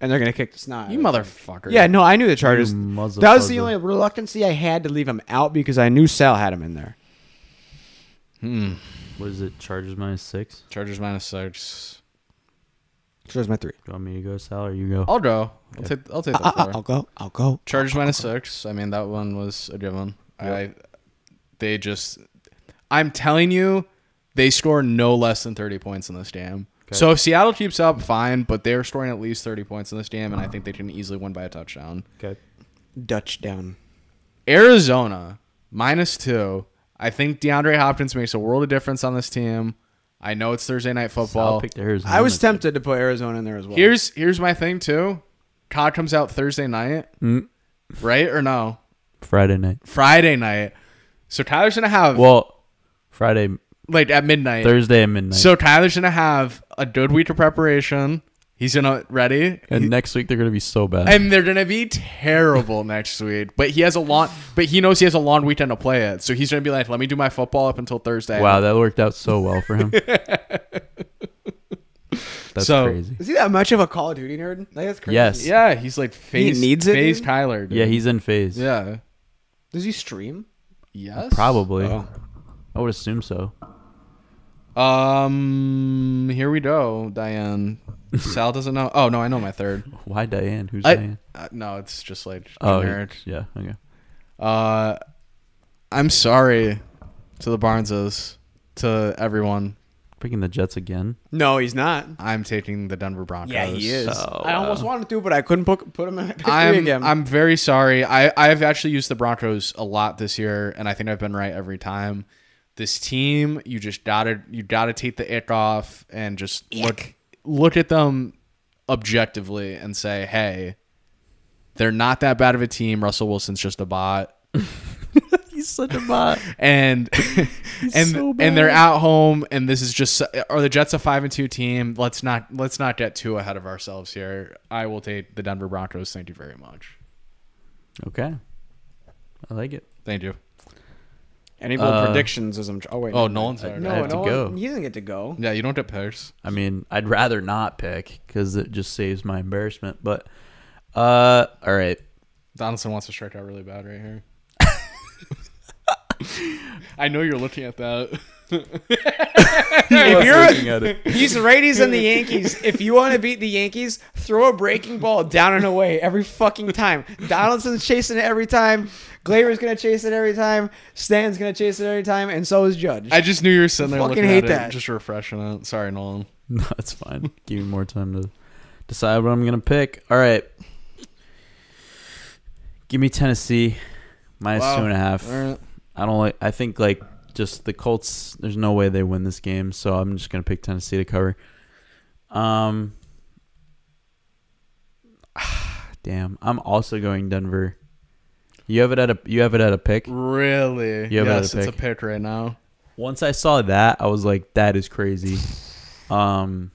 Speaker 2: and they're gonna kick the snot.
Speaker 3: You
Speaker 2: out of
Speaker 3: motherfucker.
Speaker 2: it. Yeah, no, I knew the Chargers.
Speaker 1: motherfucker.
Speaker 2: That was the only reluctancy I had to leave them out because I knew Sal had him in there.
Speaker 3: Hmm.
Speaker 1: What is it? Chargers minus six.
Speaker 3: Chargers minus six.
Speaker 2: Chargers my three.
Speaker 1: Do you want me to go, Sal, or you go?
Speaker 2: Oh.
Speaker 3: I'll go. I'll take. I'll
Speaker 1: Uh,
Speaker 3: take that. four.
Speaker 2: I'll go. I'll go.
Speaker 3: Chargers minus six. I mean, that one was a given. I, they just, I'm telling you, they score no less than 30 points in this game. So if Seattle keeps up, fine, but they're scoring at least 30 points in this game, and I think they can easily win by a touchdown.
Speaker 1: Okay.
Speaker 2: Dutch down.
Speaker 3: Arizona minus two. I think DeAndre Hopkins makes a world of difference on this team. I know it's Thursday night
Speaker 1: Sal
Speaker 3: football.
Speaker 1: picked Arizona.
Speaker 2: I was tempted to put Arizona in there as well.
Speaker 3: Here's here's my thing too. Cod comes out Thursday night,
Speaker 1: Mm.
Speaker 3: right or no?
Speaker 1: Friday night.
Speaker 3: Friday night. So Tyler's gonna have
Speaker 1: Well, Friday,
Speaker 3: like at midnight.
Speaker 1: Thursday at midnight.
Speaker 3: So Tyler's gonna have a good week of preparation. He's gonna ready,
Speaker 1: and next week they're gonna be so bad.
Speaker 3: and they're gonna be terrible next week. But he has a long, but he knows he has a long weekend to play it. So he's gonna be like, "Let me do my football up until Thursday."
Speaker 1: wow, that worked out so well for him. That's
Speaker 3: So-
Speaker 1: crazy.
Speaker 2: Is he that much of a Call of Duty nerd? Like, that's crazy.
Speaker 1: Yes.
Speaker 3: Yeah, he's like phase.
Speaker 2: needs it,
Speaker 3: Phase
Speaker 2: dude?
Speaker 3: Tyler. dude.
Speaker 1: Yeah, he's in phase.
Speaker 3: Yeah.
Speaker 2: Does he stream?
Speaker 3: Yes.
Speaker 1: Probably.
Speaker 2: Oh.
Speaker 1: I would assume so.
Speaker 3: Um. Here we go, Diane. Sal doesn't know. Oh no, I know my third.
Speaker 1: Why Diane? Who's
Speaker 3: I,
Speaker 1: Diane?
Speaker 3: uh, no, it's just like generic.
Speaker 1: Oh, yeah. Okay.
Speaker 3: Uh, I'm sorry to the Barneses, to everyone.
Speaker 1: Picking the Jets again.
Speaker 2: No, he's not.
Speaker 3: I'm taking the Denver Broncos.
Speaker 1: Oh,
Speaker 2: I almost wanted to, but I couldn't put, put him in my pick three
Speaker 3: I'm,
Speaker 2: again.
Speaker 3: I'm very sorry. I, I've actually used the Broncos a lot this year, and I think I've been right every time. This team, you just gotta you gotta take the ick off and just look look at them objectively and say, hey, they're not that bad of a team. Russell Wilson's just a bot.
Speaker 1: He's such a bot.
Speaker 3: and and
Speaker 1: so
Speaker 3: and they're
Speaker 1: bad.
Speaker 3: at home and this is just are the Jets a 5 and 2 team let's not let's not get too ahead of ourselves here I will take the Denver Broncos thank you very much
Speaker 1: okay. I like it.
Speaker 3: thank you
Speaker 2: Any bold
Speaker 1: uh,
Speaker 2: predictions as I'm. Oh, wait.
Speaker 3: oh
Speaker 2: never
Speaker 3: Nolan's
Speaker 2: mind.
Speaker 3: there
Speaker 1: I
Speaker 2: No,
Speaker 1: have to
Speaker 2: no,
Speaker 1: go.
Speaker 2: he doesn't get to go.
Speaker 3: yeah you don't get picks
Speaker 1: I mean, I'd rather not pick because it just saves my embarrassment. But, uh, all right.
Speaker 3: Donaldson wants to strike out really bad right here I know you're looking at that
Speaker 2: If you're-
Speaker 1: looking at it.
Speaker 2: He's the righties and the Yankees. If you want to beat the Yankees, throw a breaking ball down and away every fucking time. Donaldson's chasing it every time. Glaver's gonna chase it every time. Stan's gonna chase it every time, and so is Judge.
Speaker 3: I just knew you were sitting there
Speaker 2: Fucking
Speaker 3: looking
Speaker 2: hate
Speaker 3: at
Speaker 2: that.
Speaker 3: it just refreshing it sorry Nolan
Speaker 1: No, it's fine. Give me more time to decide what I'm gonna pick. All right. Give me Tennessee minus
Speaker 3: Wow.
Speaker 1: two and a half.
Speaker 3: all right
Speaker 1: I don't like. I think like just the Colts. There's no way they win this game, so I'm just gonna pick Tennessee to cover. Um. Damn, I'm also going Denver. You have it at a you have it at a pick.
Speaker 3: really
Speaker 1: You have
Speaker 3: yes
Speaker 1: another
Speaker 3: it's a pick right now
Speaker 1: Once I saw that, I was like, that is crazy. Um.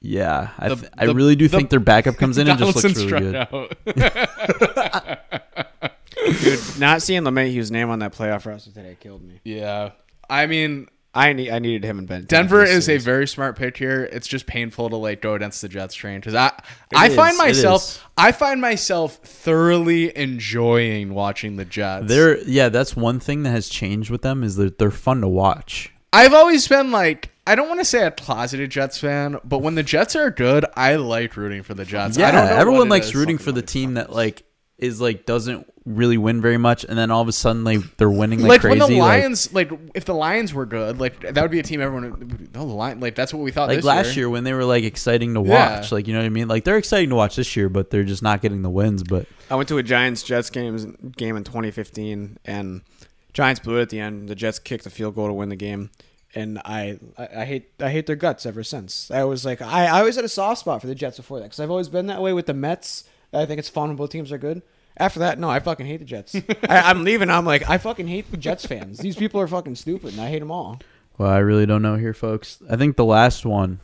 Speaker 1: Yeah, I,
Speaker 3: The-
Speaker 1: th- I
Speaker 3: the-
Speaker 1: really do
Speaker 3: the-
Speaker 1: think their backup comes in and just looks
Speaker 3: Donaldson
Speaker 1: really good.
Speaker 3: struck out
Speaker 2: Dude, not seeing LeMahieu's name on that playoff roster today killed me.
Speaker 3: Yeah. I mean,
Speaker 2: I need, I needed him in bed.
Speaker 3: Denver is a very smart pick here. It's just painful to like go against the Jets train because I I
Speaker 1: is,
Speaker 3: find
Speaker 1: it is.
Speaker 3: myself I find myself thoroughly enjoying watching the Jets.
Speaker 1: They're yeah, that's one thing that has changed with them is that they're fun to watch.
Speaker 3: I've always been like I don't want to say a closeted Jets fan, but when the Jets are good, I like rooting for the Jets. I don't know
Speaker 1: Yeah, everyone
Speaker 3: what it
Speaker 1: likes
Speaker 3: is.
Speaker 1: rooting for the team that like is like doesn't really win very much, and then all of a sudden they they're winning like,
Speaker 3: like
Speaker 1: crazy.
Speaker 3: when the
Speaker 1: like-
Speaker 3: Lions, like, if the Lions were good, like that would be a team everyone. would- No, the Lions, like that's what we thought.
Speaker 1: like,
Speaker 3: this
Speaker 1: last year. when they were like exciting to
Speaker 3: Yeah.
Speaker 1: watch, like you know what I mean. Like they're exciting to watch this year, but they're just not getting the wins. But
Speaker 2: I went to a Giants Jets game game in 2015, and Giants blew it at the end. The Jets kicked a field goal to win the game, and I I, I hate I hate their guts ever since. I was like I, I always had a soft spot for the Jets before that because I've always been that way with the Mets. I think it's fun when both teams are good. After that, no, I fucking hate the Jets. I, I'm leaving. I'm like, I fucking hate the Jets fans. These people are fucking stupid, and I hate them all.
Speaker 1: well, I really don't know here, folks. I think the last one,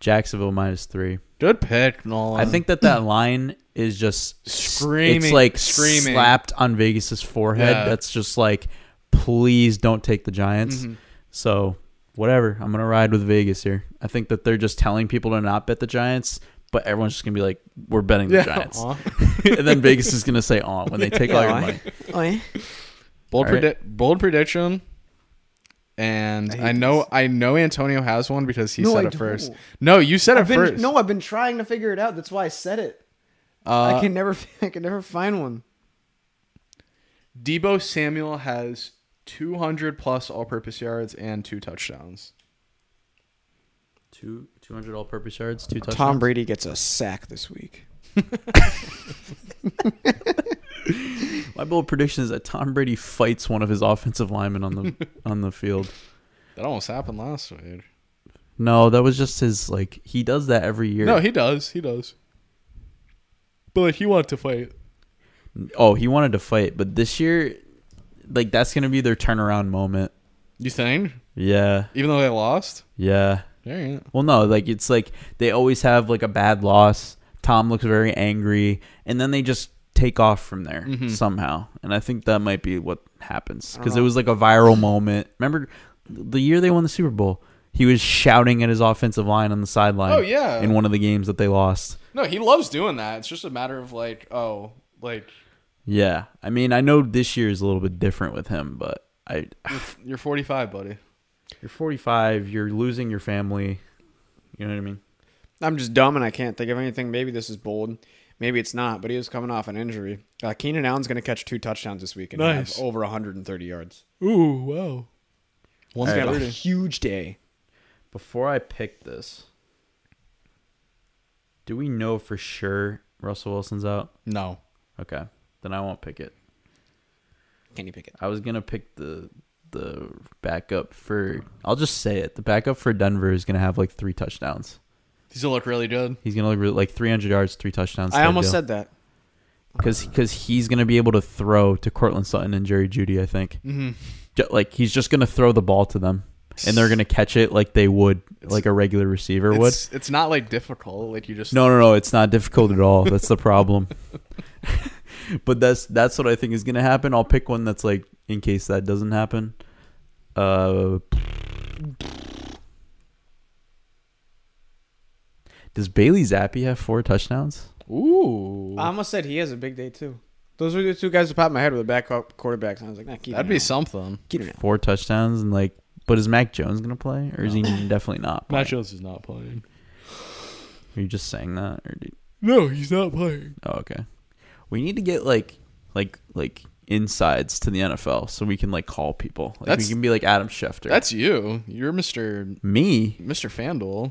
Speaker 1: Jacksonville minus three.
Speaker 3: good pick, Nolan.
Speaker 1: I think that that line is just
Speaker 3: Screaming-
Speaker 1: It's like
Speaker 3: screaming.
Speaker 1: slapped on Vegas's forehead.
Speaker 3: Yeah.
Speaker 1: That's just like, please don't take the Giants.
Speaker 3: Mm-hmm.
Speaker 1: So whatever, I'm gonna ride with Vegas here. I think that they're just telling people to not bet the Giants, but everyone's just gonna be like, we're betting the
Speaker 3: Yeah,
Speaker 1: Giants,
Speaker 3: aw.
Speaker 1: and then Vegas is gonna say on when they take all your money.
Speaker 2: Oi.
Speaker 3: Bold,
Speaker 1: All right.
Speaker 3: predi- bold prediction. and
Speaker 2: hate
Speaker 3: I, know I know Antonio has one because he
Speaker 2: No,
Speaker 3: said
Speaker 2: I
Speaker 3: it first.
Speaker 2: don't.
Speaker 3: No, you said
Speaker 2: I've
Speaker 3: it
Speaker 2: been,
Speaker 3: first.
Speaker 2: No, I've been trying to figure it out. That's why I said it. I
Speaker 3: uh,
Speaker 2: can never, I can never find one.
Speaker 3: Debo Samuel has 200 plus all-purpose yards and two touchdowns.
Speaker 1: Two two hundred all purpose yards, two touchdowns.
Speaker 2: Tom Brady gets a sack this week.
Speaker 1: My bold prediction is that Tom Brady fights one of his offensive linemen on the on the field.
Speaker 3: That almost happened last week.
Speaker 1: No, that was just his like he does that every year.
Speaker 3: No, he does. He does. But like he wanted to fight.
Speaker 1: oh, he wanted to fight, but this year like that's going to be their turnaround moment.
Speaker 3: You think?
Speaker 1: Yeah.
Speaker 3: Even though they lost?
Speaker 1: Yeah.
Speaker 3: All right.
Speaker 1: Well, no, like it's like they always have like a bad loss. Tom looks very angry, and then they just take off from there
Speaker 3: Mm-hmm.
Speaker 1: somehow. And I think that might be what happens because it was like a viral moment. Remember the year they won the Super Bowl? He was shouting at his offensive line on the sideline.
Speaker 3: Oh, yeah.
Speaker 1: in one of the games that they lost.
Speaker 3: No, he loves doing that. It's just a matter of like, oh, like
Speaker 1: Yeah, I mean, I know this year is a little bit different with him, but I
Speaker 3: you're, you're 45, buddy.
Speaker 1: you're 45, you're losing your family. You know what I mean?
Speaker 2: I'm just dumb and I can't think of anything. Maybe this is bold. Maybe it's not, but he was coming off an injury. Uh, Keenan Allen's going to catch two touchdowns this week and
Speaker 3: Nice.
Speaker 2: have over 130 yards.
Speaker 3: Ooh, wow. One
Speaker 2: He's
Speaker 1: All
Speaker 2: going to have a
Speaker 3: thirty.
Speaker 2: huge day.
Speaker 1: Before I pick this, do we know for sure Russell Wilson's out?
Speaker 3: No.
Speaker 1: Okay, then I won't pick it.
Speaker 2: Can you pick it?
Speaker 1: I was gonna pick the the backup for. I'll just say it. The backup for Denver is gonna have like three touchdowns.
Speaker 3: He's gonna look really good.
Speaker 1: He's gonna look really, like 300 yards, three touchdowns.
Speaker 2: I almost said that.
Speaker 1: because he's gonna be able to throw to Cortland Sutton and Jerry Judy. I think
Speaker 3: Mm-hmm.
Speaker 1: Ju- like he's just gonna throw the ball to them, and they're gonna catch it like they would like a regular receiver would.
Speaker 3: It's, it's not like difficult. Like you just
Speaker 1: No, no, no. It's not difficult at all. That's the problem. but that's that's what I think is gonna happen. I'll pick one that's like in case that doesn't happen. Uh, does Bailey Zappi have four touchdowns?
Speaker 3: Ooh,
Speaker 2: I almost said he has a big day, too. Those were the two guys that popped in my head with the backup quarterbacks. And I was like, nah, Keenan
Speaker 3: that'd be
Speaker 2: Allen.
Speaker 3: something.
Speaker 2: Keenan Allen.
Speaker 1: Four touchdowns and like. But is Mac Jones gonna play, or is he definitely not? Playing?
Speaker 3: Jones is not playing.
Speaker 1: Are you just saying that, or did,
Speaker 3: No, he's not playing.
Speaker 1: oh, okay? We need to get like, like, like insides to the NFL so we can like call people. Like
Speaker 3: That's-
Speaker 1: we can be like Adam Schefter.
Speaker 3: That's you. You're Mr.
Speaker 1: me,
Speaker 3: Mr. Fanduel.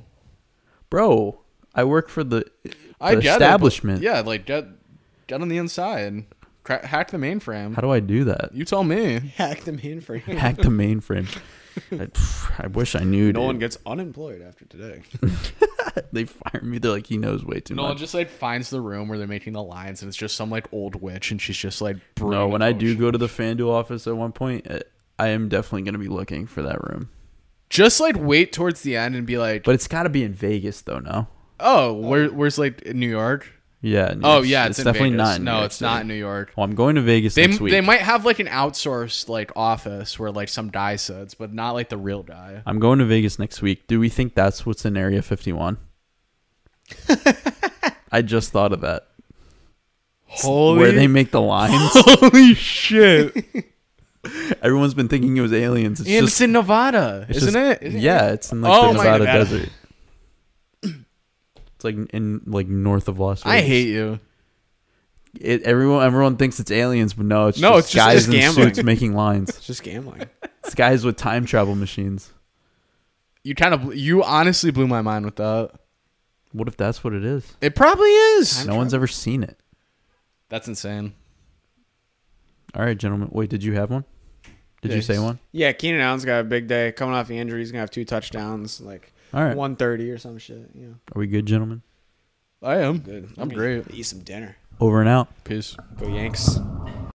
Speaker 1: bro. I work for the, the
Speaker 3: I get it, but-
Speaker 1: establishment.
Speaker 3: yeah, like get get on the inside, Cra- hack the mainframe.
Speaker 1: How do I do that?
Speaker 3: you tell me.
Speaker 2: Hack the mainframe.
Speaker 1: Hack the mainframe. I, pff, I wish I knew.
Speaker 2: No one
Speaker 1: dude.
Speaker 2: gets unemployed after today.
Speaker 1: they fire me. They're like, he knows way too
Speaker 3: No,
Speaker 1: much.
Speaker 3: just like finds the room where they're making the lines, and it's just some like old witch, and she's just like.
Speaker 1: no, when I do go to the FanDuel office at one point, uh, I am definitely going to be looking for that room.
Speaker 3: just like wait towards the end and be like,
Speaker 1: But it's got to be in Vegas, though. No.
Speaker 3: oh, where, where's like in New York?
Speaker 1: Yeah. no,
Speaker 3: Oh yeah, it's, in
Speaker 1: definitely
Speaker 3: Vegas.
Speaker 1: not. in New
Speaker 3: no,
Speaker 1: York
Speaker 3: it's not
Speaker 1: City.
Speaker 3: in New York.
Speaker 1: Well, I'm going to Vegas
Speaker 3: They,
Speaker 1: next week.
Speaker 3: they might have like an outsourced like office where like some guy sits, but not like the real guy.
Speaker 1: I'm going to Vegas next week. Do we think that's what's in Area 51? I just thought of that.
Speaker 3: Holy
Speaker 1: Where they make the lines.
Speaker 3: holy shit!
Speaker 1: Everyone's been thinking it was aliens. It's
Speaker 3: And
Speaker 1: just,
Speaker 3: it's in Nevada,
Speaker 1: it's
Speaker 3: isn't
Speaker 1: just-
Speaker 3: it? Isn't it?
Speaker 1: yeah, it's in like
Speaker 3: Oh
Speaker 1: the
Speaker 3: my
Speaker 1: Nevada,
Speaker 3: God.
Speaker 1: desert. It's like in like north of Las
Speaker 3: I
Speaker 1: Vegas.
Speaker 3: hate you.
Speaker 1: it. Everyone everyone thinks it's aliens, but no, it's
Speaker 3: No,
Speaker 1: just
Speaker 3: it's just-
Speaker 1: guys
Speaker 2: it's
Speaker 1: in
Speaker 2: gambling.
Speaker 1: suits making lines.
Speaker 2: It's just gambling.
Speaker 1: It's guys with time travel machines.
Speaker 3: You kind of you honestly blew my mind with that.
Speaker 1: What if that's what it is?
Speaker 3: It probably is.
Speaker 1: no one's ever seen it.
Speaker 3: That's insane.
Speaker 1: All right, gentlemen. Wait, did you have one? Did you
Speaker 3: Yes.
Speaker 1: say one?
Speaker 2: Yeah, Keenan Allen's got a big day. Coming off the injury, he's gonna have two touchdowns, like
Speaker 1: All right.
Speaker 2: one thirty or some shit. You know,
Speaker 1: Are we good, gentlemen?
Speaker 3: I am.
Speaker 2: good.
Speaker 3: I'm
Speaker 2: I mean,
Speaker 3: great.
Speaker 2: Eat some dinner.
Speaker 1: Over and out.
Speaker 3: Peace.
Speaker 2: Go Yanks.